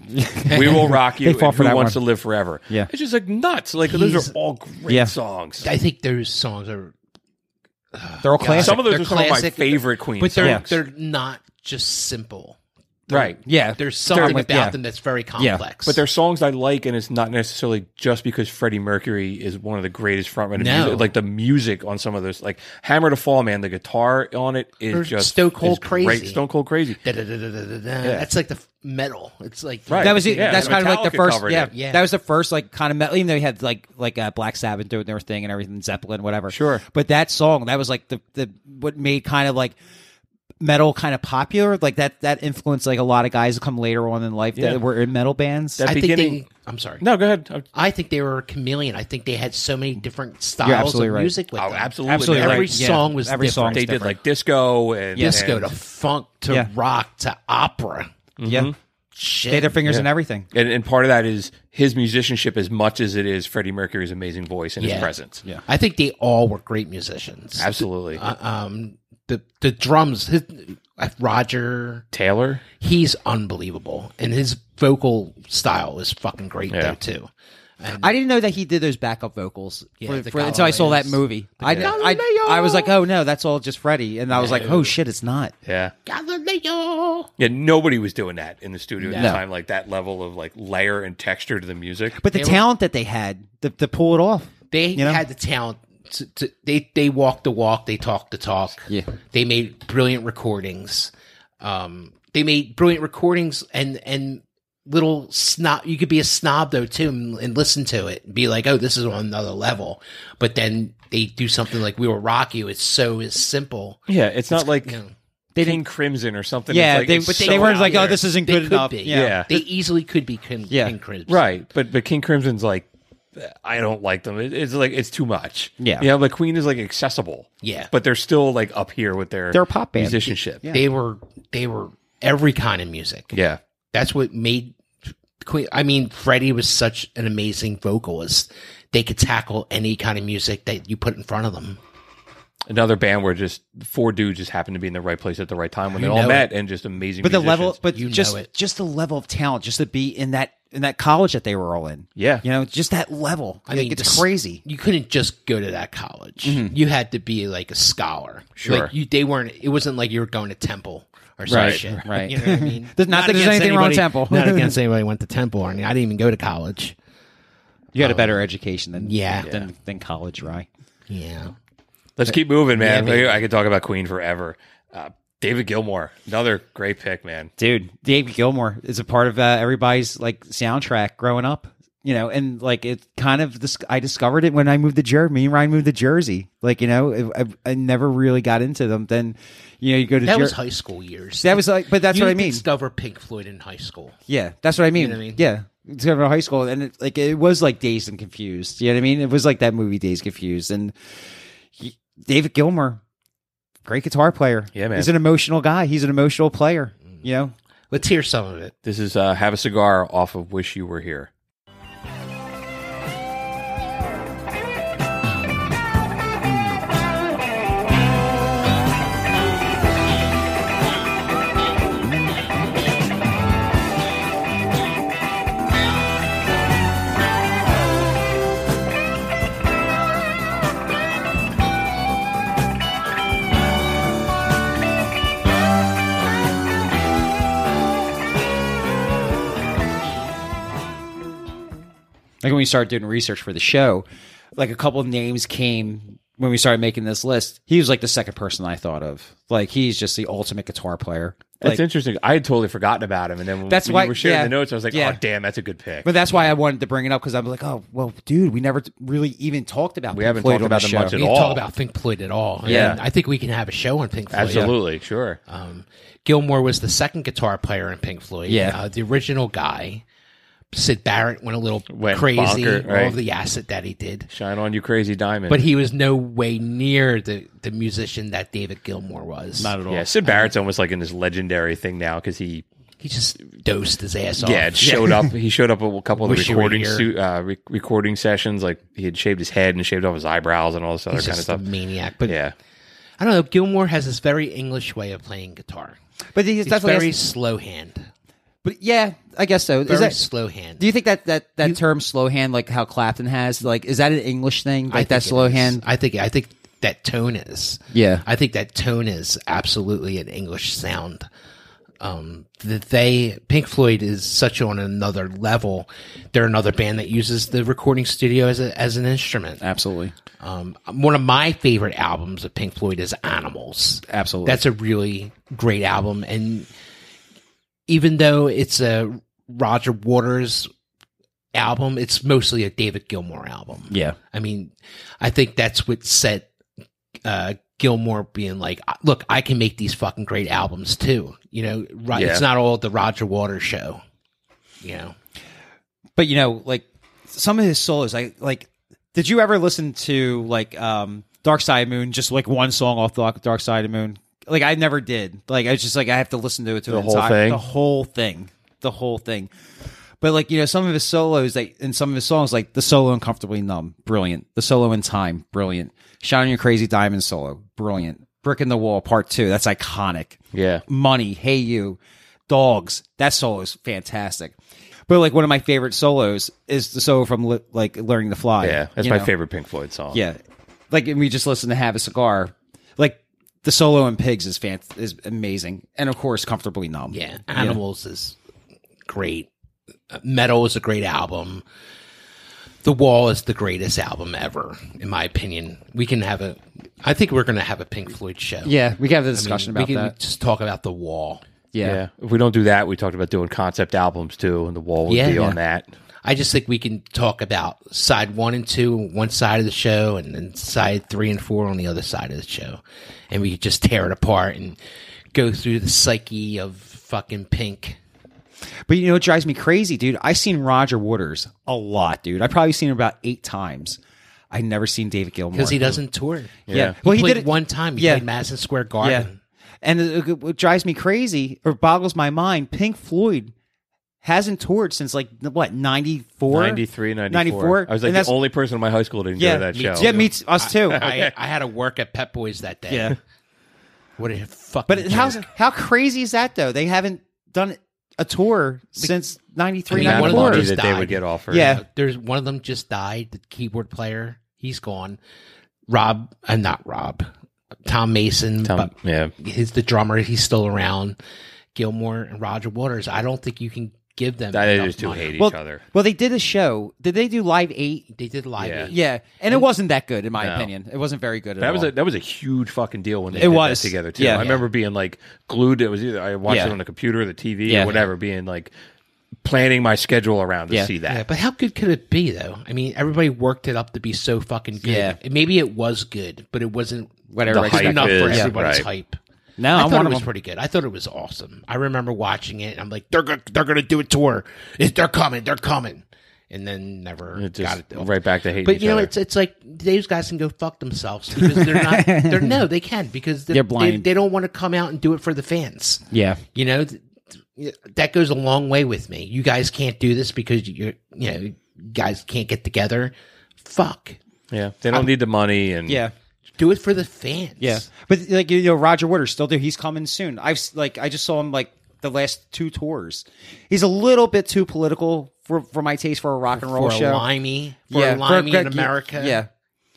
Speaker 2: we Will Rock You,
Speaker 3: They fall
Speaker 2: and
Speaker 3: for
Speaker 2: Who
Speaker 3: that
Speaker 2: Wants
Speaker 3: one.
Speaker 2: to Live Forever.
Speaker 3: Yeah.
Speaker 2: It's just like nuts. Like those
Speaker 4: He's-
Speaker 2: are all great
Speaker 3: Yeah.
Speaker 2: songs.
Speaker 4: I think those songs are
Speaker 3: they're all
Speaker 4: God,
Speaker 3: classic.
Speaker 2: Some of those
Speaker 4: they're
Speaker 2: are some of my
Speaker 4: classic,
Speaker 2: favorite Queen
Speaker 4: but they're
Speaker 3: songs.
Speaker 4: they're not just simple.
Speaker 2: right.
Speaker 3: yeah,
Speaker 4: There's something
Speaker 3: like-
Speaker 4: about
Speaker 3: yeah.
Speaker 4: them that's very complex.
Speaker 2: But they're songs I like, and it's not necessarily just because Freddie Mercury is one of the greatest frontmen. of
Speaker 4: No.
Speaker 2: music. like the music on some of those, like "Hammer to Fall," man, the guitar on it is
Speaker 4: Or
Speaker 2: just
Speaker 4: Stone Cold
Speaker 2: is great.
Speaker 4: Crazy.
Speaker 2: Stone Cold Crazy.
Speaker 4: Da-da-da-da-da-da-da. That's like the f- metal. It's like
Speaker 2: Right.
Speaker 3: that was it.
Speaker 2: Yeah,
Speaker 3: that's
Speaker 2: the
Speaker 3: kind of like
Speaker 2: Metallica
Speaker 3: the first.
Speaker 2: covered
Speaker 3: Yeah,
Speaker 2: it.
Speaker 4: Yeah.
Speaker 3: that was the first like kind of metal. Even though you had like like uh, Black Sabbath doing their thing and everything, Zeppelin, whatever.
Speaker 2: Sure.
Speaker 3: but that song that was like the the what made kind of like metal kind of popular? Like that that influenced like a lot of guys who come later on in life
Speaker 2: Yeah.
Speaker 3: that were in metal bands.
Speaker 2: That-
Speaker 4: I
Speaker 2: beginning-
Speaker 4: think they. I'm sorry.
Speaker 2: No, go ahead. Oh,
Speaker 4: I think they were a chameleon. I think they had so many different styles
Speaker 3: absolutely
Speaker 4: of
Speaker 3: right.
Speaker 4: music. With
Speaker 2: Oh,
Speaker 4: them.
Speaker 2: absolutely.
Speaker 3: Absolutely
Speaker 4: Every
Speaker 3: right. Yeah.
Speaker 4: song was
Speaker 3: Every
Speaker 4: different.
Speaker 3: song's
Speaker 2: They did like disco and
Speaker 4: disco
Speaker 2: and- mm-hmm.
Speaker 4: to funk to
Speaker 3: Yeah.
Speaker 4: rock to opera.
Speaker 3: yeah,
Speaker 4: Shit.
Speaker 3: they had their fingers in everything.
Speaker 2: And, and part of that is his musicianship as much as it is Freddie Mercury's amazing voice and
Speaker 4: Yeah.
Speaker 2: his presence.
Speaker 3: Yeah.
Speaker 4: I think they all were great musicians.
Speaker 2: Absolutely.
Speaker 4: Uh, um, the the drums, his, uh, Roger,
Speaker 2: Taylor?
Speaker 4: he's unbelievable, and his vocal style is fucking great
Speaker 2: Yeah.
Speaker 4: though too.
Speaker 3: I didn't know that he did those backup vocals
Speaker 4: Yeah,
Speaker 3: for-
Speaker 4: the
Speaker 3: for- until I saw that
Speaker 4: Galileos.
Speaker 3: movie. I,
Speaker 4: Yeah.
Speaker 3: I, I was like, oh no, that's all just Freddie, and I was like, oh shit, it's not.
Speaker 2: Yeah.
Speaker 4: Galileo.
Speaker 2: Yeah, nobody was doing that in the studio at the
Speaker 3: No.
Speaker 2: time, like that level of like layer and texture to the music.
Speaker 3: But the talent that they had to, to pull it off.
Speaker 4: They
Speaker 3: You know?
Speaker 4: had the talent. To, to, they they walked the walk. They talked the talk.
Speaker 3: Yeah.
Speaker 4: They made brilliant recordings. Um, they made brilliant recordings and and little snob. You could be a snob though too and, and listen to it and be like, oh, this is on another level. But then they do something like we will rock you. It's so it's simple.
Speaker 2: Yeah, it's not like
Speaker 4: Yeah.
Speaker 2: they King Crimson or something.
Speaker 3: yeah,
Speaker 2: It's like-
Speaker 3: they,
Speaker 2: it's
Speaker 3: but
Speaker 2: so
Speaker 3: they weren't
Speaker 2: out
Speaker 3: like, oh,
Speaker 2: there.
Speaker 3: this isn't
Speaker 4: They
Speaker 3: good
Speaker 4: could
Speaker 3: enough.
Speaker 4: be.
Speaker 2: Yeah.
Speaker 4: They easily could be King,
Speaker 3: Yeah.
Speaker 4: King Crimson.
Speaker 2: right. But but King Crimson's like, I don't like them. It- it's like it's too much.
Speaker 3: Yeah.
Speaker 2: you know, but Queen is like accessible.
Speaker 4: Yeah.
Speaker 2: but they're still like up here with their
Speaker 3: They're a pop band.
Speaker 2: musicianship. Yeah.
Speaker 4: They were they were every kind of music.
Speaker 2: yeah,
Speaker 4: that's what made Queen. I mean, Freddie was such an amazing vocalist. They could tackle any kind of music that you put in front of them.
Speaker 2: another band where just four dudes just happened to be in the right place at the right time when they all
Speaker 4: know
Speaker 2: met and just amazing.
Speaker 3: but the level,
Speaker 2: musicians.
Speaker 3: but
Speaker 4: You know
Speaker 3: just
Speaker 4: it.
Speaker 3: just the level of talent, just to be in that in that college that they were all in.
Speaker 2: Yeah.
Speaker 3: you know, just that level. I think it's
Speaker 4: just-
Speaker 3: crazy.
Speaker 4: You couldn't just go to that college. You had to be like a scholar.
Speaker 2: Mm-hmm. Sure.
Speaker 4: Like you, they weren't. It wasn't like you were going to temple or some
Speaker 2: Right,
Speaker 4: shit.
Speaker 3: right.
Speaker 4: You know what I mean?
Speaker 3: There's- not that there's
Speaker 4: against
Speaker 3: anything wrong with
Speaker 4: anybody-
Speaker 3: Temple.
Speaker 4: not against anybody who went to temple. I mean, I didn't even go to college.
Speaker 3: You had a better education than
Speaker 4: Oh. Yeah.
Speaker 3: than, than college, right?
Speaker 4: Yeah.
Speaker 2: Let's keep moving, man.
Speaker 4: Yeah, man.
Speaker 2: I could talk about Queen forever. Uh, David Gilmour, another great pick, man.
Speaker 3: Dude, David Gilmour is a part of uh, everybody's like soundtrack growing up. You know, and like it kind of dis- I discovered it when I moved to Jersey. Me and Ryan moved to Jersey. Like you know, I, I, I never really got into them. Then you know, you go to
Speaker 4: That
Speaker 3: Jer-
Speaker 4: was high school years.
Speaker 3: that was like, but that's
Speaker 4: you
Speaker 3: what I
Speaker 4: didn't
Speaker 3: mean.
Speaker 4: Discover Pink Floyd in high school.
Speaker 3: Yeah, that's what I mean.
Speaker 4: what I mean?
Speaker 3: Yeah, discovered in high school, and it, like it was like Dazed and Confused. You know what I mean? It was like that movie Dazed Confused, and he- David Gilmour, great guitar player.
Speaker 2: Yeah, man.
Speaker 3: He's an emotional guy. He's an emotional player.
Speaker 4: Mm.
Speaker 3: You know,
Speaker 4: Let's hear some of it.
Speaker 2: This is uh, Have a Cigar off of Wish You Were Here.
Speaker 3: like when we started doing research for the show, like a couple of names came when we started making this list. He was like the second person I thought of. Like he's just the ultimate guitar player.
Speaker 2: That's
Speaker 3: Like,
Speaker 2: interesting. I had totally forgotten about him, and then when
Speaker 3: That's
Speaker 2: we
Speaker 3: why-
Speaker 2: were sharing
Speaker 3: yeah.
Speaker 2: the notes, I was like,
Speaker 3: Yeah.
Speaker 2: "Oh, damn, that's a good pick."
Speaker 3: But that's why I wanted to bring it up because I'm like, oh well, dude, we never t- really even talked about.
Speaker 2: We
Speaker 3: Pink
Speaker 2: haven't
Speaker 3: Floyd
Speaker 2: talked
Speaker 3: on
Speaker 2: about
Speaker 3: the
Speaker 2: them much
Speaker 3: show.
Speaker 2: at
Speaker 4: We
Speaker 2: all.
Speaker 4: didn't talk about Pink Floyd at all.
Speaker 2: Yeah.
Speaker 4: And I think we can have a show on Pink Floyd.
Speaker 2: Absolutely, sure.
Speaker 4: Um, Gilmore was the second guitar player in Pink Floyd.
Speaker 3: Yeah.
Speaker 4: Uh, the original guy. Sid Barrett went a little
Speaker 2: Went
Speaker 4: crazy.
Speaker 2: bonker,
Speaker 4: All
Speaker 2: right.
Speaker 4: of the acid that he did,
Speaker 2: Shine on you, crazy diamond.
Speaker 4: but he was no way near the the musician that David Gilmore was.
Speaker 3: Not at all.
Speaker 2: yeah, Sid Barrett's almost like in this legendary thing now because he
Speaker 4: he just dosed his ass
Speaker 3: Oh,
Speaker 4: off.
Speaker 2: yeah it showed up. He showed up at a couple of the
Speaker 4: Wish you were
Speaker 2: recording
Speaker 4: here.
Speaker 2: stu- uh, re- recording sessions. Like he had shaved his head and shaved off his eyebrows and all this other
Speaker 4: He's
Speaker 2: kind of
Speaker 4: just a
Speaker 2: stuff.
Speaker 4: maniac. But
Speaker 2: Yeah,
Speaker 4: I don't know. Gilmore has this very English way of playing guitar.
Speaker 3: But he's,
Speaker 4: It's
Speaker 3: definitely.
Speaker 4: very slow hand.
Speaker 3: but yeah, I guess so. Is
Speaker 4: Very
Speaker 3: that,
Speaker 4: slow hand.
Speaker 3: do you think that that that term slow hand, like how Clapton has, like is that an English thing? Like that
Speaker 4: think it
Speaker 3: slow
Speaker 4: is.
Speaker 3: hand.
Speaker 4: I think I think that tone is.
Speaker 3: Yeah.
Speaker 4: I think that tone is absolutely an English sound. Um, that they Pink Floyd is such on another level. They're another band that uses the recording studio as a, as an instrument.
Speaker 3: Absolutely.
Speaker 4: Um, one of my favorite albums of Pink Floyd is Animals.
Speaker 3: Absolutely.
Speaker 4: That's a really great album. And even though it's a Roger Waters album, it's mostly a David Gilmour album.
Speaker 3: yeah.
Speaker 4: I mean, I think that's what set uh, Gilmore being like, "I- look, I can make these fucking great albums too. You know, right?
Speaker 2: Yeah.
Speaker 4: It's not all the Roger Waters show. You know,
Speaker 3: but you know, like some of his solos, I like. Did you ever listen to like um Dark Side of the Moon? Just like one song off Dark Dark Side of the Moon. Like I never did. Like I was just like I have to listen to it to
Speaker 2: The
Speaker 3: an
Speaker 2: whole
Speaker 3: entire-
Speaker 2: thing?
Speaker 3: the whole thing, the whole thing. But like you know, some of his solos, like and some of his songs, like the solo in "Comfortably Numb," brilliant. The solo in "Time," brilliant. "Shining Your Crazy Diamond" solo, brilliant. "Brick in the Wall" Part Two, that's iconic.
Speaker 2: Yeah.
Speaker 3: Money, Hey You, Dogs. That solo is fantastic. But like one of my favorite solos is the solo from Le- like Learning to Fly.
Speaker 2: Yeah. That's
Speaker 3: you
Speaker 2: my
Speaker 3: know?
Speaker 2: favorite Pink Floyd song.
Speaker 3: Yeah, like and we just listened to Have a Cigar. Like the solo in Pigs is fan is amazing, and of course, Comfortably Numb.
Speaker 4: yeah, Animals is great. Uh, Metal is a great album. The Wall is the greatest album ever, in my opinion. We can have a. I think we're going to have a Pink Floyd show.
Speaker 3: yeah, we can have a
Speaker 4: I mean,
Speaker 3: discussion
Speaker 4: we
Speaker 3: about
Speaker 4: can
Speaker 3: that.
Speaker 4: just talk about the Wall.
Speaker 3: Yeah.
Speaker 2: Yeah. If we don't do that, we talked about doing concept albums too, and the wall would
Speaker 4: Yeah.
Speaker 2: be on that.
Speaker 4: I just think we can talk about side one and two, on one side of the show, and then side three and four on the other side of the show. And we could just tear it apart and go through the psyche of fucking Pink.
Speaker 3: But you know, it drives me crazy, dude. I've seen Roger Waters a lot, dude. I've probably seen him about eight times. I've never seen David Gilmour
Speaker 4: Because he doesn't tour.
Speaker 3: Yeah.
Speaker 4: Well, he,
Speaker 3: did
Speaker 4: played
Speaker 3: it-
Speaker 4: one time. He
Speaker 3: yeah.
Speaker 4: played Madison Square
Speaker 3: Yeah.
Speaker 4: Garden.
Speaker 3: And it, it- what drives me crazy or boggles my mind, Pink Floyd hasn't toured since like what, 94?
Speaker 2: 93, 94.
Speaker 3: 94?
Speaker 2: I was
Speaker 3: And
Speaker 2: like
Speaker 3: that's-
Speaker 2: the only person in my high school that didn't go
Speaker 3: Yeah,
Speaker 2: to that
Speaker 3: me
Speaker 2: show.
Speaker 3: too. yeah, me too, us too.
Speaker 4: I, I had to work at Pep Boys that day.
Speaker 3: yeah.
Speaker 4: What a fucking.
Speaker 3: But it- how
Speaker 4: joke.
Speaker 3: how crazy is that though? They haven't done a tour since 93,
Speaker 4: I mean,
Speaker 2: Not
Speaker 4: one of
Speaker 3: 94.
Speaker 4: them
Speaker 2: money
Speaker 4: just
Speaker 2: that they
Speaker 4: died.
Speaker 2: would get offered.
Speaker 3: Yeah.
Speaker 4: There's one of them just died. The keyboard player, he's gone. Rob, uh, not Rob, Tom Mason.
Speaker 2: Tom,
Speaker 4: but-
Speaker 2: yeah.
Speaker 4: He's the drummer. He's still around. Gilmore and Roger Waters. I don't think you can give them.
Speaker 2: They
Speaker 4: enough
Speaker 2: just two
Speaker 4: money.
Speaker 2: hate
Speaker 3: well,
Speaker 2: each other.
Speaker 3: well, they did a show. Did they do live eight?
Speaker 4: They did live.
Speaker 2: Yeah.
Speaker 4: Aid.
Speaker 3: Yeah, and, it wasn't that good, in my
Speaker 2: No.
Speaker 3: opinion. It wasn't very good at
Speaker 2: That
Speaker 3: all.
Speaker 2: was a that was a huge fucking deal when they did
Speaker 3: It was.
Speaker 2: that together too.
Speaker 3: Yeah.
Speaker 2: I remember being like glued. It was either I watched
Speaker 3: Yeah.
Speaker 2: it on the computer, or the TV,
Speaker 3: Yeah.
Speaker 2: or whatever. Being like planning my schedule around to
Speaker 3: Yeah.
Speaker 2: see that.
Speaker 4: Yeah, but how good could it be though? I mean, everybody worked it up to be so fucking good.
Speaker 3: Yeah.
Speaker 4: Maybe it was good, but it wasn't
Speaker 3: Whatever
Speaker 2: The hype
Speaker 4: enough for
Speaker 2: is,
Speaker 4: everybody's
Speaker 2: right.
Speaker 4: hype.
Speaker 3: No,
Speaker 4: I
Speaker 3: I'm one
Speaker 4: thought it
Speaker 3: of
Speaker 4: was
Speaker 3: them.
Speaker 4: pretty good. I thought it was awesome. I remember watching it, and I'm like, they're go- they're gonna do a tour. It- They're coming. They're coming. And then never
Speaker 2: It just
Speaker 4: got it.
Speaker 2: right back to hating
Speaker 4: But
Speaker 2: each
Speaker 4: you know,
Speaker 2: other.
Speaker 4: it's it's like those guys can go fuck themselves because they're not. They're no, they can because they're,
Speaker 3: They're
Speaker 4: They,
Speaker 3: blind.
Speaker 4: they don't want to come out and do it for the fans.
Speaker 3: Yeah.
Speaker 4: You know, th- th- that goes a long way with me. You guys can't do this because you're you know you guys can't get together. Fuck,
Speaker 2: yeah, they don't need the money and
Speaker 3: Yeah.
Speaker 4: do it for the fans.
Speaker 3: Yeah, but like you know, Roger Waters still there. He's coming soon. I've s- like I just saw him like the last two tours. He's a little bit too political for for my taste for a rock and roll
Speaker 4: for
Speaker 3: show.
Speaker 4: limey, for a limey in America.
Speaker 3: Yeah,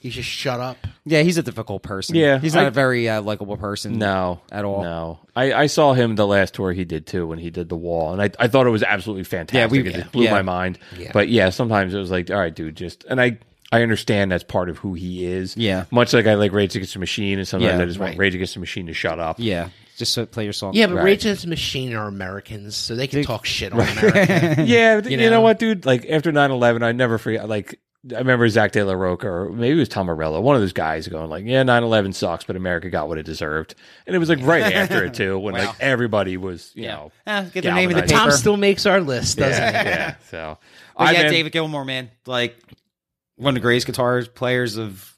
Speaker 4: you just shut up.
Speaker 3: yeah, he's a difficult person.
Speaker 2: Yeah,
Speaker 3: he's not a
Speaker 2: I-
Speaker 3: very uh, likable person.
Speaker 2: No,
Speaker 3: at all.
Speaker 2: No, I, I saw him the last tour he did too when he did the wall, and I, I thought it was absolutely fantastic.
Speaker 3: we-
Speaker 2: it just blew
Speaker 3: yeah.
Speaker 2: my mind. But yeah, sometimes it was like, all right, dude, just and I I understand that's part of who he is.
Speaker 3: Yeah.
Speaker 2: much like I like Rage Against the Machine, and sometimes
Speaker 3: Yeah,
Speaker 2: I just
Speaker 3: right.
Speaker 2: want Rage Against the Machine to shut up.
Speaker 3: yeah, just so play your song.
Speaker 4: Yeah, but
Speaker 2: Right.
Speaker 4: Rage Against the Machine are Americans, so they can talk shit on America.
Speaker 2: yeah. but You, know?
Speaker 4: know?
Speaker 2: what, dude? Like after 9-11, I never forget. Like I remember Zach De La Roca, or maybe it was Tom Morello, one of those guys going like, "Yeah, 9-11 sucks, but America got what it deserved," and it was like right after it too, when like everybody was, you know,
Speaker 3: Eh, get their name in the
Speaker 2: galvanized.
Speaker 4: Tom
Speaker 3: paper.
Speaker 4: still makes our list, doesn't
Speaker 2: yeah, yeah. So
Speaker 3: But
Speaker 2: I
Speaker 3: yeah,
Speaker 2: mean,
Speaker 3: David Gilmour, man, like one of the greatest guitar players of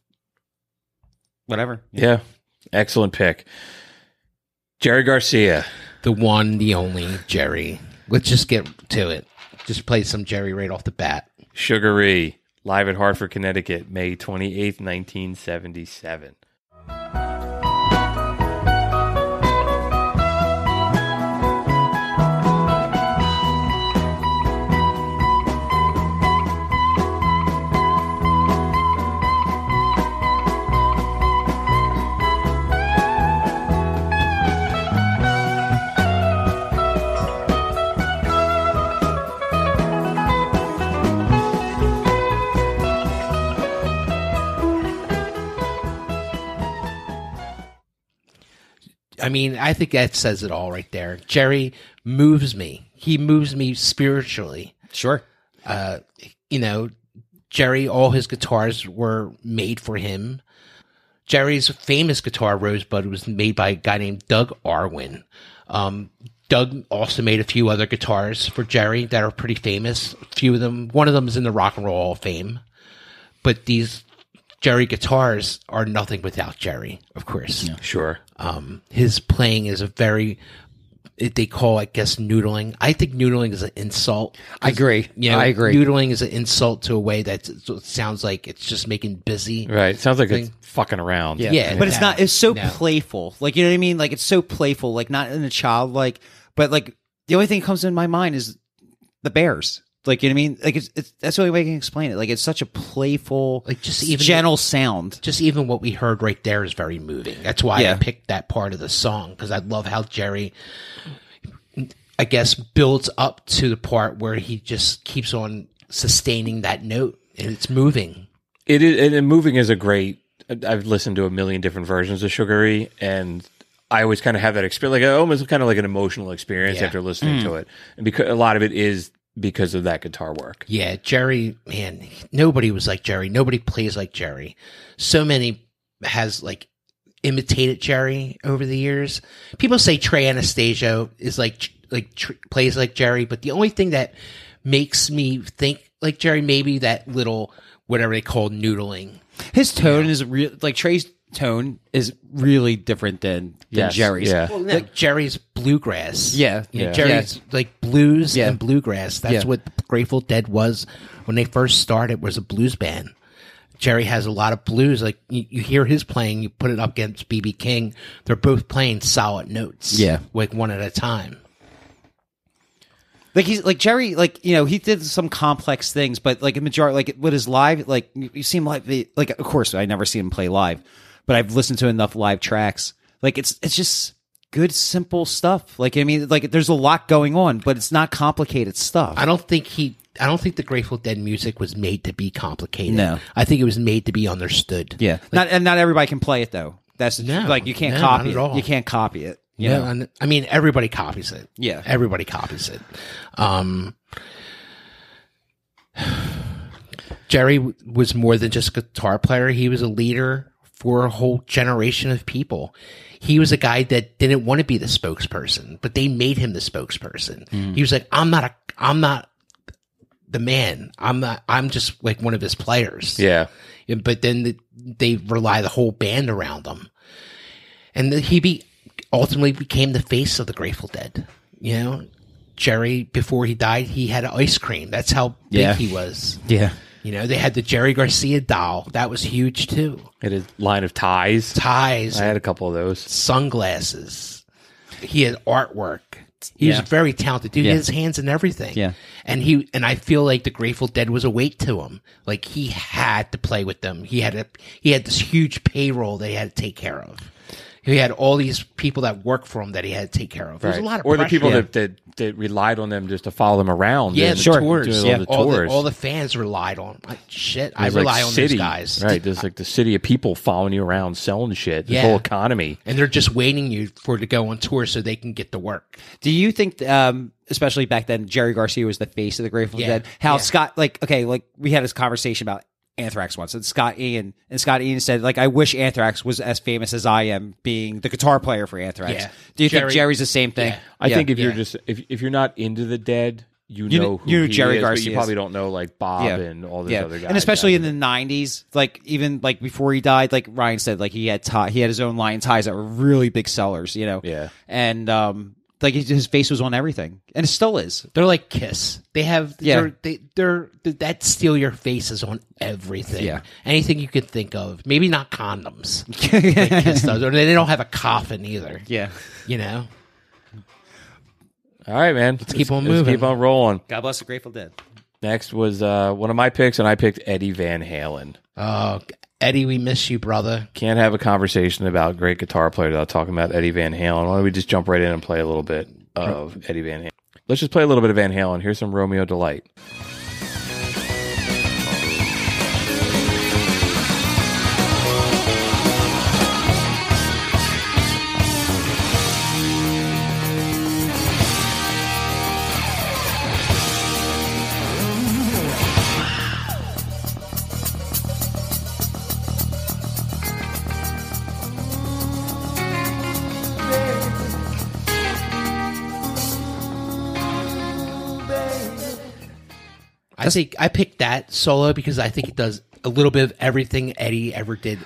Speaker 3: whatever.
Speaker 2: Yeah, excellent pick. Jerry Garcia.
Speaker 4: he? The one, the only Jerry. Let's just get to it. Just play some Jerry right off the bat.
Speaker 2: Sugary, live at Hartford, Connecticut, May 28th, 1977.
Speaker 4: I mean, I think that says it all right there. Jerry moves me. He moves me spiritually.
Speaker 3: Sure.
Speaker 4: Uh, you know, Jerry, all his guitars were made for him. Jerry's famous guitar, Rosebud, was made by a guy named Doug Arwin. Um, Doug also made a few other guitars for Jerry that are pretty famous. A few of them, one of them is in the Rock and Roll Hall of Fame. But these Jerry guitars are nothing without Jerry, of course.
Speaker 2: Sure.
Speaker 4: Um, his playing is a very, it- they call, I guess, noodling. I think noodling is an insult.
Speaker 7: I agree.
Speaker 4: You know,
Speaker 7: I agree.
Speaker 4: Noodling is an insult to a way that sounds like it's just making busy.
Speaker 2: Right. Sounds like it's fucking around.
Speaker 7: Yeah.
Speaker 4: Yeah,
Speaker 3: but it's not it's so
Speaker 4: No.
Speaker 3: playful like you know what i mean like it's so playful like not in a child like but like the only thing that comes in my mind is the bears like you know what i mean like it's, it's that's the only way i can explain it like it's such a playful
Speaker 4: Like, just even-
Speaker 3: gentle sound
Speaker 4: just even what we heard right there is very moving. That's why
Speaker 3: Yeah.
Speaker 4: I picked that part of the song because I love how Jerry, I guess, builds up to the part where he just keeps on sustaining that note and it's moving.
Speaker 2: It is, and- and moving is a great. I've listened to a million different versions of Sugary, and I always kind of have that experience, like almost kind of like an emotional experience
Speaker 4: Yeah.
Speaker 2: after listening to it, and because a lot of it is because of that guitar work.
Speaker 4: Yeah, Jerry, man, nobody was like Jerry. Nobody plays like Jerry. So many has like imitated Jerry over the years. People say Trey Anastasio is like like tr- plays like Jerry, but the only thing that makes me think like Jerry maybe that little whatever they call noodling.
Speaker 3: his tone is real like trey's tone is really different than than
Speaker 2: Yes,
Speaker 3: jerry's
Speaker 2: yeah.
Speaker 4: Like Jerry's bluegrass.
Speaker 3: yeah
Speaker 4: You know,
Speaker 2: Yeah.
Speaker 4: Jerry's like blues
Speaker 3: Yeah.
Speaker 4: and bluegrass. That's
Speaker 3: Yeah.
Speaker 4: what the Grateful Dead was when they first started. Was a blues band. Jerry has a lot of blues. Like you, you hear his playing, you put it up against BB King. They're both playing solid notes.
Speaker 3: Yeah.
Speaker 4: like one at a time.
Speaker 3: Like he's like Jerry, like you know, he did some complex things, but like a majority, like with his live, like you you see him like the- like of course I never see him play live, but I've listened to enough live tracks. Like it's it's just good simple stuff. Like I mean, like there's a lot going on, but it's not complicated stuff.
Speaker 4: I don't think he. I don't think the Grateful Dead music was made to be complicated.
Speaker 3: No.
Speaker 4: I think it was made to be understood.
Speaker 3: yeah, not and not everybody can play it though. That's
Speaker 4: No,
Speaker 3: like you can't
Speaker 4: no,
Speaker 3: copy
Speaker 4: not at
Speaker 3: it.
Speaker 4: all.
Speaker 3: You can't copy it. You
Speaker 4: Yeah,
Speaker 3: know?
Speaker 4: and- I mean everybody copies it.
Speaker 3: Yeah.
Speaker 4: everybody copies it. Um, Jerry w- was more than just a guitar player; he was a leader for a whole generation of people. He was a guy that didn't want to be the spokesperson, but they made him the spokesperson. He was like, "I'm not a, I'm not the man. I'm not. I'm just like one of his players."
Speaker 2: Yeah,
Speaker 4: Yeah, but then the, they rely the whole band around them. And the, he be, ultimately became the face of the Grateful Dead. You know, Jerry, before he died, he had ice cream. That's how big
Speaker 3: Yeah.
Speaker 4: he was.
Speaker 3: Yeah.
Speaker 4: You know, they had the Jerry Garcia doll. That was huge too.
Speaker 2: it is line of ties.
Speaker 4: Ties,
Speaker 2: I had a couple of those.
Speaker 4: sunglasses. He had artwork. He was a very talented dude.
Speaker 3: Yeah.
Speaker 4: He had his hands in everything.
Speaker 3: Yeah.
Speaker 4: And he and I feel like the Grateful Dead was awake to him. Like he had to play with them. He had a he had this huge payroll that he had to take care of. He had all these people that worked for him that he had to take care of. There's a lot of
Speaker 2: or the
Speaker 4: pressure.
Speaker 2: people that, that that relied on them just to follow them around.
Speaker 4: yeah,
Speaker 2: and
Speaker 4: the
Speaker 2: doing
Speaker 4: tours,
Speaker 2: all
Speaker 4: yeah,
Speaker 2: the
Speaker 4: all the
Speaker 2: tours.
Speaker 4: all the fans relied on. Like, shit, I
Speaker 2: There's, like,
Speaker 4: rely on
Speaker 2: city,
Speaker 4: these guys,
Speaker 2: Right, there's like the city of people following you around, selling shit. The
Speaker 4: Yeah.
Speaker 2: whole economy.
Speaker 4: And they're just waiting you for to go on tour so they can get to work.
Speaker 3: Do you think, um, especially back then, Jerry Garcia was the face of the Grateful
Speaker 4: Yeah.
Speaker 3: Dead? How
Speaker 4: Yeah.
Speaker 3: Scott, like, okay, like we had this conversation about Anthrax once, and Scott Ian, and Scott Ian said, like, I wish Anthrax was as famous as I am, being the guitar player for Anthrax.
Speaker 4: Yeah.
Speaker 3: Do you think
Speaker 4: Jerry-
Speaker 3: Jerry's the same thing?
Speaker 4: Yeah.
Speaker 2: I think if you're
Speaker 4: yeah.
Speaker 2: just if if you're not into the dead, you,
Speaker 3: You
Speaker 2: know
Speaker 3: kn-
Speaker 2: who
Speaker 3: you knew
Speaker 2: he
Speaker 3: Jerry
Speaker 2: is, but
Speaker 3: Garcia.
Speaker 2: you probably don't know like Bob
Speaker 3: Yeah.
Speaker 2: and all these
Speaker 3: yeah,
Speaker 2: other guys,
Speaker 3: and especially
Speaker 2: Yeah.
Speaker 3: in the '90s, like even like before he died, like Ryan said, like he had tie, he had his own lion ties that were really big sellers, you know.
Speaker 2: Yeah.
Speaker 3: and um, like his- his face was on everything, and it still is.
Speaker 4: They're like Kiss. They have
Speaker 3: Yeah.
Speaker 4: They're, they, they're that steal your faces on everything.
Speaker 3: Yeah.
Speaker 4: anything you could think of. Maybe not condoms. Like Kiss does, or they don't have a coffin either.
Speaker 3: Yeah.
Speaker 4: you know.
Speaker 2: all right, man. Let's
Speaker 4: keep on moving.
Speaker 2: keep on rolling.
Speaker 3: God bless the Grateful Dead.
Speaker 2: Next was uh, one of my picks, and I picked Eddie Van Halen.
Speaker 4: Oh, Eddie, we miss you, brother.
Speaker 2: Can't have a conversation about great guitar player without talking about Eddie Van Halen. Why don't we just jump right in and play a little bit of Eddie Van Halen? Let's just play a little bit of Van Halen. Here's some Romeo Delight.
Speaker 4: I think I picked that solo because I think it does a little bit of everything Eddie ever did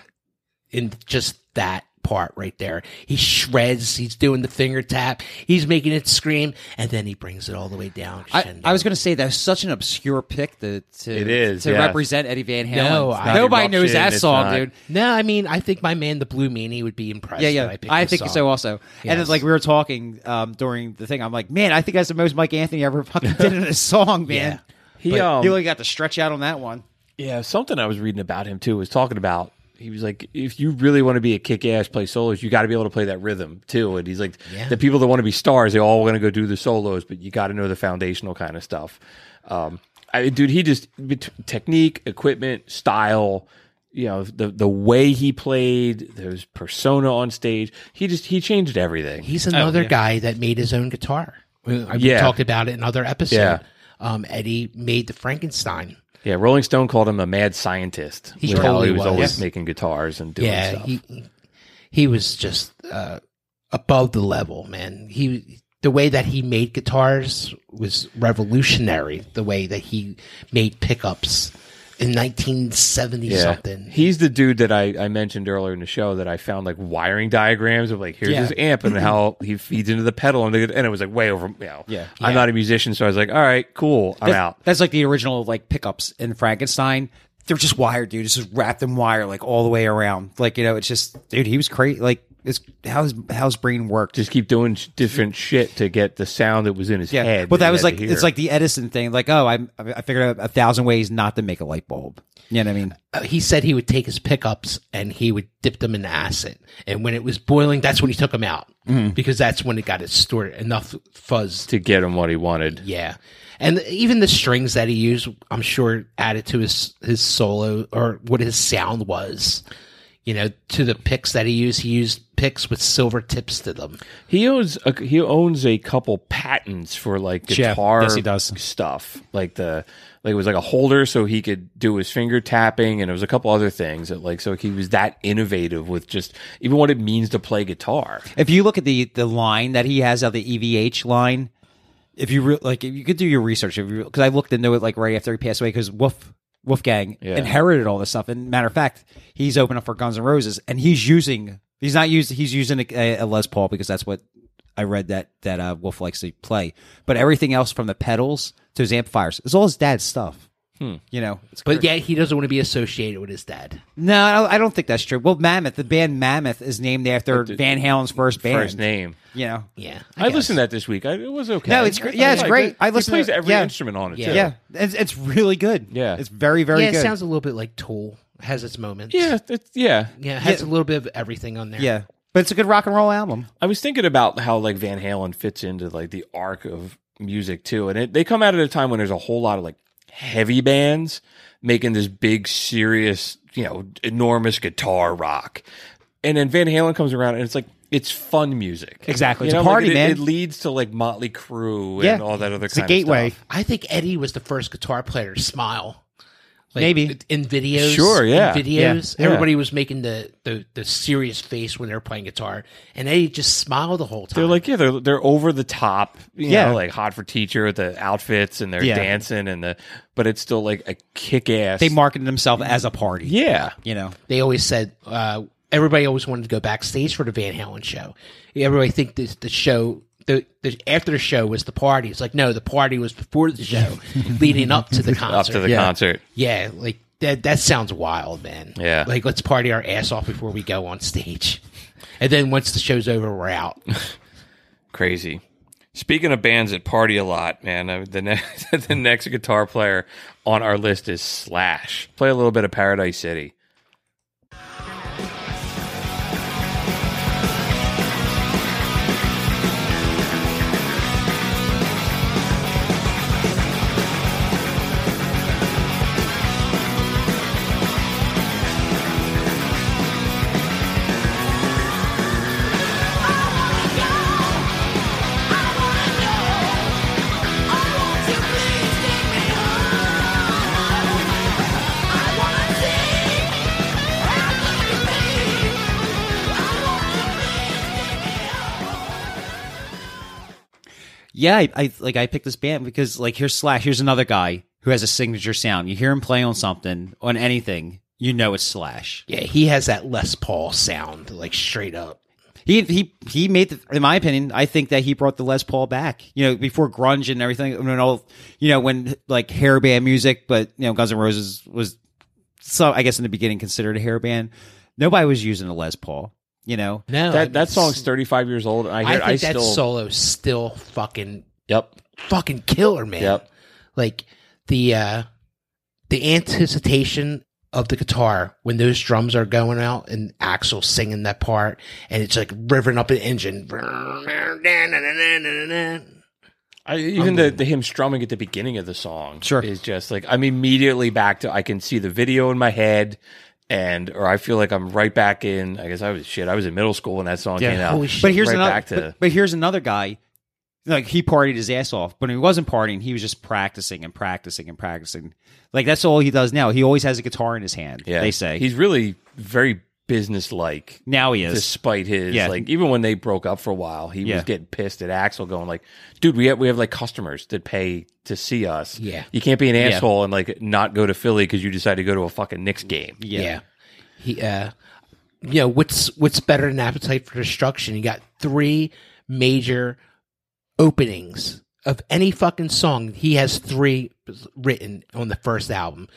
Speaker 4: in just that part right there. He shreds, he's doing the finger tap, he's making it scream, and then he brings it all the way down.
Speaker 3: I,
Speaker 4: crescendo.
Speaker 3: I was going to say that's such an obscure pick to to,
Speaker 2: It is,
Speaker 3: to
Speaker 2: yes.
Speaker 3: represent Eddie Van Halen.
Speaker 4: No, I-
Speaker 3: nobody knows
Speaker 2: Eruption,
Speaker 3: that
Speaker 2: it's
Speaker 3: song,
Speaker 2: not.
Speaker 3: dude.
Speaker 4: no, I mean, I think my man, the Blue Meanie, would be impressed.
Speaker 3: Yeah, yeah.
Speaker 4: that picked
Speaker 3: I,
Speaker 4: this
Speaker 3: think
Speaker 4: song.
Speaker 3: so also. And then,
Speaker 4: Yes.
Speaker 3: like we were talking um, during the thing, I'm like, man, I think that's the most Mike Anthony ever fucking did in a song, man.
Speaker 2: He,
Speaker 3: But
Speaker 2: um,
Speaker 3: he only got the stretch out on that one.
Speaker 2: Yeah, something I was reading about him too was talking about. He was like, if you really want to be a kick ass, play solos, you got to be able to play that rhythm too. And he's like,
Speaker 4: Yeah.
Speaker 2: the people that want to be stars, they all want to go do the solos, but you got to know the foundational kind of stuff. Um, I mean, dude, he just bet- technique, equipment, style, you know, the the way he played, his persona on stage, he just he changed everything.
Speaker 4: He's another guy that made his own guitar. We, I- we
Speaker 2: Yeah.
Speaker 4: talked about it in other episode.
Speaker 2: Yeah.
Speaker 4: Um, Eddie made the Frankenstein.
Speaker 2: yeah, Rolling Stone called him a mad scientist.
Speaker 4: He
Speaker 2: with how
Speaker 4: totally
Speaker 2: he was,
Speaker 4: was.
Speaker 2: always
Speaker 4: Yeah.
Speaker 2: making guitars and doing
Speaker 4: yeah,
Speaker 2: stuff.
Speaker 4: he he was just uh, above the level, man. He the way that he made guitars was revolutionary. The way that he made pickups in 1970 something.
Speaker 2: He's the dude that I, I mentioned earlier in the show that I found like wiring diagrams of like here's
Speaker 4: Yeah.
Speaker 2: his amp and how he feeds into the pedal and, they- and it was like way over. You know,
Speaker 3: Yeah.
Speaker 2: I'm not a musician, so I was like, all right, cool, I'm
Speaker 3: That's-
Speaker 2: out.
Speaker 3: That's like the original like pickups in Frankenstein. They're just wired, dude. It's just wrapped in wire, like all the way around. Like you know, it's just, dude. He was crazy. Like it's how his how his brain worked.
Speaker 2: Just keep doing sh- different shit to get the sound that was in his
Speaker 3: yeah.
Speaker 2: head.
Speaker 3: but that
Speaker 2: he
Speaker 3: was
Speaker 2: had
Speaker 3: like
Speaker 2: to
Speaker 3: it's
Speaker 2: hear.
Speaker 3: like the Edison thing. Like oh, I I figured out a thousand ways not to make a light bulb. You know what I mean?
Speaker 4: Uh, He said he would take his pickups and he would dip them in acid, and when it was boiling, that's when he took them out because that's when it got distorted enough fuzz
Speaker 2: to get him what he wanted.
Speaker 4: Yeah, and even the strings that he used, I'm sure, added to his his solo or what his sound was. You know, to the picks that he used, he used picks with silver tips to them.
Speaker 2: He owns a, he owns a couple patents for like guitar
Speaker 3: Yes, he does.
Speaker 2: stuff. Like the like it was like a holder so he could do his finger tapping and it was a couple other things that like so he was that innovative with just even what it means to play guitar.
Speaker 3: If you look at the the line that he has out the EVH line, if you re- like, if you could do your research, if you because I looked into it like right after he passed away, because Wolf Wolfgang
Speaker 2: Yeah.
Speaker 3: inherited all this stuff. And matter of fact, he's open up for Guns N' Roses, and he's using he's not used he's using a, a Les Paul because that's what I read that that uh, Wolf likes to play. But everything else from the pedals to his amplifiers is all his dad's stuff.
Speaker 2: Hmm.
Speaker 3: You know, it's
Speaker 4: But yet, he doesn't want to be associated with his dad.
Speaker 3: no, I don't- I don't think that's true. Well, Mammoth, the band Mammoth, is named after Van Halen's first band.
Speaker 2: First name.
Speaker 3: you know.
Speaker 4: Yeah,
Speaker 2: I,
Speaker 4: guess.
Speaker 2: listened to that this week. I, it was okay.
Speaker 3: No, it's gr-
Speaker 2: I-
Speaker 3: yeah, it's
Speaker 2: liked
Speaker 3: great.
Speaker 2: it.
Speaker 3: I
Speaker 2: he
Speaker 3: listened
Speaker 2: plays
Speaker 3: to-
Speaker 2: every
Speaker 3: yeah.
Speaker 2: instrument on it.
Speaker 4: Yeah.
Speaker 2: too.
Speaker 3: Yeah, it's, it's really good.
Speaker 2: Yeah.
Speaker 3: it's very very
Speaker 4: Yeah, it
Speaker 3: good.
Speaker 4: sounds a little bit like Tool. Has its moments.
Speaker 2: yeah, it's, yeah.
Speaker 4: yeah, it has a little bit of everything on there.
Speaker 3: yeah, but it's a good rock and roll album.
Speaker 2: I was thinking about how like Van Halen fits into like the arc of music too, and it, they come out at a time when there's a whole lot of like heavy bands making this big, serious, you know, enormous guitar rock, and then Van Halen comes around and it's like it's fun music,
Speaker 3: Exactly.
Speaker 2: You
Speaker 3: It's a
Speaker 2: know, like,
Speaker 3: party,
Speaker 2: it,
Speaker 3: man.
Speaker 2: It leads to like Motley Crue and
Speaker 3: Yeah.
Speaker 2: all that other
Speaker 3: It's a
Speaker 2: kind
Speaker 3: gateway.
Speaker 2: of stuff.
Speaker 4: I think Eddie was the first guitar player to smile. Like,
Speaker 3: Maybe.
Speaker 4: in videos,
Speaker 2: Sure,
Speaker 4: in
Speaker 2: yeah.
Speaker 4: videos.
Speaker 2: Yeah, yeah.
Speaker 4: Everybody was making the, the the serious face when they were playing guitar, and Eddie just smiled the whole time.
Speaker 2: They're like, yeah, they're they're over the top, you
Speaker 3: Yeah.
Speaker 2: know, like hot for teacher with the outfits and they're
Speaker 3: Yeah.
Speaker 2: dancing and the, but it's still like a kick ass.
Speaker 3: They marketed themselves as a party.
Speaker 2: yeah,
Speaker 3: you know,
Speaker 4: they always said uh, everybody always wanted to go backstage for the Van Halen show. Everybody think this, the show the, the after the show was the party. It's like no, the party was before the show, leading up to the concert.
Speaker 2: up to the
Speaker 3: Yeah.
Speaker 2: concert.
Speaker 4: yeah, like that that sounds wild, man.
Speaker 2: Yeah.
Speaker 4: like let's party our ass off before we go on stage, and then once the show's over, we're out.
Speaker 2: Crazy. Speaking of bands that party a lot, man, uh, the next the next guitar player on our list is Slash. Play a little bit of Paradise City.
Speaker 3: yeah. I, I like I picked this band because like here's Slash. Here's another guy who has a signature sound. You hear him play on something, on anything, you know it's Slash.
Speaker 4: Yeah, he has that Les Paul sound, like straight up.
Speaker 3: He he he made the, in my opinion, I think that he brought the Les Paul back. You know, before grunge and everything, when all you know, when like hair band music, but you know, Guns N' Roses was so I guess in the beginning considered a hair band. Nobody was using a Les Paul, you know.
Speaker 4: No, I mean,
Speaker 2: That that song's 35 years old. And I
Speaker 4: I
Speaker 2: hear
Speaker 4: think
Speaker 2: I,
Speaker 4: that
Speaker 2: still.
Speaker 4: solo's still fucking
Speaker 2: Yep.
Speaker 4: fucking killer, man.
Speaker 2: Yep.
Speaker 4: Like the uh the anticipation of the guitar when those drums are going out and Axel singing that part and it's like revving up an engine.
Speaker 2: I, even the, the him strumming at the beginning of the song
Speaker 3: Sure.
Speaker 2: is just like I'm immediately back to I can see the video in my head and or I feel like I'm right back in I guess I was shit I was in middle school when that song
Speaker 3: Yeah.
Speaker 2: came out
Speaker 4: Holy shit.
Speaker 3: But here's
Speaker 2: right
Speaker 3: another.
Speaker 2: back to-
Speaker 3: but, but here's another guy. Like he partied his ass off, but when he wasn't partying. He was just practicing and practicing and practicing. Like that's all he does now. He always has a guitar in his hand.
Speaker 2: yeah
Speaker 3: they say
Speaker 2: he's really very businesslike
Speaker 3: now he is.
Speaker 2: despite his
Speaker 3: Yeah.
Speaker 2: like even when they broke up for a while he
Speaker 3: Yeah.
Speaker 2: was getting pissed at Axel going like dude we have we have like customers that pay to see us
Speaker 4: Yeah.
Speaker 2: you can't be an
Speaker 3: Yeah.
Speaker 2: asshole and like not go to Philly because you decided to go to a fucking Knicks game
Speaker 4: Yeah. He uh you know, what's what's better than appetite for destruction? You got three major openings of any fucking song. He has three written on the first album.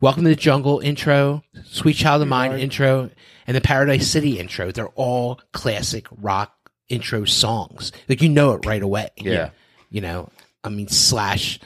Speaker 4: Welcome to the Jungle intro, Sweet Child of Mine intro, and the Paradise City intro. They're all classic rock intro songs. Like you know it right away.
Speaker 2: Yeah.
Speaker 4: You know, I mean Slash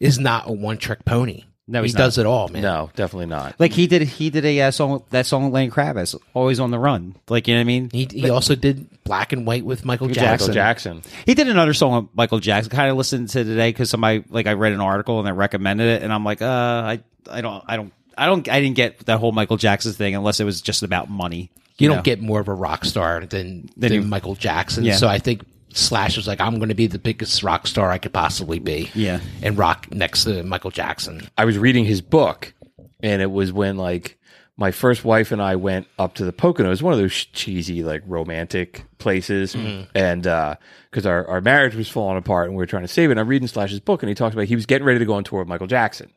Speaker 4: is not a one trick pony.
Speaker 3: No, he's
Speaker 4: he
Speaker 3: not.
Speaker 4: does it all, man.
Speaker 2: no definitely not
Speaker 3: Like he did, he did a uh, song that song with Lenny Kravitz, "Always on the Run." Like you know what I mean?
Speaker 4: He, he also did black and white with Michael Jackson.
Speaker 2: Michael Jackson
Speaker 3: He did another song with Michael Jackson. Kind of listened to today because somebody like I read an article and they recommended it, and I'm like, uh, I, I don't, I don't, I don't, I didn't get that whole Michael Jackson thing unless it was just about money.
Speaker 4: You
Speaker 3: know?
Speaker 4: don't get more of a rock star than
Speaker 3: Than
Speaker 4: than,
Speaker 3: you-
Speaker 4: Michael Jackson.
Speaker 3: Yeah.
Speaker 4: So I think Slash was like, I'm going to be the biggest rock star I could possibly be.
Speaker 3: Yeah.
Speaker 4: and rock next to Michael Jackson.
Speaker 2: I was reading his book, and it was when like my first wife and I went up to the Poconos, one of those cheesy like romantic places, and because our our marriage was falling apart and we were trying to save it. And I'm reading Slash's book, and he talks about he was getting ready to go on tour with Michael Jackson,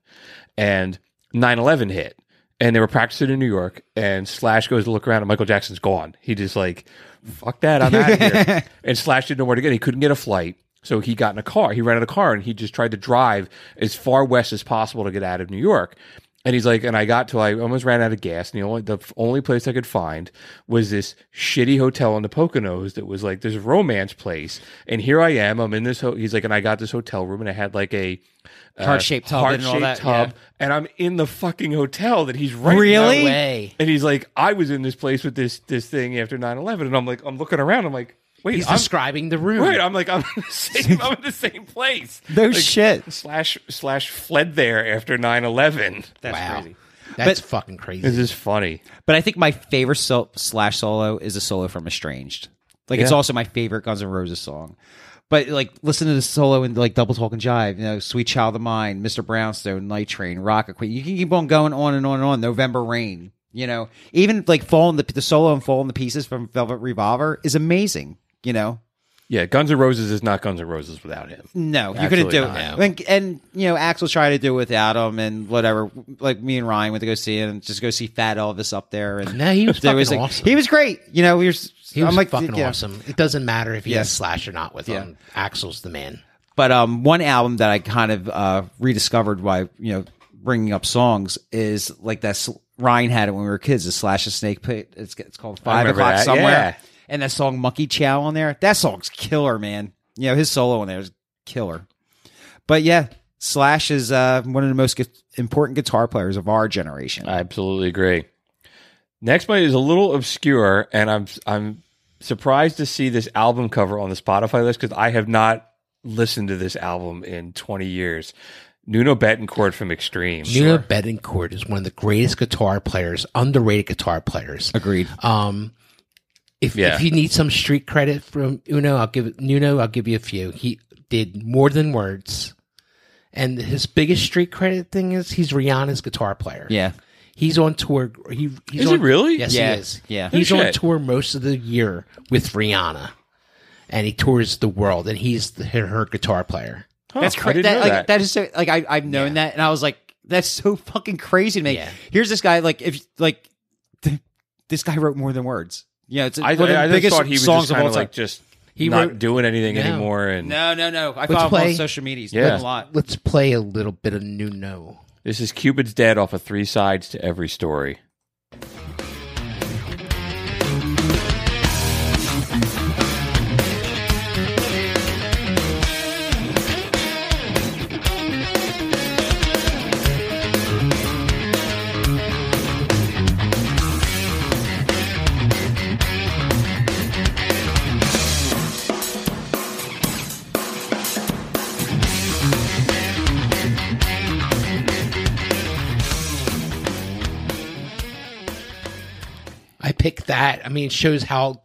Speaker 2: and 9-11 hit. And they were practicing in New York, and Slash goes to look around, and Michael Jackson's gone. He just like, fuck that, I'm out of here. and Slash didn't know where to get. He couldn't get a flight. So he got in a car. He rented a car and he just tried to drive as far west as possible to get out of New York. And he's like, and I got to, I almost ran out of gas. And the only, the only place I could find was this shitty hotel in the Poconos that was like this romance place. And here I am. I'm in this, ho- he's like, and I got this hotel room and I had like a
Speaker 3: Heart-shaped tub
Speaker 2: heart
Speaker 3: and all that,
Speaker 2: shaped Uh, tub. And I'm in the fucking hotel that he's renting.
Speaker 3: Really?
Speaker 2: out.
Speaker 4: Way.
Speaker 2: And he's like, I was in this place with this, this thing after 9 11. And I'm like, I'm looking around. I'm like, wait,
Speaker 4: He's
Speaker 2: I'm,
Speaker 4: describing the room.
Speaker 2: Right, I'm like I'm in the same. I'm in the same place.
Speaker 3: No
Speaker 2: Like,
Speaker 3: shit.
Speaker 2: Slash slash fled there after 9-11. That's
Speaker 4: wow,
Speaker 2: crazy.
Speaker 4: that's
Speaker 3: But-
Speaker 4: fucking
Speaker 2: This
Speaker 4: crazy.
Speaker 2: is funny.
Speaker 3: But I think my favorite sol- slash solo is a solo from Estranged. Like it's
Speaker 2: Yeah.
Speaker 3: also my favorite Guns N' Roses song. But like listen to the solo and like Double Talk and Jive, you know, Sweet Child of Mine, Mr. Brownstone, Night Train, Rocket Queen. You can keep on going on and on and on. November Rain, you know, even like falling the the solo and falling the pieces from Velvet Revolver is amazing. You know,
Speaker 2: Yeah, Guns N' Roses is not Guns N' Roses without him.
Speaker 3: no, you couldn't
Speaker 2: Absolutely
Speaker 3: do it.
Speaker 2: not.
Speaker 3: And, and you know, Axel tried to do it without him and whatever. Like me and Ryan went to go see him, just go see Fat Elvis up there. And
Speaker 4: No, he was
Speaker 3: there
Speaker 4: fucking
Speaker 3: like,
Speaker 4: awesome.
Speaker 3: He was great. You know, we were. s-
Speaker 4: He was
Speaker 3: I'm like
Speaker 4: fucking
Speaker 3: yeah.
Speaker 4: awesome. It doesn't matter if he
Speaker 3: Yeah.
Speaker 4: has Slash or not with
Speaker 3: Yeah.
Speaker 4: him. Axel's the man.
Speaker 3: But um, one album that I kind of uh, rediscovered by you know bringing up songs is like that sl- Ryan had it when we were kids. The Slash the Snake Pit. It's it's called Five
Speaker 2: remember
Speaker 3: O'clock
Speaker 2: that,
Speaker 3: somewhere.
Speaker 2: yeah.
Speaker 3: And that song Monkey Chow on there. That song's killer, man. You know his solo on there is killer. But yeah, Slash is uh, one of the most gu- important guitar players of our generation.
Speaker 2: I absolutely agree. Next one is a little obscure, and I'm I'm surprised to see this album cover on the Spotify list because I have not listened to this album in 20 years. Nuno Betancourt from Extreme.
Speaker 4: Nuno Betancourt is one of the greatest guitar players, underrated guitar players.
Speaker 3: Agreed.
Speaker 4: Um, if
Speaker 2: Yeah.
Speaker 4: if you need some street credit from Uno, I'll give Nuno. I'll give you a few. He did more than words, and his biggest street credit thing is he's Rihanna's guitar player.
Speaker 3: Yeah.
Speaker 4: he's on tour. He he's
Speaker 2: Is he
Speaker 4: on-
Speaker 2: really?
Speaker 4: Yes,
Speaker 3: Yeah.
Speaker 4: he is.
Speaker 3: Yeah.
Speaker 4: he's
Speaker 2: Oh,
Speaker 4: on
Speaker 2: shit.
Speaker 4: tour most of the year with Rihanna, and he tours the world, and he's the, her, her guitar player.
Speaker 2: That's crazy.
Speaker 3: that, like, that is so, like I, I've known that, and I was like, that's so fucking crazy to me.
Speaker 4: Yeah.
Speaker 3: Here's this guy, like if like th- this guy wrote more than words. Yeah, it's
Speaker 2: I,
Speaker 3: one of the
Speaker 2: I, I just
Speaker 3: biggest
Speaker 2: thought he was
Speaker 3: songs
Speaker 2: just
Speaker 3: of
Speaker 2: kind
Speaker 3: all
Speaker 2: of
Speaker 3: time.
Speaker 2: like just
Speaker 4: He
Speaker 2: not
Speaker 4: wrote-
Speaker 2: doing anything
Speaker 4: No.
Speaker 2: anymore. And
Speaker 3: no, no, no. I
Speaker 4: Let's
Speaker 3: follow him on
Speaker 4: play.
Speaker 3: social media. He's
Speaker 2: Yeah.
Speaker 3: done a lot.
Speaker 4: Let's play a little bit of Nuno.
Speaker 2: this is Cupid's Dead off of Three Sides to Every Story.
Speaker 4: I picked that. I mean, it shows how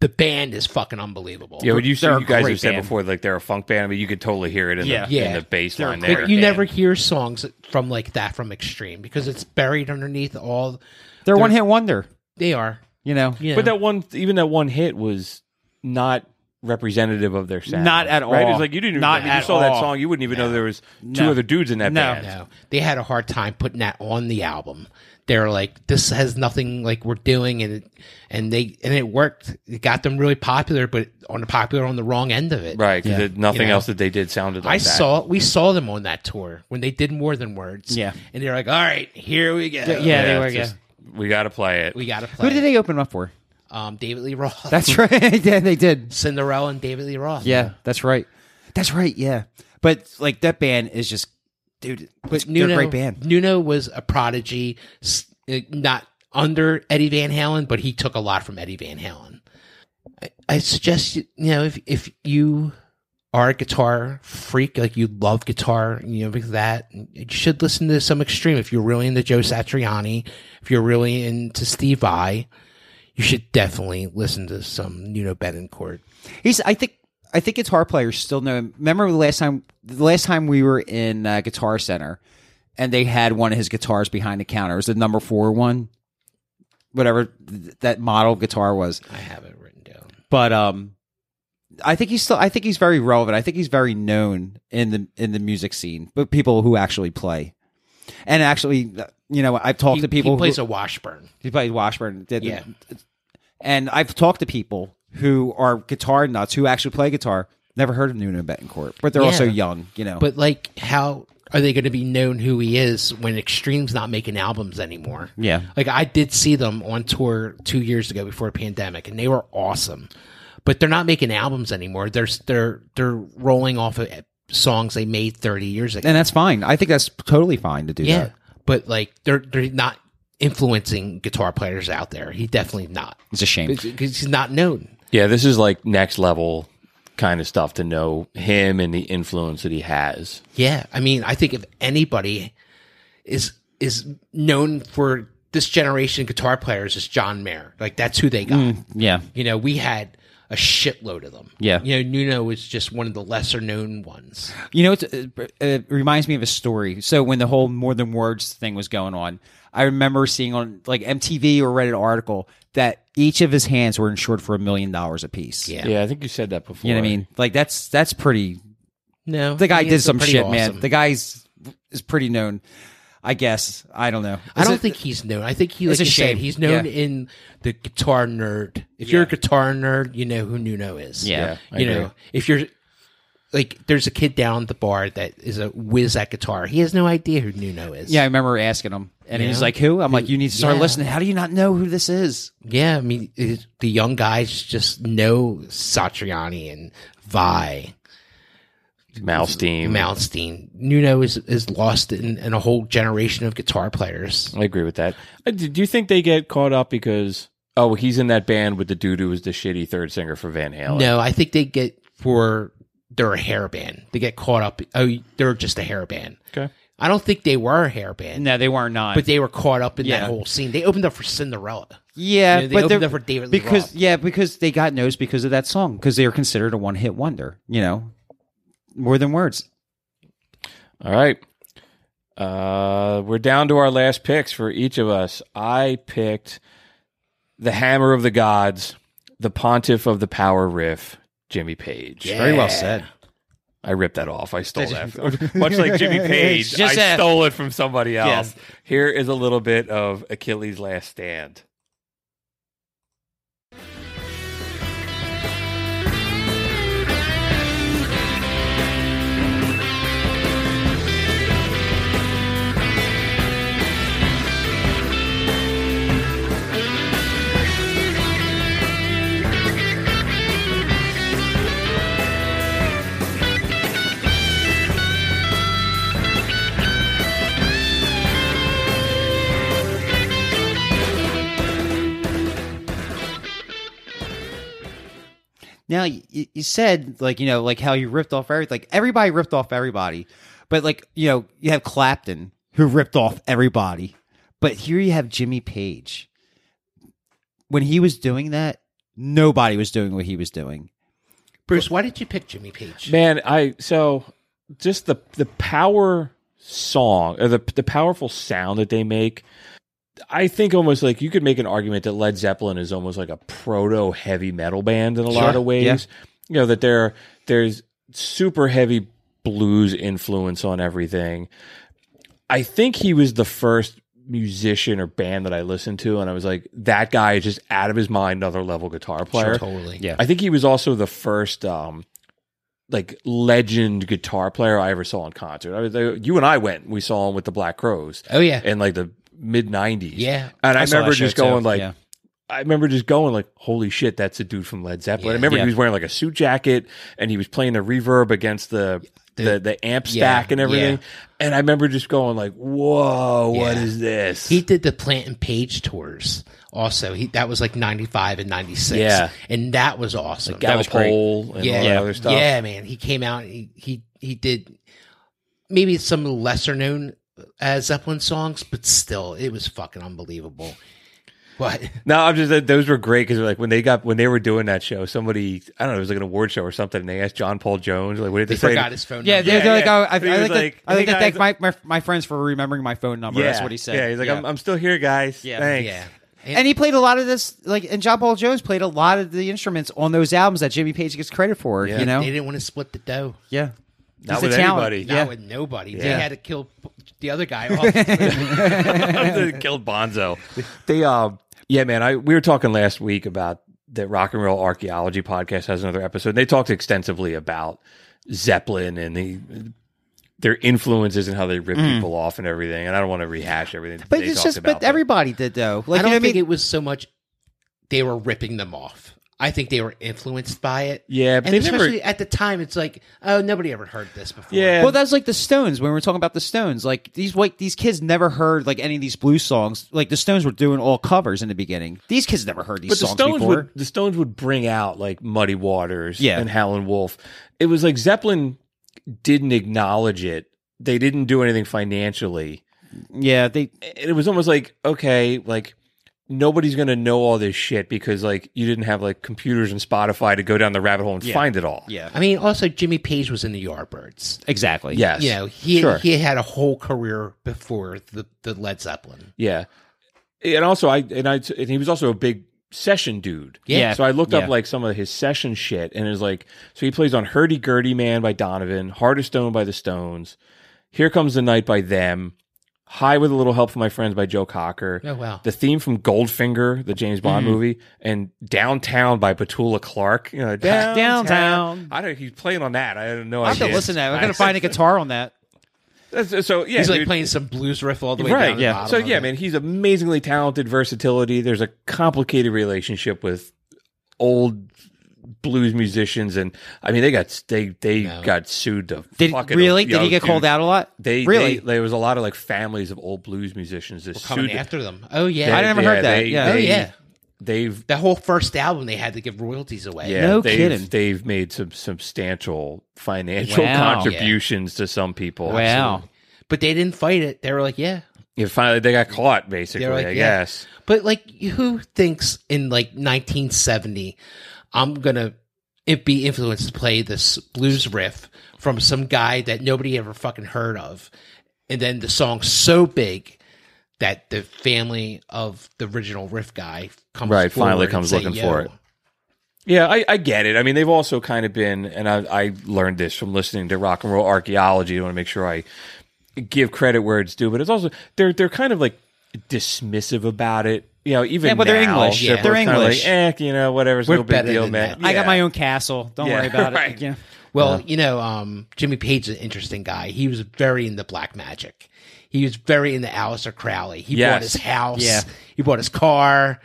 Speaker 4: the band is fucking unbelievable.
Speaker 2: Yeah, what you
Speaker 4: They're
Speaker 2: said,
Speaker 4: a
Speaker 2: you guys
Speaker 4: great
Speaker 2: have said
Speaker 4: band.
Speaker 2: before, like they're a funk band. I mean, you could totally hear it in,
Speaker 3: Yeah.
Speaker 2: the, in
Speaker 4: Yeah.
Speaker 2: the bass
Speaker 3: They're a
Speaker 2: line
Speaker 3: great
Speaker 2: there.
Speaker 4: You
Speaker 3: band.
Speaker 4: never hear songs from like that from Extreme because it's buried underneath all.
Speaker 3: They're, one hit wonder.
Speaker 4: They are,
Speaker 3: You know,
Speaker 4: you know,
Speaker 2: But that one, even that one hit was not representative of their sound.
Speaker 3: Not at
Speaker 2: Right?
Speaker 3: all.
Speaker 2: It's like you didn't even,
Speaker 3: Not
Speaker 2: I mean,
Speaker 3: at
Speaker 2: you saw that
Speaker 3: all.
Speaker 2: song, you wouldn't even know there was two
Speaker 3: No.
Speaker 2: other dudes in that
Speaker 3: No.
Speaker 2: band.
Speaker 4: no, they had a hard time putting that on the album. They're like, this has nothing like we're doing, and and they and it worked. It got them really popular, but on the popular on the wrong end of it.
Speaker 2: Right, because
Speaker 3: Yeah.
Speaker 2: nothing
Speaker 4: You know?
Speaker 2: else that they did sounded like
Speaker 4: I
Speaker 2: that.
Speaker 4: saw we saw them on that tour when they did more than words.
Speaker 3: Yeah.
Speaker 4: and they're like, all right, here we go.
Speaker 3: yeah, they were.
Speaker 2: it's
Speaker 3: yeah.
Speaker 2: just- We got to play it.
Speaker 4: we gotta play.
Speaker 3: Who did they open up for?
Speaker 4: Um, David Lee Roth.
Speaker 3: That's right. yeah, they did.
Speaker 4: Cinderella and David Lee Roth.
Speaker 3: Yeah, that's right. That's right. Yeah, but like that band is just, dude. But they're a great band.
Speaker 4: Nuno was a prodigy, s- uh, not under Eddie Van Halen, but he took a lot from Eddie Van Halen. I, I suggest you, you know if if you are a guitar freak, like you love guitar, and you know because that you should listen to some extreme. If you're really into Joe Satriani, if you're really into Steve Vai, you should definitely listen to some Nuno Betancourt.
Speaker 3: He's. I think. I think guitar players still know. Him. Remember the last time? The last time we were in uh, Guitar Center, and they had one of his guitars behind the counter. It was the number four one, whatever th- that model of guitar was.
Speaker 4: I have it written down.
Speaker 3: But um, I think he's still. I think he's very relevant. I think he's very known in the in the music scene, but people who actually play, and actually, uh, you know, I've talked
Speaker 4: He,
Speaker 3: to people
Speaker 4: he plays
Speaker 3: who,
Speaker 4: a Washburn.
Speaker 3: He played Washburn. Did
Speaker 4: Yeah.
Speaker 3: And I've talked to people who are guitar nuts who actually play guitar. Never heard of Nuno Betancourt, but they're
Speaker 4: Yeah.
Speaker 3: also young, you know.
Speaker 4: But like, how are they going to be known who he is when Extreme's not making albums anymore?
Speaker 3: Yeah.
Speaker 4: Like I did see them on tour two years ago before the pandemic, and they were awesome. But they're not making albums anymore. They're they're they're rolling off of songs they made thirty years ago.
Speaker 3: and that's fine. I think that's totally fine to do
Speaker 4: yeah,
Speaker 3: that.
Speaker 4: but like they're they're not influencing guitar players out there. He definitely not
Speaker 3: It's a shame.
Speaker 4: because he's not known.
Speaker 2: Yeah, this is like next level kind of stuff to know him and the influence that he has.
Speaker 4: Yeah, I mean, I think if anybody is is known for this generation of guitar players is John Mayer. Like that's who they got.
Speaker 3: yeah.
Speaker 4: You know, we had a shitload of them.
Speaker 3: Mm. Yeah.
Speaker 4: You know, Nuno was just one of the lesser known ones.
Speaker 3: You know, it's, it, it reminds me of a story. So when the whole more than words thing was going on, I remember seeing on like MTV or read an article that each of his hands were insured for a million dollars apiece.
Speaker 4: Yeah.
Speaker 2: Yeah. I think you said that before.
Speaker 3: You know what I mean? Like that's that's pretty
Speaker 4: No.
Speaker 3: The guy
Speaker 4: he
Speaker 3: did
Speaker 4: is
Speaker 3: some
Speaker 4: pretty
Speaker 3: shit,
Speaker 4: awesome.
Speaker 3: man. The guy's is pretty known. I guess. I don't know.
Speaker 4: I
Speaker 3: Is
Speaker 4: don't
Speaker 3: it-
Speaker 4: think he's known. I think he like
Speaker 3: It's a
Speaker 4: you said,
Speaker 3: shame.
Speaker 4: he's known
Speaker 3: Yeah.
Speaker 4: in the guitar nerd. If you're a guitar nerd, you know who Nuno is.
Speaker 3: Yeah,
Speaker 2: I
Speaker 4: you
Speaker 2: agree.
Speaker 4: know, if you're like there's a kid down at the bar that is a whiz at guitar. He has no idea who Nuno is.
Speaker 3: Yeah, I remember asking him, and he was
Speaker 4: Yeah.
Speaker 3: like, "Who?" I'm like, "You need to start
Speaker 4: Yeah.
Speaker 3: listening. How do you not know who this is?"
Speaker 4: Yeah, I mean, it, the young guys just know Satriani and Vi,
Speaker 2: Malstein.
Speaker 4: Malmsteen. Nuno is is lost in, in a whole generation of guitar players.
Speaker 2: I agree with that. Uh, Do do you think they get caught up because oh he's in that band with the dude who was the shitty third singer for Van Halen?
Speaker 4: No, I think they get for they're a hair band. They get caught up. Oh, they're just a hair band.
Speaker 2: Okay.
Speaker 4: I don't think they were a hair band,
Speaker 3: No, they weren't not.
Speaker 4: but they were caught up in
Speaker 3: Yeah.
Speaker 4: that whole scene. They opened up for Cinderella. Yeah,
Speaker 3: yeah,
Speaker 4: they
Speaker 3: but
Speaker 4: opened
Speaker 3: they're
Speaker 4: up for David Lee
Speaker 3: because
Speaker 4: Roth.
Speaker 3: yeah, because they got noticed because of that song because they were considered a one hit wonder. You know, more than words.
Speaker 2: All right. Uh, we're down to our last picks for each of us. I picked the Hammer of the Gods, the Pontiff of the Power Riff, Jimmy Page.
Speaker 4: Yeah.
Speaker 3: Very well said.
Speaker 2: I ripped that off. I stole
Speaker 3: Did you?
Speaker 2: that. from- Much like Jimmy Page,
Speaker 3: Just
Speaker 2: I
Speaker 3: ask.
Speaker 2: stole it from somebody else.
Speaker 3: Yes.
Speaker 2: Here is a little bit of Achilles' last stand.
Speaker 3: Now you, you said like you know like how you ripped off every like everybody ripped off everybody, but like you know you have Clapton who ripped off everybody, but here you have Jimmy Page. When he was doing that, nobody was doing what he was doing.
Speaker 4: Bruce, why did you pick Jimmy Page?
Speaker 2: Man, I so just the the power song or the the powerful sound that they make. I think almost like you could make an argument that Led Zeppelin is almost like a proto heavy metal band in a lot
Speaker 3: Sure,
Speaker 2: of ways. You know that there there's super heavy blues influence on everything. I think he was the first musician or band that I listened to, and I was like, that guy is just out of his mind, another level guitar player.
Speaker 4: Sure, totally.
Speaker 3: Yeah.
Speaker 2: I think he was also the first um like legend guitar player I ever saw in concert. I was uh, you and I went, we saw him with the Black Crows
Speaker 4: Oh yeah.
Speaker 2: in like the mid 90s.
Speaker 4: Yeah.
Speaker 2: And I,
Speaker 3: saw that
Speaker 2: remember
Speaker 3: show,
Speaker 2: just going
Speaker 3: too.
Speaker 2: like
Speaker 3: Yeah.
Speaker 2: I remember just going like, "Holy shit, that's a dude from Led Zeppelin." I
Speaker 4: Yeah.
Speaker 2: remember
Speaker 3: Yeah.
Speaker 2: he was wearing like a suit jacket and he was playing a reverb against the the, the, amp
Speaker 4: yeah,
Speaker 2: stack and everything. And I remember just going like, "Whoa, what
Speaker 4: Yeah.
Speaker 2: is this?"
Speaker 4: He did the Plant and Page tours. Also, he that was like '95 and '96.
Speaker 2: Yeah.
Speaker 4: and that was awesome.
Speaker 2: that was pole and all that other stuff.
Speaker 4: Yeah, man. He came out. and He he, he did maybe some of the lesser known uh, Zeppelin songs, but still, it was fucking unbelievable. What?
Speaker 2: No, I'm just that those were great because like when they got when they were doing that show, somebody I don't know it was like an award show or something, and they asked John Paul Jones like what did they,
Speaker 4: They
Speaker 2: say?
Speaker 4: forgot his phone
Speaker 3: Yeah,
Speaker 4: number.
Speaker 3: they're, they're
Speaker 2: yeah.
Speaker 3: like, oh, I,
Speaker 2: He
Speaker 3: I
Speaker 2: was
Speaker 3: like,
Speaker 2: like,
Speaker 3: to, I like
Speaker 2: "Hey,
Speaker 3: to thank
Speaker 2: guys."
Speaker 3: my, my my friends for remembering my phone number. That's what he said.
Speaker 2: Yeah, he's like
Speaker 3: Yeah.
Speaker 2: I'm, I'm still here, guys.
Speaker 3: Yeah.
Speaker 2: Thanks.
Speaker 4: Yeah.
Speaker 3: and he played a lot of this, like, and John Paul Jones played a lot of the instruments on those albums that Jimmy Page gets credit for.
Speaker 2: Yeah.
Speaker 3: You know,
Speaker 4: They didn't want to split the dough.
Speaker 3: yeah,
Speaker 2: Not
Speaker 3: He's a
Speaker 2: with
Speaker 3: talent.
Speaker 2: anybody.
Speaker 4: Not
Speaker 3: Yeah.
Speaker 4: with nobody. They
Speaker 2: Yeah.
Speaker 4: had to kill the other guy off.
Speaker 2: They killed Bonzo. They um yeah, man, I we were talking last week about the rock and roll archaeology podcast has another episode. And they talked extensively about Zeppelin and the their influences and how they rip people off and everything. And I don't want to rehash everything.
Speaker 3: Mm. But
Speaker 2: they
Speaker 3: it's
Speaker 2: talked
Speaker 3: just,
Speaker 2: about,
Speaker 3: but everybody did though. Like,
Speaker 4: I don't
Speaker 3: you know what
Speaker 4: think
Speaker 3: I mean?
Speaker 4: it was so much they were ripping them off. I think they were influenced by it.
Speaker 2: Yeah, but
Speaker 4: and
Speaker 2: they never-
Speaker 4: especially at the time, it's like, oh, nobody ever heard this before.
Speaker 2: yeah.
Speaker 3: well, that's like the Stones when we were talking about the Stones. Like these, like these kids never heard like any of these blues songs. Like the Stones were doing all covers in the beginning. These kids never heard these
Speaker 2: but the
Speaker 3: songs
Speaker 2: Stones
Speaker 3: before.
Speaker 2: would the Stones would bring out like Muddy Waters
Speaker 3: Yeah.
Speaker 2: and Howlin' Wolf. It was like Zeppelin didn't acknowledge it. They didn't do anything financially.
Speaker 3: yeah, they.
Speaker 2: And it was almost like okay, like nobody's going to know all this shit because like you didn't have like computers and Spotify to go down the rabbit hole and find it all.
Speaker 3: Yeah,
Speaker 4: I mean, also Jimmy Page was in the Yardbirds.
Speaker 3: exactly.
Speaker 2: Yes.
Speaker 4: You know, he
Speaker 2: Sure.
Speaker 4: he had a whole career before the, the Led Zeppelin.
Speaker 2: Yeah. And also I and I and he was also a big session dude.
Speaker 3: Yeah.
Speaker 2: So I looked
Speaker 3: Yeah.
Speaker 2: up like some of his session shit and it was like so he plays on Hurdy Gurdy Man by Donovan, Heart of Stone by the Stones, Here Comes the Night by them, High with a Little Help from My Friends by Joe Cocker.
Speaker 4: Oh wow.
Speaker 2: The theme from Goldfinger, the James Bond
Speaker 3: Mm-hmm.
Speaker 2: movie, and Downtown by Petula Clark. You know, downtown.
Speaker 3: Downtown.
Speaker 2: I don't. He's playing on that. I don't know.
Speaker 3: I have to listen to that. I'm gonna find a guitar on that.
Speaker 2: So yeah,
Speaker 4: He's like
Speaker 2: dude.
Speaker 4: playing some blues riff all the way
Speaker 2: right
Speaker 4: down. to the
Speaker 2: yeah
Speaker 4: bottom
Speaker 2: so
Speaker 4: of
Speaker 2: yeah
Speaker 4: it.
Speaker 2: man he's amazingly talented versatility there's a complicated relationship with old blues musicians and i mean they got they they
Speaker 4: No.
Speaker 2: got sued to
Speaker 3: Did
Speaker 2: fucking
Speaker 3: really?
Speaker 2: yo,
Speaker 3: Did he get
Speaker 2: dude,
Speaker 3: called out a lot?
Speaker 2: they
Speaker 3: really?
Speaker 2: they, there was a lot of like families of old blues musicians that
Speaker 4: coming
Speaker 2: sued
Speaker 4: after them. Oh
Speaker 2: they-
Speaker 4: yeah.
Speaker 3: I never heard that.
Speaker 2: they-
Speaker 3: Yeah.
Speaker 4: oh
Speaker 2: they-
Speaker 4: yeah.
Speaker 2: they've
Speaker 4: That whole first album they had to give royalties away.
Speaker 2: yeah,
Speaker 3: No
Speaker 2: they've,
Speaker 3: kidding.
Speaker 2: They've made some substantial financial
Speaker 3: Wow.
Speaker 2: contributions to some people.
Speaker 3: wow.
Speaker 4: But they didn't fight it. They were like, yeah.
Speaker 2: Yeah, finally, they got caught. Basically,
Speaker 4: like,
Speaker 2: I
Speaker 4: yeah.
Speaker 2: guess.
Speaker 4: But like, who thinks in like 1970, I'm gonna it be influenced to play this blues riff from some guy that nobody ever fucking heard of, and then the song's so big that the family of the original riff guy comes
Speaker 2: Right,
Speaker 4: forward
Speaker 2: finally
Speaker 4: and
Speaker 2: comes
Speaker 4: say,
Speaker 2: looking
Speaker 4: "Yo."
Speaker 2: for it. Yeah, I, I get it. I mean, they've also kind of been, and I, I learned this from listening to rock and roll archaeology. I want to make sure I give credit where it's due, but it's also they're they're kind of like dismissive about it. You know, even
Speaker 3: Yeah, but they're
Speaker 2: now,
Speaker 3: English. Yeah.
Speaker 2: both
Speaker 3: They're
Speaker 2: kind of
Speaker 3: English.
Speaker 2: Like, eh, you know, whatever. It's
Speaker 4: We're
Speaker 2: no big
Speaker 4: better
Speaker 2: deal,
Speaker 4: than
Speaker 2: man.
Speaker 4: that.
Speaker 3: I got
Speaker 2: Yeah.
Speaker 3: my own castle. Don't
Speaker 2: Yeah,
Speaker 3: worry about
Speaker 2: right.
Speaker 3: it. You know?
Speaker 4: Well, you know, um, Jimmy Page is an interesting guy. He was very into black magic. He was very into Alistair Crowley. He
Speaker 2: Yes.
Speaker 4: bought his house.
Speaker 3: Yeah.
Speaker 4: He bought his car.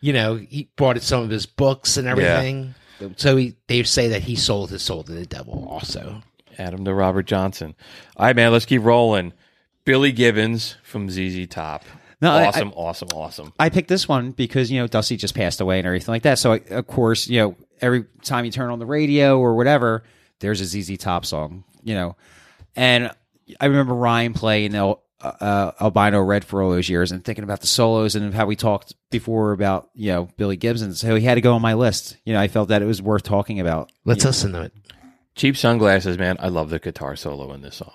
Speaker 4: You know, he bought some of his books and everything. So he, they say that he sold his soul to the devil also.
Speaker 2: Adam to Robert Johnson. All right, man, let's keep rolling. Billy Gibbons from ZZ Top.
Speaker 3: No, Uh, I-
Speaker 2: awesome, awesome, awesome.
Speaker 3: I picked this one because you know Dusty just passed away and everything like that. So I, of course, you know, every time you turn on the radio or whatever, there's a ZZ Top song, you know. And I remember Ryan playing El, uh, Albino Red for all those years and thinking about the solos and how we talked before about you know Billy Gibson. So he had to go on my list. You know, I felt that it was worth talking about.
Speaker 4: Let's listen to it.
Speaker 2: Cheap sunglasses, man. I love the guitar solo in this song.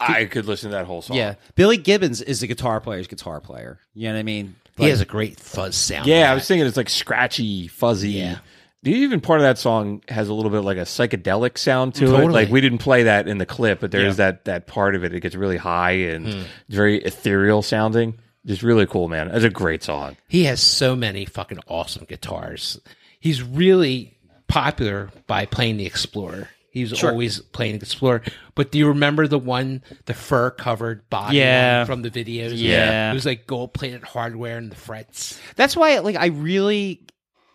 Speaker 2: I could listen to that whole song.
Speaker 3: Yeah, Billy Gibbons is a guitar player's guitar player. You know what I mean?
Speaker 4: he has a great fuzz sound.
Speaker 2: Yeah, I was thinking it's like scratchy, fuzzy.
Speaker 4: Yeah.
Speaker 2: The- Even part of that song has a little bit like a psychedelic sound to it.
Speaker 4: Totally.
Speaker 2: Like we didn't play that in the clip, but there is that that part of it. It gets really high and
Speaker 3: Hmm.
Speaker 2: very ethereal sounding. Just really cool, man. That's a great song.
Speaker 4: He has so many fucking awesome guitars. He's really popular by playing the Explorer. He's always playing the Explorer. But do you remember the one, the fur covered body
Speaker 3: Yeah.
Speaker 4: one from the videos?
Speaker 3: Yeah.
Speaker 4: It was like gold plated hardware and the frets.
Speaker 3: That's why, like, I really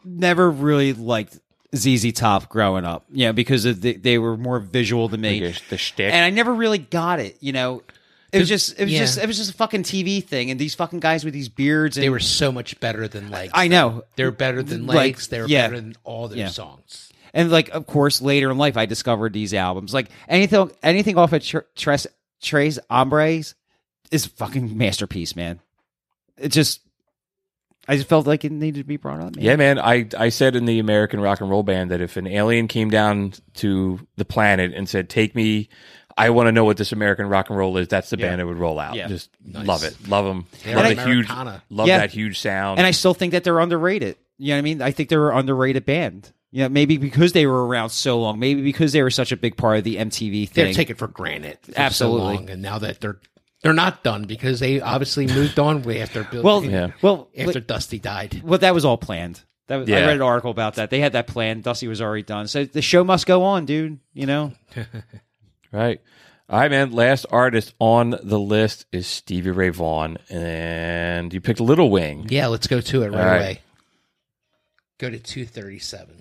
Speaker 3: never really liked ZZ Top growing up. Yeah, because of the, they were more visual to me,
Speaker 2: Like, The shtick.
Speaker 3: and I never really got it. You know, it was just, it was
Speaker 4: yeah.
Speaker 3: just, it was just a fucking TV thing, and these fucking guys with these beards. And,
Speaker 4: They were so much better than legs.
Speaker 3: I know,
Speaker 4: They were better than
Speaker 3: Like,
Speaker 4: legs. they were
Speaker 3: yeah.
Speaker 4: better than all their
Speaker 3: Yeah.
Speaker 4: songs.
Speaker 3: and like, of course, later in life, I discovered these albums. Like anything, anything off of Tr- Tres Tres Hombres is a fucking masterpiece, man. It just, I just felt like it needed to be brought up. man.
Speaker 2: Yeah, man. I, I said in the American rock and roll band that if an alien came down to the planet and said, Take me, I want to know what this American rock and roll is, that's the band that would roll out.
Speaker 3: Yeah.
Speaker 2: Just love it. Love them.
Speaker 4: Yeah,
Speaker 2: love
Speaker 3: and
Speaker 2: the
Speaker 4: I-
Speaker 2: huge,
Speaker 4: Americana.
Speaker 2: love
Speaker 3: Yeah.
Speaker 2: that huge sound.
Speaker 3: and I still think that they're underrated. You know what I mean? I think they're an underrated band. You know, maybe because they were around so long, maybe because they were such a big part of the MTV
Speaker 4: They're
Speaker 3: thing.
Speaker 4: taken for granted. for so
Speaker 3: Absolutely.
Speaker 4: long, and now that they're they're not done because they obviously moved on way after Bill,
Speaker 3: well,
Speaker 2: Yeah.
Speaker 3: well,
Speaker 4: after
Speaker 3: but-
Speaker 4: Dusty died.
Speaker 3: well, that was all planned. That was, I
Speaker 2: Yeah.
Speaker 3: read an article about that. They had that plan. Dusty was already done, so the show must go on, dude. You know,
Speaker 2: Right. All right, man. Last artist on the list is Stevie Ray Vaughan, and you picked Little Wing.
Speaker 4: Yeah, let's go to it right,
Speaker 2: All right.
Speaker 4: away. Go to 237.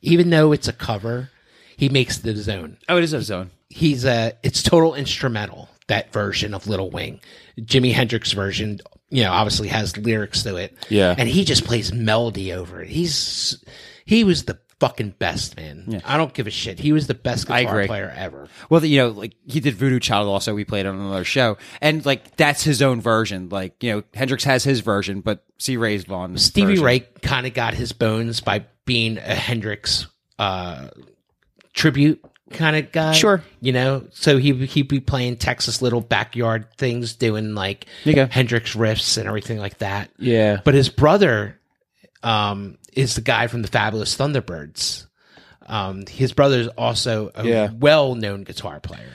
Speaker 4: Even though it's a cover, he makes the zone.
Speaker 3: oh, it is a zone.
Speaker 4: He's a it's total instrumental that version of Little Wing. Jimi Hendrix version, you know, obviously has lyrics to it.
Speaker 2: Yeah.
Speaker 4: And he just plays melody over it. He's he was the fucking best, man. I don't give a shit. He was the best
Speaker 3: I
Speaker 4: guitar
Speaker 3: agree.
Speaker 4: player ever.
Speaker 3: Well, you know, like he did Voodoo Child also. We played on another show, and like that's his own version. Like you know, Hendrix has his version, but C. Ray's Vaughn.
Speaker 4: Stevie
Speaker 3: version.
Speaker 4: Ray kind of got his bones by being a Hendrix uh, tribute kind of guy.
Speaker 3: Sure.
Speaker 4: you know, so he he'd be playing Texas little backyard things, doing like
Speaker 3: You go.
Speaker 4: Hendrix riffs and everything like that.
Speaker 2: Yeah.
Speaker 4: But his brother um, is the guy from the Fabulous Thunderbirds. Um, his brother is also a
Speaker 2: Yeah.
Speaker 4: well-known guitar player.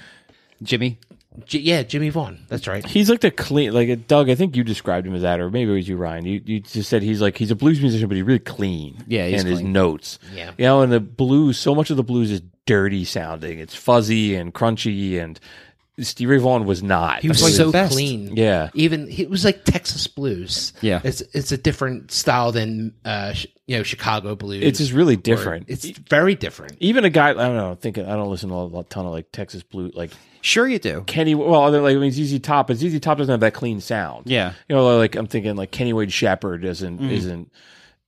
Speaker 3: Jimmy.
Speaker 4: J- yeah, Jimmy Vaughn. That's right.
Speaker 2: He's like the clean, like Doug. I think you described him as that, or maybe it was you, Ryan. You you just said he's like he's a blues musician, but he's really clean.
Speaker 3: Yeah, he's
Speaker 2: and his
Speaker 3: clean.
Speaker 2: notes.
Speaker 4: Yeah.
Speaker 2: you know, and the blues. So much of the blues is dirty sounding. It's fuzzy and crunchy, and Stevie Ray Vaughan was not.
Speaker 4: He was
Speaker 3: why he's
Speaker 4: so
Speaker 3: the best.
Speaker 4: clean.
Speaker 2: Yeah.
Speaker 4: Even it was like Texas blues.
Speaker 3: Yeah.
Speaker 4: It's it's a different style than uh sh- you know Chicago blues.
Speaker 2: It's just really different.
Speaker 4: It's very different.
Speaker 2: even a guy. I don't know. I Think I don't listen to a lot- ton of like Texas blue, like
Speaker 3: Sure, you do.
Speaker 2: Kenny. Well, they're like I mean, ZZ Top, but ZZ Top doesn't have that clean sound.
Speaker 3: Yeah.
Speaker 2: you know, like I'm thinking like Kenny Wade Shepherd isn't isn't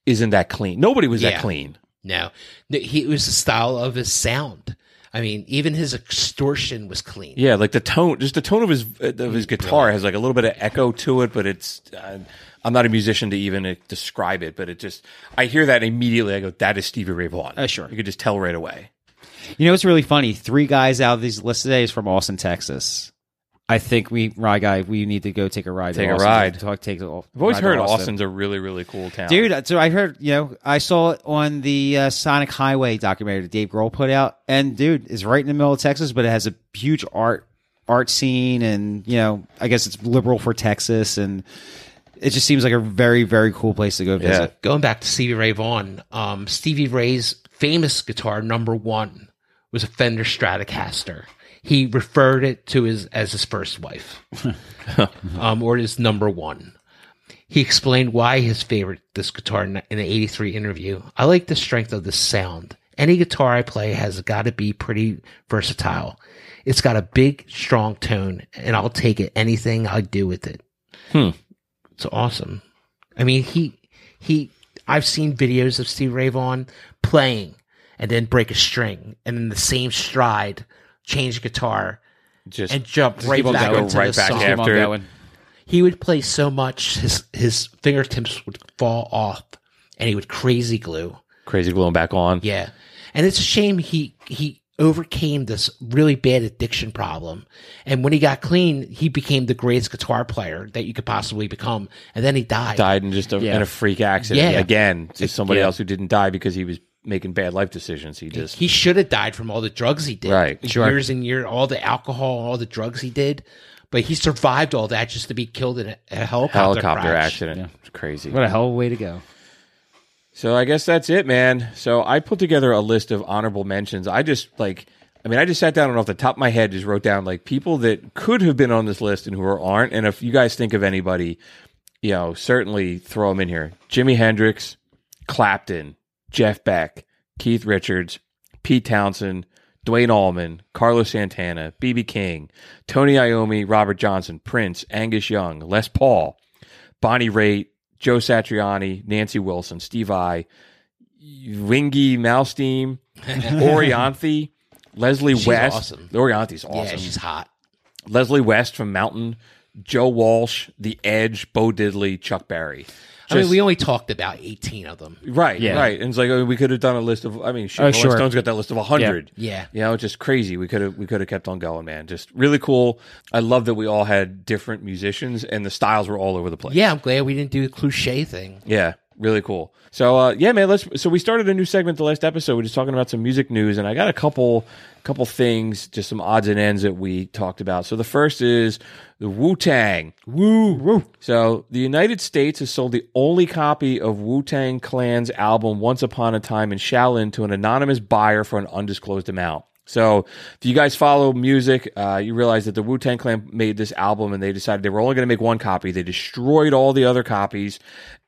Speaker 2: isn't that clean. Nobody was
Speaker 4: Yeah.
Speaker 2: that clean.
Speaker 4: No, no he it was the style of his sound. I mean, even his extortion was clean.
Speaker 2: Yeah, like the tone, just the tone of his of his guitar has like a little bit of echo to it, but it's. Uh, I'm not a musician to even uh, describe it, but it just I hear that immediately. I go, that is Stevie Ray Vaughan.
Speaker 3: Uh, sure.
Speaker 2: you could just tell right away.
Speaker 3: You know, it's really funny. Three guys out of these list today is from Austin, Texas. I think we, Rye Guy, we need to go take a ride. to
Speaker 2: Take a
Speaker 3: Austin.
Speaker 2: ride.
Speaker 3: Talk, take a,
Speaker 2: I've always
Speaker 3: ride to
Speaker 2: heard Austin's a really really cool town,
Speaker 3: Dude, so I heard, you know, I saw it on the uh, Sonic Highway documentary that Dave Grohl put out. And, dude, it's right in the middle of Texas, but it has a huge art art scene. And, you know, I guess it's liberal for Texas. And it just seems like a very, very cool place to go visit.
Speaker 2: Yeah.
Speaker 4: Going back to Stevie Ray Vaughan, um, Stevie Ray's famous guitar number one was a Fender Stratocaster. He referred it to his as his first wife, um, or his number one. He explained why his favorite this guitar in in the '83 interview. I like the strength of the sound. Any guitar I play has got to be pretty versatile. It's got a big, strong tone, and I'll take it anything I do with it. It's awesome. I mean, he he. I've seen videos of Steve Ray Vaughan playing and then break a string and in the same stride change guitar
Speaker 2: Just
Speaker 4: and jump right
Speaker 2: keep on
Speaker 4: back
Speaker 2: going,
Speaker 4: into
Speaker 2: right
Speaker 4: the
Speaker 2: back
Speaker 4: song.
Speaker 2: after.
Speaker 3: Keep on going.
Speaker 4: He would play so much his his fingertips would fall off and he would crazy glue.
Speaker 2: crazy glowing back on.
Speaker 4: Yeah. And it's a shame he he overcame this really bad addiction problem. And when he got clean, he became the greatest guitar player that you could possibly become. And then he died.
Speaker 2: died in just a,
Speaker 3: Yeah.
Speaker 2: in a freak accident
Speaker 4: Yeah.
Speaker 2: again. Just somebody
Speaker 3: yeah.
Speaker 2: else who didn't die because he was making bad life decisions. He just
Speaker 4: He should have died from all the drugs he did.
Speaker 2: Right. Sure.
Speaker 4: Years and year, all the alcohol, all the drugs he did. But he survived all that just to be killed in a, a helicopter,
Speaker 2: helicopter
Speaker 4: crash.
Speaker 2: accident. It's crazy.
Speaker 3: What a hell of a way to go.
Speaker 2: So I guess that's it, man. So I put together a list of honorable mentions. I just like. I mean, I just sat down and off the top of my head just wrote down like people that could have been on this list and who are, aren't. And if you guys think of anybody, you know, certainly throw them in here. Jimi Hendrix, Clapton, Jeff Beck, Keith Richards, Pete Townsend, Dwayne Allman, Carlos Santana, B.B. King, Tony Iommi, Robert Johnson, Prince, Angus Young, Les Paul, Bonnie Raitt, Joe Satriani, Nancy Wilson, Steve I, Wingy Malsteam, Orianthe, Leslie
Speaker 4: She's
Speaker 2: West.
Speaker 4: awesome.
Speaker 2: Orianthe's
Speaker 4: Yeah,
Speaker 2: awesome.
Speaker 4: she's hot.
Speaker 2: Leslie West from Mountain, Joe Walsh, The Edge, Bo Diddley, Chuck Berry.
Speaker 4: I mean,
Speaker 2: Just-
Speaker 4: we only talked about 18 of them.
Speaker 2: Right,
Speaker 3: Yeah.
Speaker 2: right. And it's like oh, we could have done a list of. I mean, shit, Rolling
Speaker 3: sure.
Speaker 2: Stone's got that list of hundred.
Speaker 4: Yeah. Yeah.
Speaker 2: you know, it's just crazy. We could have we could have kept on going, man. Just really cool. I love that we all had different musicians and the styles were all over the place.
Speaker 4: Yeah, I'm glad we didn't do the cliche thing.
Speaker 2: Yeah, really cool. So uh, yeah, man. Let's. So we started a new segment the last episode. We're just talking about some music news, and I got a couple, couple things, just some odds and ends that we talked about. So the first is the Wu Tang. Woo woo. So the United States has sold the only copy of Wu Tang Clan's album Once Upon a Time in Shaolin to an anonymous buyer for an undisclosed amount. So, if you guys follow music, uh, you realize that the Wu Tang Clan made this album and they decided they were only going to make one copy. They destroyed all the other copies,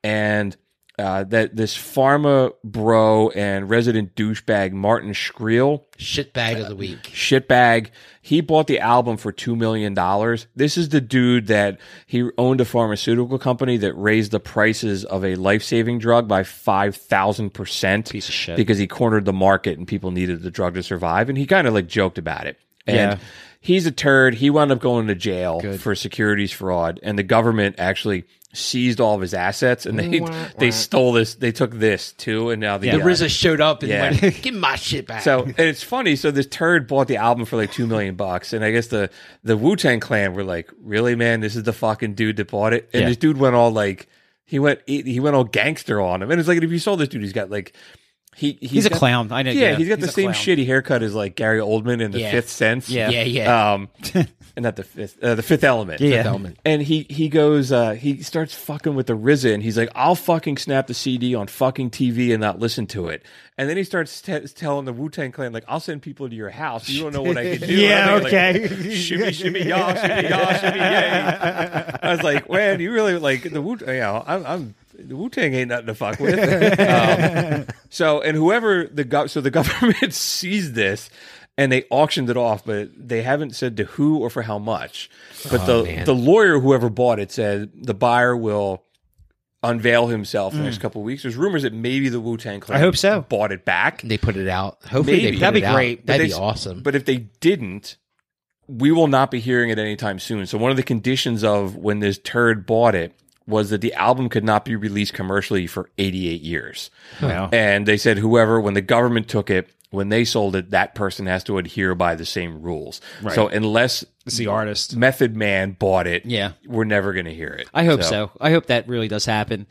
Speaker 2: and uh, that this pharma bro and resident douchebag Martin Schreel
Speaker 4: Shitbag of the week.
Speaker 2: shitbag. He bought the album for two million dollars. This is the dude that he owned a pharmaceutical company that raised the prices of a life saving drug by five thousand percent. Piece of
Speaker 3: shit.
Speaker 2: Because he cornered the market and people needed the drug to survive, and he kind of like joked about it. And
Speaker 3: Yeah.
Speaker 2: he's a turd. He wound up going to jail for securities fraud, and the government actually seized all of his assets and they they stole this they took this too and now the,
Speaker 4: The
Speaker 2: uh,
Speaker 4: RZA showed up and
Speaker 2: Yeah.
Speaker 4: went, "Give my shit back."
Speaker 2: so and it's funny. So this turd bought the album for like two million bucks, and I guess the the Wu Tang Clan were like, "Really, man? This is the fucking dude that bought it." And
Speaker 3: Yeah.
Speaker 2: this dude went all like, he went he he went all gangster on him, and it's like if you saw this dude, he's got like. he
Speaker 3: He's, a
Speaker 2: got-
Speaker 3: clown. I know.
Speaker 2: Yeah, he's got the
Speaker 3: a
Speaker 2: same
Speaker 3: clown.
Speaker 2: shitty haircut as like Gary Oldman in The
Speaker 4: Yeah.
Speaker 2: Fifth Sense.
Speaker 3: Yeah.
Speaker 4: yeah, yeah.
Speaker 2: Um, and not the fifth, uh, the Fifth Element.
Speaker 3: Yeah.
Speaker 4: Element.
Speaker 2: And he he goes, uh, he starts fucking with the RZA, and he's like, "I'll fucking snap the CD on fucking TV and not listen to it." And then he starts t- telling the Wu Tang Clan, "Like, I'll send people to your house. You don't know what I can do."
Speaker 3: Yeah,
Speaker 2: And I'm thinking,
Speaker 3: okay.
Speaker 2: Like, shimmy, shimmy, y'all, shimmy, y'all, shimmy, yay. I was like, "Man, you really like the Wu? You know, I'm." I'm the Wu Tang ain't nothing to fuck with. Um, so, and whoever the gov- so the government sees this, and they auctioned it off, but they haven't said to who or for how much. But
Speaker 3: Oh,
Speaker 2: the the lawyer, whoever bought it, said the buyer will unveil himself in the next couple of weeks. There's rumors that maybe the Wu Tang Clan
Speaker 3: Mm. I hope so.
Speaker 2: bought it back.
Speaker 4: They put it out. Hopefully, they
Speaker 2: Maybe.
Speaker 4: put
Speaker 2: That'd
Speaker 4: it
Speaker 3: be
Speaker 4: out.
Speaker 3: great, but
Speaker 4: That'd
Speaker 2: they
Speaker 4: be
Speaker 2: s-
Speaker 4: awesome.
Speaker 2: But if they didn't, we will not be hearing it anytime soon. So one of the conditions of when this turd bought it was that the album could not be released commercially for 88 years.
Speaker 3: Wow.
Speaker 2: And they said whoever, when the government took it, when they sold it, that person has to adhere by the same rules.
Speaker 3: Right.
Speaker 2: So unless
Speaker 3: It's the artist.
Speaker 2: Method Man bought it,
Speaker 3: Yeah.
Speaker 2: we're never going to hear it.
Speaker 3: I hope so. I hope that really does happen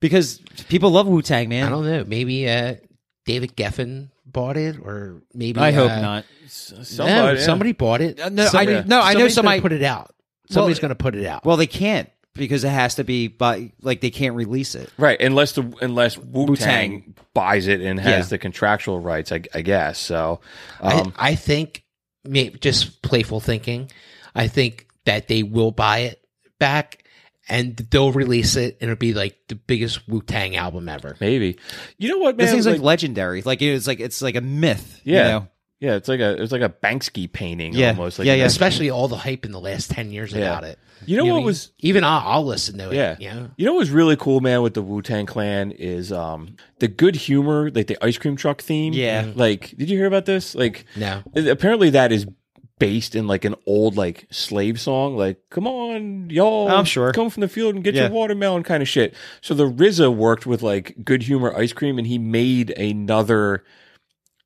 Speaker 3: because people love Wu Tang, man.
Speaker 4: I don't know. Maybe uh, David Geffen bought it, or maybe
Speaker 3: I hope
Speaker 4: uh,
Speaker 3: not.
Speaker 4: no,
Speaker 2: Somebody, yeah.
Speaker 4: somebody bought it.
Speaker 3: Uh, no, I
Speaker 4: Somebody-
Speaker 3: didn't- no, I know
Speaker 4: somebody's
Speaker 3: somebody-
Speaker 4: gonna put it out. Somebody's going to put it out.
Speaker 3: Well, they can't because it has to be by like they can't release it.
Speaker 2: Right, unless the unless Wu Tang
Speaker 3: Wu-Tang.
Speaker 2: buys it and has
Speaker 3: Yeah.
Speaker 2: the contractual rights, I, I guess. So, um,
Speaker 4: I, I think, maybe just playful thinking, I think that they will buy it back and they'll release it, and it'll be like the biggest Wu Tang album ever.
Speaker 2: maybe you know what, man?
Speaker 3: This thing's like,
Speaker 2: Like-
Speaker 3: legendary. Like it's like it's like a myth.
Speaker 2: Yeah.
Speaker 3: You know?
Speaker 2: yeah, it's like a it's like a Banksy painting
Speaker 3: Yeah.
Speaker 2: almost. Like
Speaker 3: Yeah, yeah.
Speaker 4: Especially all the hype in the last ten years about it.
Speaker 2: You know
Speaker 4: You know
Speaker 2: what
Speaker 4: mean?
Speaker 2: was
Speaker 4: Even I'll, I'll listen to it.
Speaker 2: Yeah.
Speaker 4: you know?
Speaker 2: You know what's really cool, man, with the Wu Tang Clan is um the good humor, like the ice cream truck theme.
Speaker 3: Yeah. Mhm.
Speaker 2: Like, did you hear about this? Like,
Speaker 4: No.
Speaker 2: it- apparently that is based in like an old like slave song, like "Come on, y'all,
Speaker 3: I'm sure.
Speaker 2: come from the field and get
Speaker 3: Yeah.
Speaker 2: your watermelon" kind of shit. So the RZA worked with like good humor ice cream, and he made another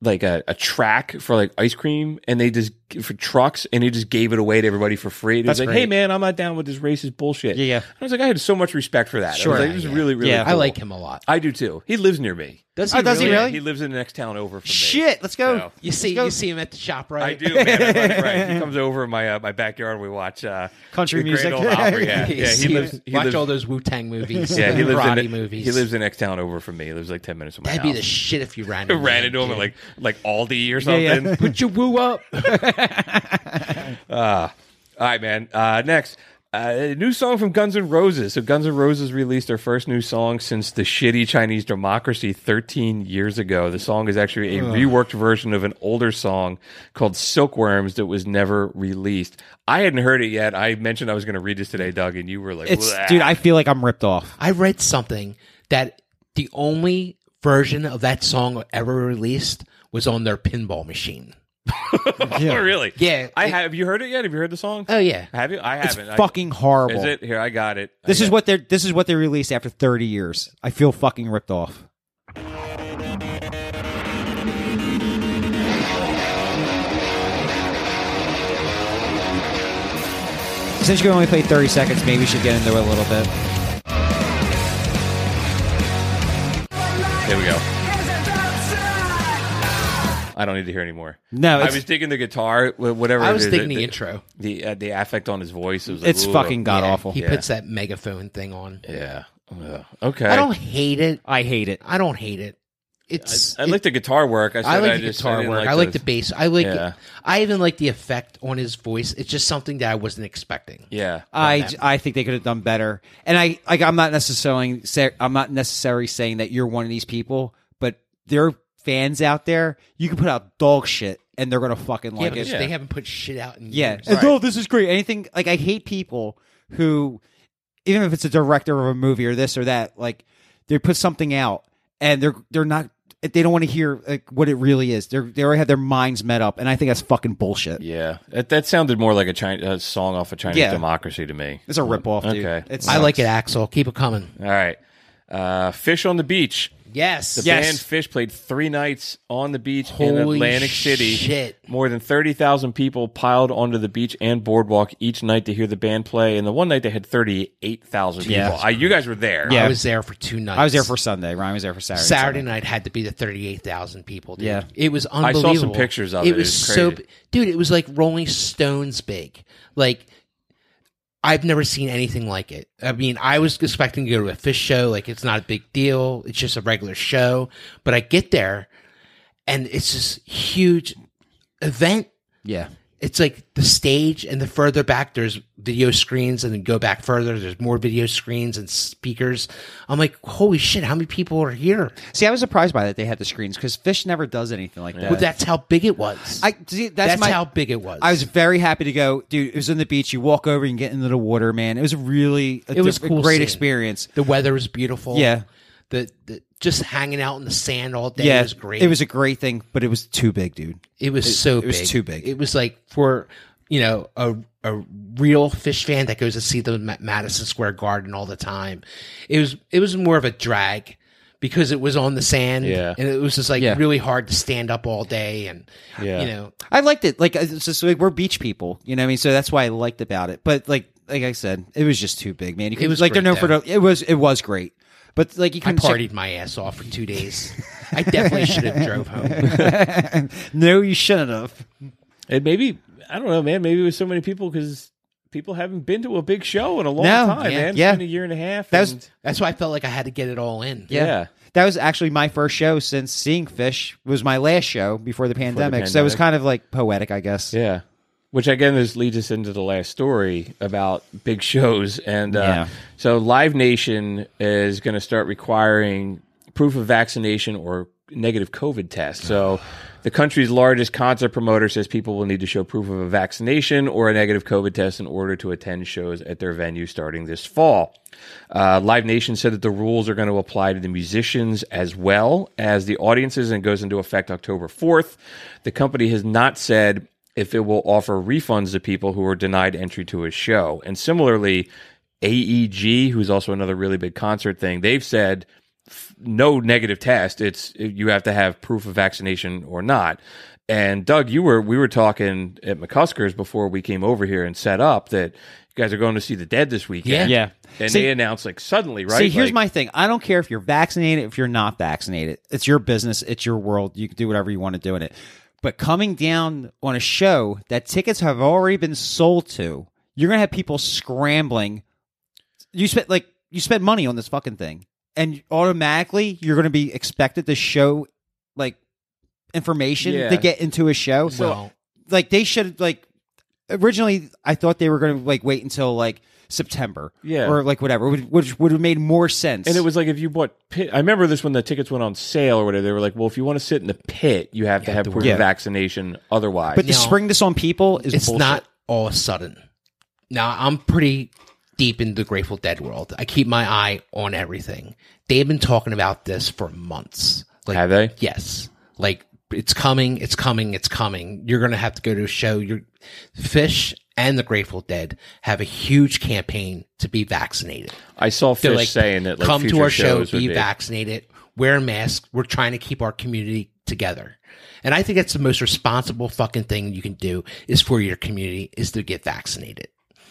Speaker 2: like a, a track for like ice cream and they just for trucks and he just gave it away to everybody for free. It was like,
Speaker 3: great.
Speaker 2: hey man, I'm not down with this racist bullshit.
Speaker 3: Yeah, yeah.
Speaker 2: I was like, I had so much respect for that. Sure, I was, like, this is really, really.
Speaker 3: Yeah.
Speaker 4: I
Speaker 2: cool.
Speaker 4: like him a lot.
Speaker 2: I do too. He lives near me.
Speaker 4: Does
Speaker 3: he Oh, does he
Speaker 2: Yeah,
Speaker 3: really?
Speaker 2: He lives in the next town over from me.
Speaker 3: Shit, let's go.
Speaker 2: So-
Speaker 4: You see, you see him at the shop, right?
Speaker 2: I do, man. I like- right. He comes over in my uh, my backyard. and We watch uh,
Speaker 3: Country
Speaker 2: the Great
Speaker 3: music.
Speaker 2: Old Opry. Yeah,
Speaker 4: You
Speaker 2: yeah. He
Speaker 4: see him.
Speaker 2: lives. He
Speaker 4: watch
Speaker 2: lives,
Speaker 4: all those Wu Tang movies.
Speaker 2: yeah, he lives
Speaker 4: karate
Speaker 2: in the,
Speaker 4: movies.
Speaker 2: He lives the next town over from me. He lives like ten minutes from my
Speaker 4: That'd
Speaker 2: house.
Speaker 4: be the shit if you ran
Speaker 2: I
Speaker 4: into
Speaker 2: ran into him at
Speaker 4: kid.
Speaker 2: like like Aldi or
Speaker 3: Yeah, yeah.
Speaker 2: something.
Speaker 4: put your woo up.
Speaker 2: All right, man. Uh, next, uh, a new song from Guns N' Roses. So Guns N' Roses released their first new song since the shitty Chinese Democracy 13 years ago. The song is actually a reworked version of an older song called Silkworms that was never released. I hadn't heard it yet. I mentioned I was going to read this today, Doug, and you were like,
Speaker 3: It's
Speaker 2: "Bleh."
Speaker 3: dude. I feel like I'm ripped off.
Speaker 4: I read something that the only version of that song ever released was on their pinball machine.
Speaker 2: oh, really?
Speaker 4: Yeah,
Speaker 2: I
Speaker 4: it-
Speaker 2: have. You heard it yet? Have you heard the song?
Speaker 4: Oh yeah,
Speaker 2: have you? I
Speaker 3: Uh, It's
Speaker 2: haven't. I-
Speaker 3: fucking horrible.
Speaker 2: Is it here? I got it.
Speaker 3: This
Speaker 2: I
Speaker 3: is
Speaker 2: got-
Speaker 3: what they're. This is what they released after 30 years. I feel fucking ripped off. Since you can only play 30 seconds, maybe we should get into it a little bit.
Speaker 2: Here we go. I don't need to hear anymore.
Speaker 3: No,
Speaker 2: I
Speaker 3: it's-
Speaker 2: was digging the guitar, wh- whatever.
Speaker 4: I
Speaker 2: it
Speaker 4: was
Speaker 2: is,
Speaker 4: digging the intro.
Speaker 2: The uh, the affect on his voice. It was like,
Speaker 3: It's
Speaker 2: "Ooh."
Speaker 3: fucking god
Speaker 4: Yeah,
Speaker 3: awful.
Speaker 4: He
Speaker 2: Oh, Yeah.
Speaker 4: puts that megaphone thing on.
Speaker 2: Yeah. Ugh. Okay.
Speaker 4: I don't hate it.
Speaker 3: I hate it.
Speaker 4: I don't hate it. It's
Speaker 2: I like the guitar work. I, said
Speaker 4: I like
Speaker 2: I
Speaker 4: the
Speaker 2: just,
Speaker 4: guitar
Speaker 2: didn't
Speaker 4: work. I like the
Speaker 2: those-
Speaker 4: bass. I like.
Speaker 2: Yeah.
Speaker 4: I even like the effect on his voice. It's just something that I wasn't expecting.
Speaker 2: Yeah.
Speaker 3: I, I think they could have done better. And I like I'm not necessarily say, I'm not necessarily saying that you're one of these people, but there are fans out there. You can put out dog shit and they're gonna fucking
Speaker 4: Yeah,
Speaker 3: like
Speaker 4: but
Speaker 3: it.
Speaker 4: they haven't put shit out in
Speaker 3: Yeah.
Speaker 4: years.
Speaker 3: And, Oh, this is great. Anything like I hate people who, even if it's a director of a movie or this or that, like they put something out and they're they're not they don't want to hear like what it really is. They are they already have their minds met up, and I think that's fucking bullshit.
Speaker 2: Yeah. That, that sounded more like a, China, a song off of Chinese
Speaker 3: Yeah.
Speaker 2: Democracy to me.
Speaker 3: It's a ripoff, dude.
Speaker 2: Okay.
Speaker 3: It's
Speaker 4: I like it, Axel. Keep it coming.
Speaker 2: All right. Uh, Fish on the Beach.
Speaker 4: Yes.
Speaker 2: The band Fish played three nights on the beach in
Speaker 4: Holy
Speaker 2: Atlantic City.
Speaker 4: shit.
Speaker 2: More than 30,000 people piled onto the beach and boardwalk each night to hear the band play. And the one night they had 38,000 people.
Speaker 3: Yeah.
Speaker 2: I, you guys were there.
Speaker 3: Yeah.
Speaker 4: I was there for two nights.
Speaker 3: I was there for Sunday. Ryan was there for Saturday.
Speaker 4: Saturday night had to be the thirty-eight thousand people. Dude.
Speaker 3: Yeah.
Speaker 4: it was
Speaker 2: I saw some
Speaker 4: unbelievable.
Speaker 2: pictures of it. It
Speaker 4: was
Speaker 2: was
Speaker 4: so,
Speaker 2: crazy.
Speaker 4: dude. It was like Rolling Stones big. Like I've never seen anything like it. I mean, I was expecting to go to a fish show. Like it's not a big deal. It's just a regular show. But I get there, and it's this huge event
Speaker 3: Yeah.
Speaker 4: it's like the stage and the further back there's video screens and then go back further there's more video screens and speakers i'm like holy shit how many people are here
Speaker 3: See, I was surprised by that they had the screens because Fish never does anything like that.
Speaker 4: well that's how big it was
Speaker 3: I see, that's,
Speaker 4: that's,
Speaker 3: my,
Speaker 4: how big it was
Speaker 3: I was very happy to go, dude. It was on the beach. You walk over and get into the water, man. It was really a
Speaker 4: It was
Speaker 3: diff- a
Speaker 4: cool
Speaker 3: great
Speaker 4: seeing.
Speaker 3: experience.
Speaker 4: the weather was beautiful
Speaker 3: Yeah.
Speaker 4: the, the just hanging out in the sand all day
Speaker 3: yeah,
Speaker 4: was great
Speaker 3: It was a great thing, but it was too big, dude.
Speaker 4: It was so big.
Speaker 3: it was too big.
Speaker 4: It was like for you know a a real fish fan that goes to see the Ma- Madison Square Garden all the time. It was it was more of a drag because it was on the sand
Speaker 2: Yeah.
Speaker 4: and it was just like
Speaker 3: Yeah.
Speaker 4: really hard to stand up all day and
Speaker 2: Yeah.
Speaker 4: you know
Speaker 3: I liked it. Like it's just like we're beach people, you know. what I mean, so that's why I liked about it. But like, like I said, it was just too big, man. You it
Speaker 4: was
Speaker 3: like they're
Speaker 4: great,
Speaker 3: known for
Speaker 4: though.
Speaker 3: the, it was it was great, but like you
Speaker 4: I
Speaker 3: couldn't
Speaker 4: partied my ass off for 2 days. I definitely should have drove home.
Speaker 3: no, you shouldn't have.
Speaker 2: And maybe, I don't know, man, maybe it was so many people because people haven't been to a big show in a long
Speaker 3: No,
Speaker 2: time,
Speaker 3: yeah,
Speaker 2: man. It's
Speaker 3: yeah.
Speaker 2: been a year and a half.
Speaker 3: That was-
Speaker 2: and-
Speaker 4: That's why I felt like I had to get it all in.
Speaker 2: yeah.
Speaker 3: That was actually my first show since seeing Fish was my last show before the pandemic. So it was
Speaker 2: pandemic.
Speaker 3: kind of like poetic, I guess.
Speaker 2: Yeah. Which again, this leads us into the last story about big shows, and uh,
Speaker 3: Yeah.
Speaker 2: so Live Nation is going to start requiring proof of vaccination or negative COVID test. So, the country's largest concert promoter says people will need to show proof of a vaccination or a negative COVID test in order to attend shows at their venue starting this fall. Uh, Live Nation said that the rules are going to apply to the musicians as well as the audiences, and goes into effect October fourth. The company has not said if it will offer refunds to people who are denied entry to a show. And similarly, AEG, E who's also another really big concert thing, they've said f- no negative test. It's you have to have proof of vaccination or not. And Doug, you were we were talking at McCuskers before we came over here and set up that you guys are going to see the Dead this weekend.
Speaker 3: Yeah.
Speaker 2: and
Speaker 3: See-
Speaker 2: they announced like suddenly, right?
Speaker 3: See, here's
Speaker 2: Like,
Speaker 3: my thing. I don't care if you're vaccinated, if you're not vaccinated. It's your business. It's your world. You can do whatever you want to do in it. But coming down on a show that tickets have already been sold to, you're gonna have people scrambling. You spent like you spent money on this fucking thing, and automatically you're gonna be expected to show like information
Speaker 2: Yeah.
Speaker 3: to get into a show.
Speaker 4: Well,
Speaker 3: like they should like originally I thought they were going to like wait until like September
Speaker 2: Yeah.
Speaker 3: or like whatever which- which would have made more sense
Speaker 2: And it was like if you bought pit. I remember this when the tickets went on sale or whatever. They were like, well, if you want to sit in the pit, you have to have proof
Speaker 3: wear-
Speaker 2: of
Speaker 3: Yeah.
Speaker 2: vaccination. Otherwise,
Speaker 3: but to
Speaker 4: No.
Speaker 3: spring this on people is
Speaker 4: it's
Speaker 3: bullshit.
Speaker 4: not all sudden. Now I'm pretty deep in the Grateful Dead world. I keep my eye on everything. They've been talking about this for months. Like,
Speaker 2: Have they?
Speaker 4: Yes. Like it's coming, it's coming, it's coming. You're gonna have to go to a show. Your Fish and the Grateful Dead have a huge campaign to be vaccinated.
Speaker 2: I saw
Speaker 4: They're
Speaker 2: Fish saying that like
Speaker 4: come to
Speaker 2: future
Speaker 4: our show,
Speaker 2: shows would
Speaker 4: be vaccinated, wear a mask. We're trying to keep our community together. And I think that's the most responsible fucking thing you can do is for your community is to get vaccinated.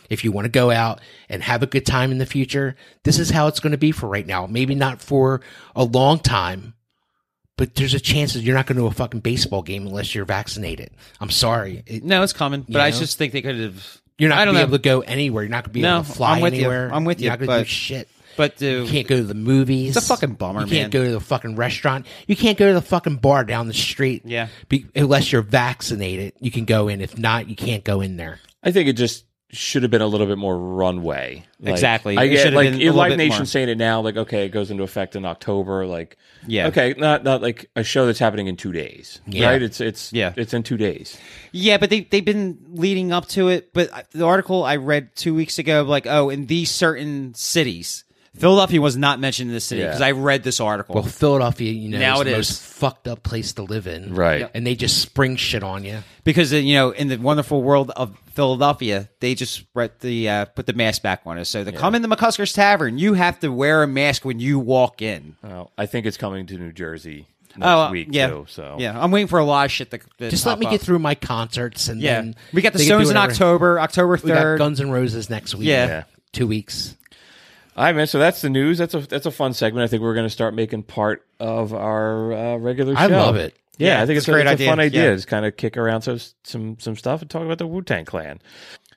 Speaker 4: If you want to go out and have a good time in the future, this is how it's going to be for right now. Maybe not for a long time, but there's a chance that you're not going to a fucking baseball game unless you're vaccinated. I'm sorry. It-
Speaker 3: no it's coming but I
Speaker 4: know?
Speaker 3: just think they could have
Speaker 4: you're not
Speaker 3: I
Speaker 4: going
Speaker 3: don't
Speaker 4: to be
Speaker 3: know
Speaker 4: able to go anywhere. You're not going to be
Speaker 3: No,
Speaker 4: able to fly
Speaker 3: I'm with you.
Speaker 4: anywhere.
Speaker 3: I'm with
Speaker 4: You're not
Speaker 3: you,
Speaker 4: going to do
Speaker 3: but-
Speaker 4: shit.
Speaker 3: but to,
Speaker 4: You can't go to the movies.
Speaker 3: It's a fucking bummer,
Speaker 4: You can't
Speaker 3: man.
Speaker 4: go to the fucking restaurant. You can't go to the fucking bar down the street.
Speaker 3: Yeah.
Speaker 4: Be, unless you're vaccinated, you can go in. If not, you can't go in there.
Speaker 2: I think it just should have been a little bit more runway. Like,
Speaker 3: Exactly.
Speaker 2: I
Speaker 3: It should
Speaker 2: get
Speaker 3: have
Speaker 2: like
Speaker 3: been a little
Speaker 2: Live
Speaker 3: bit
Speaker 2: Nation
Speaker 3: more.
Speaker 2: saying it now. Like okay, it goes into effect in October. Like
Speaker 3: Yeah.
Speaker 2: okay, not not like a show that's happening in two days. Right? It's it's
Speaker 3: Yeah.
Speaker 2: it's in two days.
Speaker 3: yeah but they they've been leading up to it but I- the article I read 2 weeks ago like oh in these certain cities Philadelphia was not mentioned in this city because
Speaker 2: Yeah.
Speaker 3: I read this article.
Speaker 4: Well, Oh, Philadelphia, you know,
Speaker 3: Now
Speaker 4: is
Speaker 3: it
Speaker 4: the
Speaker 3: is.
Speaker 4: most fucked up place to live in,
Speaker 2: Right. Yep.
Speaker 4: And they just spring shit on you.
Speaker 3: because uh, you know in the wonderful world of Philadelphia, they just put the uh, put the mask back on us. So to come in the McCusker's Tavern, you have to wear a mask when you walk in.
Speaker 2: Well, I think it's coming to New Jersey next
Speaker 3: uh,
Speaker 2: week
Speaker 3: yeah,
Speaker 2: too. So
Speaker 3: yeah, I'm waiting for a lot of shit to, to
Speaker 4: Just let
Speaker 3: pop
Speaker 4: me get
Speaker 3: up.
Speaker 4: through my concerts, and
Speaker 3: Yeah,
Speaker 4: then
Speaker 3: we got the
Speaker 4: they can do
Speaker 3: Stones in
Speaker 4: whatever.
Speaker 3: October, October
Speaker 4: We got
Speaker 3: third.
Speaker 4: Guns N' Roses next week.
Speaker 3: Yeah.
Speaker 2: Yeah.
Speaker 4: two weeks.
Speaker 2: All right, man. So that's the news. That's a that's a fun segment. I think we're going to start making part of our uh, regular show.
Speaker 4: I love it.
Speaker 2: Yeah,
Speaker 3: Yeah,
Speaker 2: I think
Speaker 3: it's
Speaker 2: it's,
Speaker 3: a
Speaker 2: a
Speaker 3: great
Speaker 2: it's a fun
Speaker 3: idea.
Speaker 2: idea.
Speaker 3: Yeah.
Speaker 2: Just kind of kick around some some some stuff and talk about the Wu Tang Clan.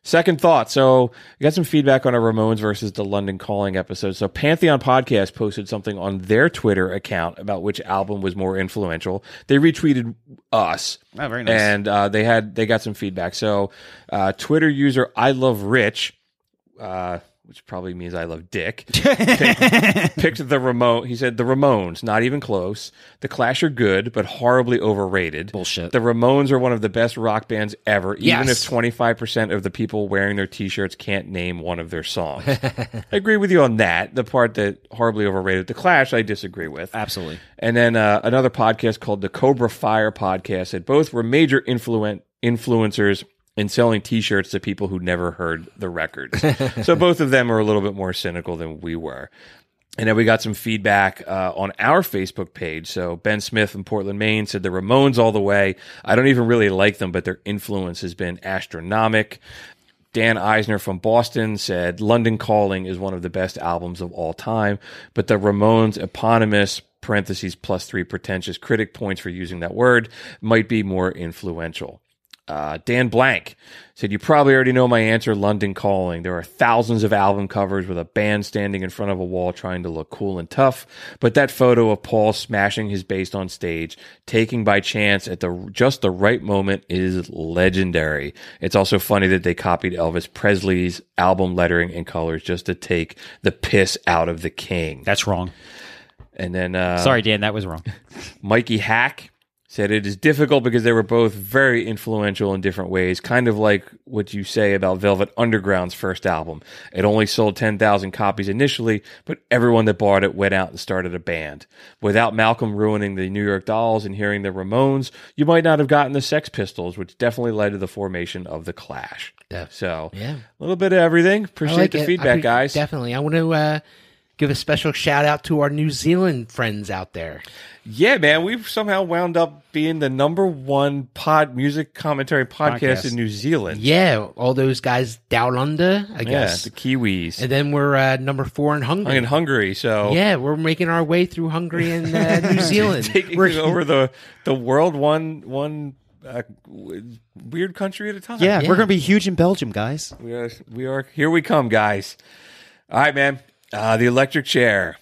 Speaker 2: Second thought. So I got some feedback on our Ramones versus the London Calling episode. So Pantheon Podcast posted something on their Twitter account about which album was more influential. They retweeted us.
Speaker 3: Oh, very nice.
Speaker 2: And uh, they had they got some feedback. So uh, Twitter user I love Rich uh, which probably means I love dick, picked, picked the Ramon. He said the Ramones, not even close. The Clash are good, but horribly overrated.
Speaker 3: Bullshit.
Speaker 2: The Ramones are one of the best rock bands ever, even
Speaker 4: Yes.
Speaker 2: if 25% of the people wearing their t-shirts can't name one of their songs. I agree with you on that. The part that horribly overrated. The Clash, I disagree with.
Speaker 3: Absolutely.
Speaker 2: And then uh, another podcast called the Cobra Fire podcast that both were major influen- influencers in selling T-shirts to people who never heard the records. so both of them are a little bit more cynical than we were. And then we got some feedback uh, on our Facebook page. So Ben Smith in Portland, Maine said the Ramones all the way. I don't even really like them, but their influence has been astronomic. Dan Eisner from Boston said London Calling is one of the best albums of all time, but the Ramones eponymous parentheses plus three pretentious critic points for using that word might be more influential. Uh, Dan Blank said, You probably already know my answer London Calling. There are thousands of album covers with a band standing in front of a wall trying to look cool and tough, but that photo of Paul smashing his bass on stage, taking by chance at the just the right moment, is legendary. It's also funny that they copied Elvis Presley's album lettering and colors just to take the piss out of the king.
Speaker 3: That's wrong.
Speaker 2: And then, uh,
Speaker 3: Sorry, Dan, that was wrong.
Speaker 2: Mikey Hack said it is difficult because they were both very influential in different ways, kind of like what you say about Velvet Underground's first album. It only sold 10,000 copies initially, but everyone that bought it went out and started a band. Without Malcolm ruining the New York Dolls and hearing the Ramones, you might not have gotten the Sex Pistols, which definitely led to the formation of the Clash.
Speaker 4: Yeah.
Speaker 2: So,
Speaker 4: Yeah.
Speaker 2: a little bit of everything.
Speaker 4: I
Speaker 2: Appreciate
Speaker 4: like
Speaker 2: the
Speaker 4: it. I
Speaker 2: feedback,
Speaker 4: pre-
Speaker 2: guys.
Speaker 4: Definitely. I want to uh, give a special shout out to our New Zealand friends out there.
Speaker 2: Yeah, man, we've somehow wound up being the number one pod music commentary podcast,
Speaker 3: Podcast.
Speaker 2: in New Zealand.
Speaker 4: Yeah, all those guys down under, I guess.
Speaker 2: the Kiwis.
Speaker 4: And then we're uh, number four in
Speaker 2: I'm
Speaker 4: Hungary.
Speaker 2: in Hungary, so
Speaker 4: Yeah, we're making our way through Hungary and uh, New Zealand.
Speaker 2: taking
Speaker 4: We're-
Speaker 2: over the the world one one uh, w- weird country at a time.
Speaker 3: yeah,
Speaker 4: Yeah.
Speaker 3: we're gonna be huge in Belgium, guys.
Speaker 2: we are. We are here. We come, guys. All right, man. Uh, the electric chair.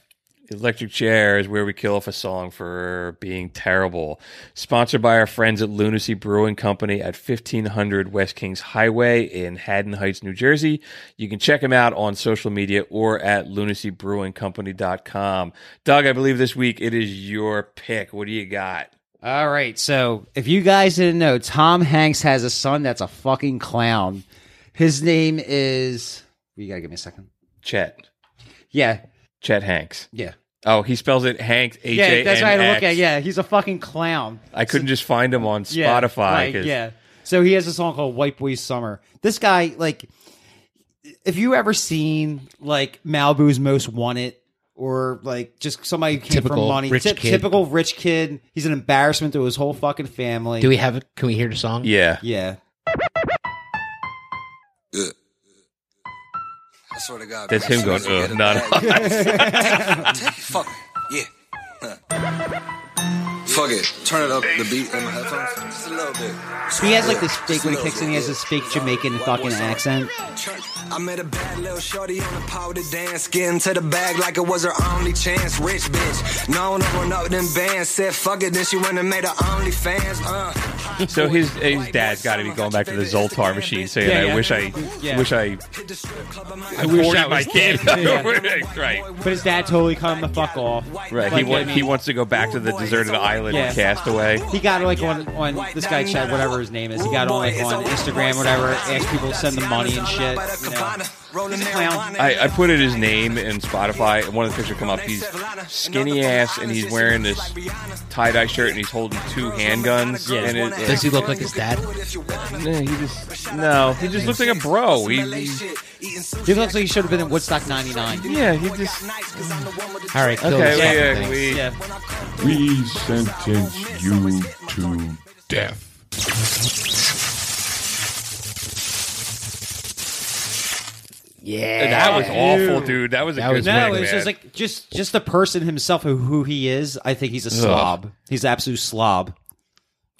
Speaker 2: The electric chair is where we kill off a song for being terrible. Sponsored by our friends at Lunacy Brewing Company at 1500 West Kings Highway in Haddon Heights, New Jersey. You can check them out on social media or at lunacybrewingcompany.com. Doug, I believe this week it is your pick. What do you got?
Speaker 3: All right. So if you guys didn't know, Tom Hanks has a son that's a fucking clown. His name is. You gotta give me a second.
Speaker 2: Chet.
Speaker 3: Yeah.
Speaker 2: Chet Hanks.
Speaker 3: Yeah.
Speaker 2: Oh, he spells it Hanks. H A N
Speaker 3: Yeah,
Speaker 2: X.
Speaker 3: that's what I look at. Yeah, he's a fucking clown.
Speaker 2: I couldn't just find him on
Speaker 3: Yeah,
Speaker 2: Spotify.
Speaker 3: like,
Speaker 2: 'cause-
Speaker 3: yeah. So he has a song called White Boy Summer. This guy, like, if you ever seen like Malibu's Most Wanted or like just somebody who came from
Speaker 4: Typical
Speaker 3: money,
Speaker 4: rich
Speaker 3: typ-
Speaker 4: kid.
Speaker 3: typical rich kid, he's an embarrassment to his whole fucking family.
Speaker 4: Do we have? Can we hear the song?
Speaker 2: yeah.
Speaker 3: yeah.
Speaker 7: I swear to God.
Speaker 2: That's
Speaker 7: man,
Speaker 2: him
Speaker 7: as soon
Speaker 2: going,
Speaker 7: as
Speaker 2: "Uh,
Speaker 7: you
Speaker 2: not
Speaker 7: get a bag, take, take, fuck it. Yeah. Huh. Fuck it. Turn it up the beat on my headphones. Just a little bit.
Speaker 3: He has like this fake when he kicks in, he has this fake Jamaican fucking accent.
Speaker 7: Church. I met a bad little shorty on the powder dance. Get into the bag like it was her only chance. Rich bitch. Known up on up them bands. Said fuck it. Then she went and made her OnlyFans. Uh.
Speaker 2: So his his dad's got to be going back to the Zoltar machine, saying,
Speaker 3: Yeah, yeah.
Speaker 2: "I wish I
Speaker 3: Yeah.
Speaker 2: wish I
Speaker 7: I
Speaker 2: wish
Speaker 3: that
Speaker 2: my
Speaker 3: was
Speaker 2: kid." right,
Speaker 3: But his dad totally cut him the fuck off.
Speaker 2: right. He
Speaker 3: Like,
Speaker 2: wa-
Speaker 3: I mean-
Speaker 2: he wants to go back to the deserted Island
Speaker 3: Yeah.
Speaker 2: Castaway.
Speaker 3: He got like on on this guy Chad, whatever his name is. He got on like on Instagram, whatever. Asked people to send them money and shit. You know.
Speaker 2: I, I put in his name in Spotify, and one of the pictures come up. He's skinny ass, and he's wearing this tie dye shirt, and he's holding two handguns.
Speaker 3: Yeah.
Speaker 2: and it,
Speaker 4: Does he look like his dad?
Speaker 2: Yeah, he just no. He just looks like a bro. He, he-
Speaker 3: He looks like he should have been in Woodstock '99.
Speaker 2: yeah. He just
Speaker 4: All right, kill
Speaker 2: okay.
Speaker 4: this fucking
Speaker 2: Yeah, we,
Speaker 4: thing.
Speaker 3: Yeah.
Speaker 8: We sentence you to death.
Speaker 4: Yeah,
Speaker 2: that was awful, dude. That was a
Speaker 4: That
Speaker 2: good
Speaker 4: was
Speaker 2: pick,
Speaker 3: No, it's
Speaker 2: man.
Speaker 3: just like just just the person himself who, who he is. I think he's a slob. He's an absolute slob.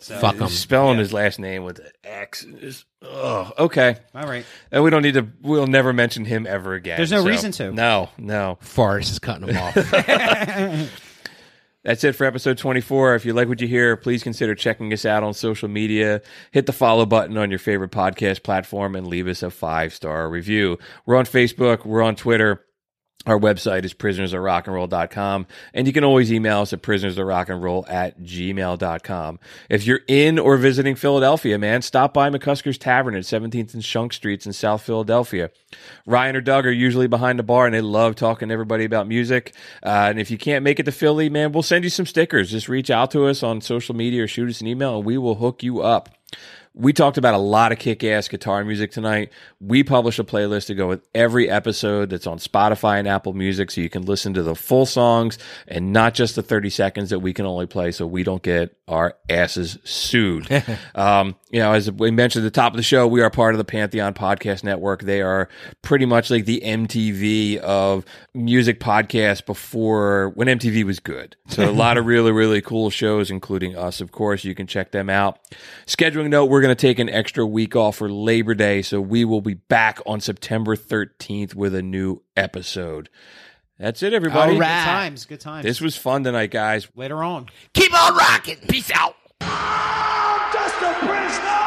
Speaker 4: fuck him.
Speaker 2: spelling his last name with an X. is- Ugh. Okay.
Speaker 3: All right.
Speaker 2: And we don't need to. We'll never mention him ever again.
Speaker 3: There's no reason to.
Speaker 2: No, no.
Speaker 4: Forrest is cutting him off.
Speaker 2: That's it for episode 24. If you like what you hear, please consider checking us out on social media. Hit the follow button on your favorite podcast platform and leave us a five star review. We're on Facebook. We're on Twitter. Our website is prisonersofrockandroll.com, and you can always email us at prisonersofrockandroll at gmail.com. If you're in or visiting Philadelphia, man, stop by McCusker's Tavern at 17th and Shunk Streets in South Philadelphia. Ryan or Doug are usually behind the bar, and they love talking to everybody about music. Uh, and if you can't make it to Philly, man, we'll send you some stickers. Just reach out to us on social media or shoot us an email, and we will hook you up. We talked about a lot of kick ass guitar music tonight. We publish a playlist to go with every episode that's on Spotify and Apple Music so you can listen to the full songs and not just the 30 seconds that we can only play so we don't get our asses sued. um, you know, as we mentioned at the top of the show, we are part of the Pantheon Podcast Network. They are pretty much like the MTV of music podcasts before when MTV was good. So a lot of really, really cool shows, including us, of course. You can check them out. Scheduling note, we're going to take an extra week off for Labor Day. So we will be back on September 13th with a new episode. That's it, everybody.
Speaker 4: All right.
Speaker 3: Good times. Good times.
Speaker 2: This was fun tonight, guys.
Speaker 3: Later on.
Speaker 4: Keep on rocking. Peace out.
Speaker 5: just a prisoner.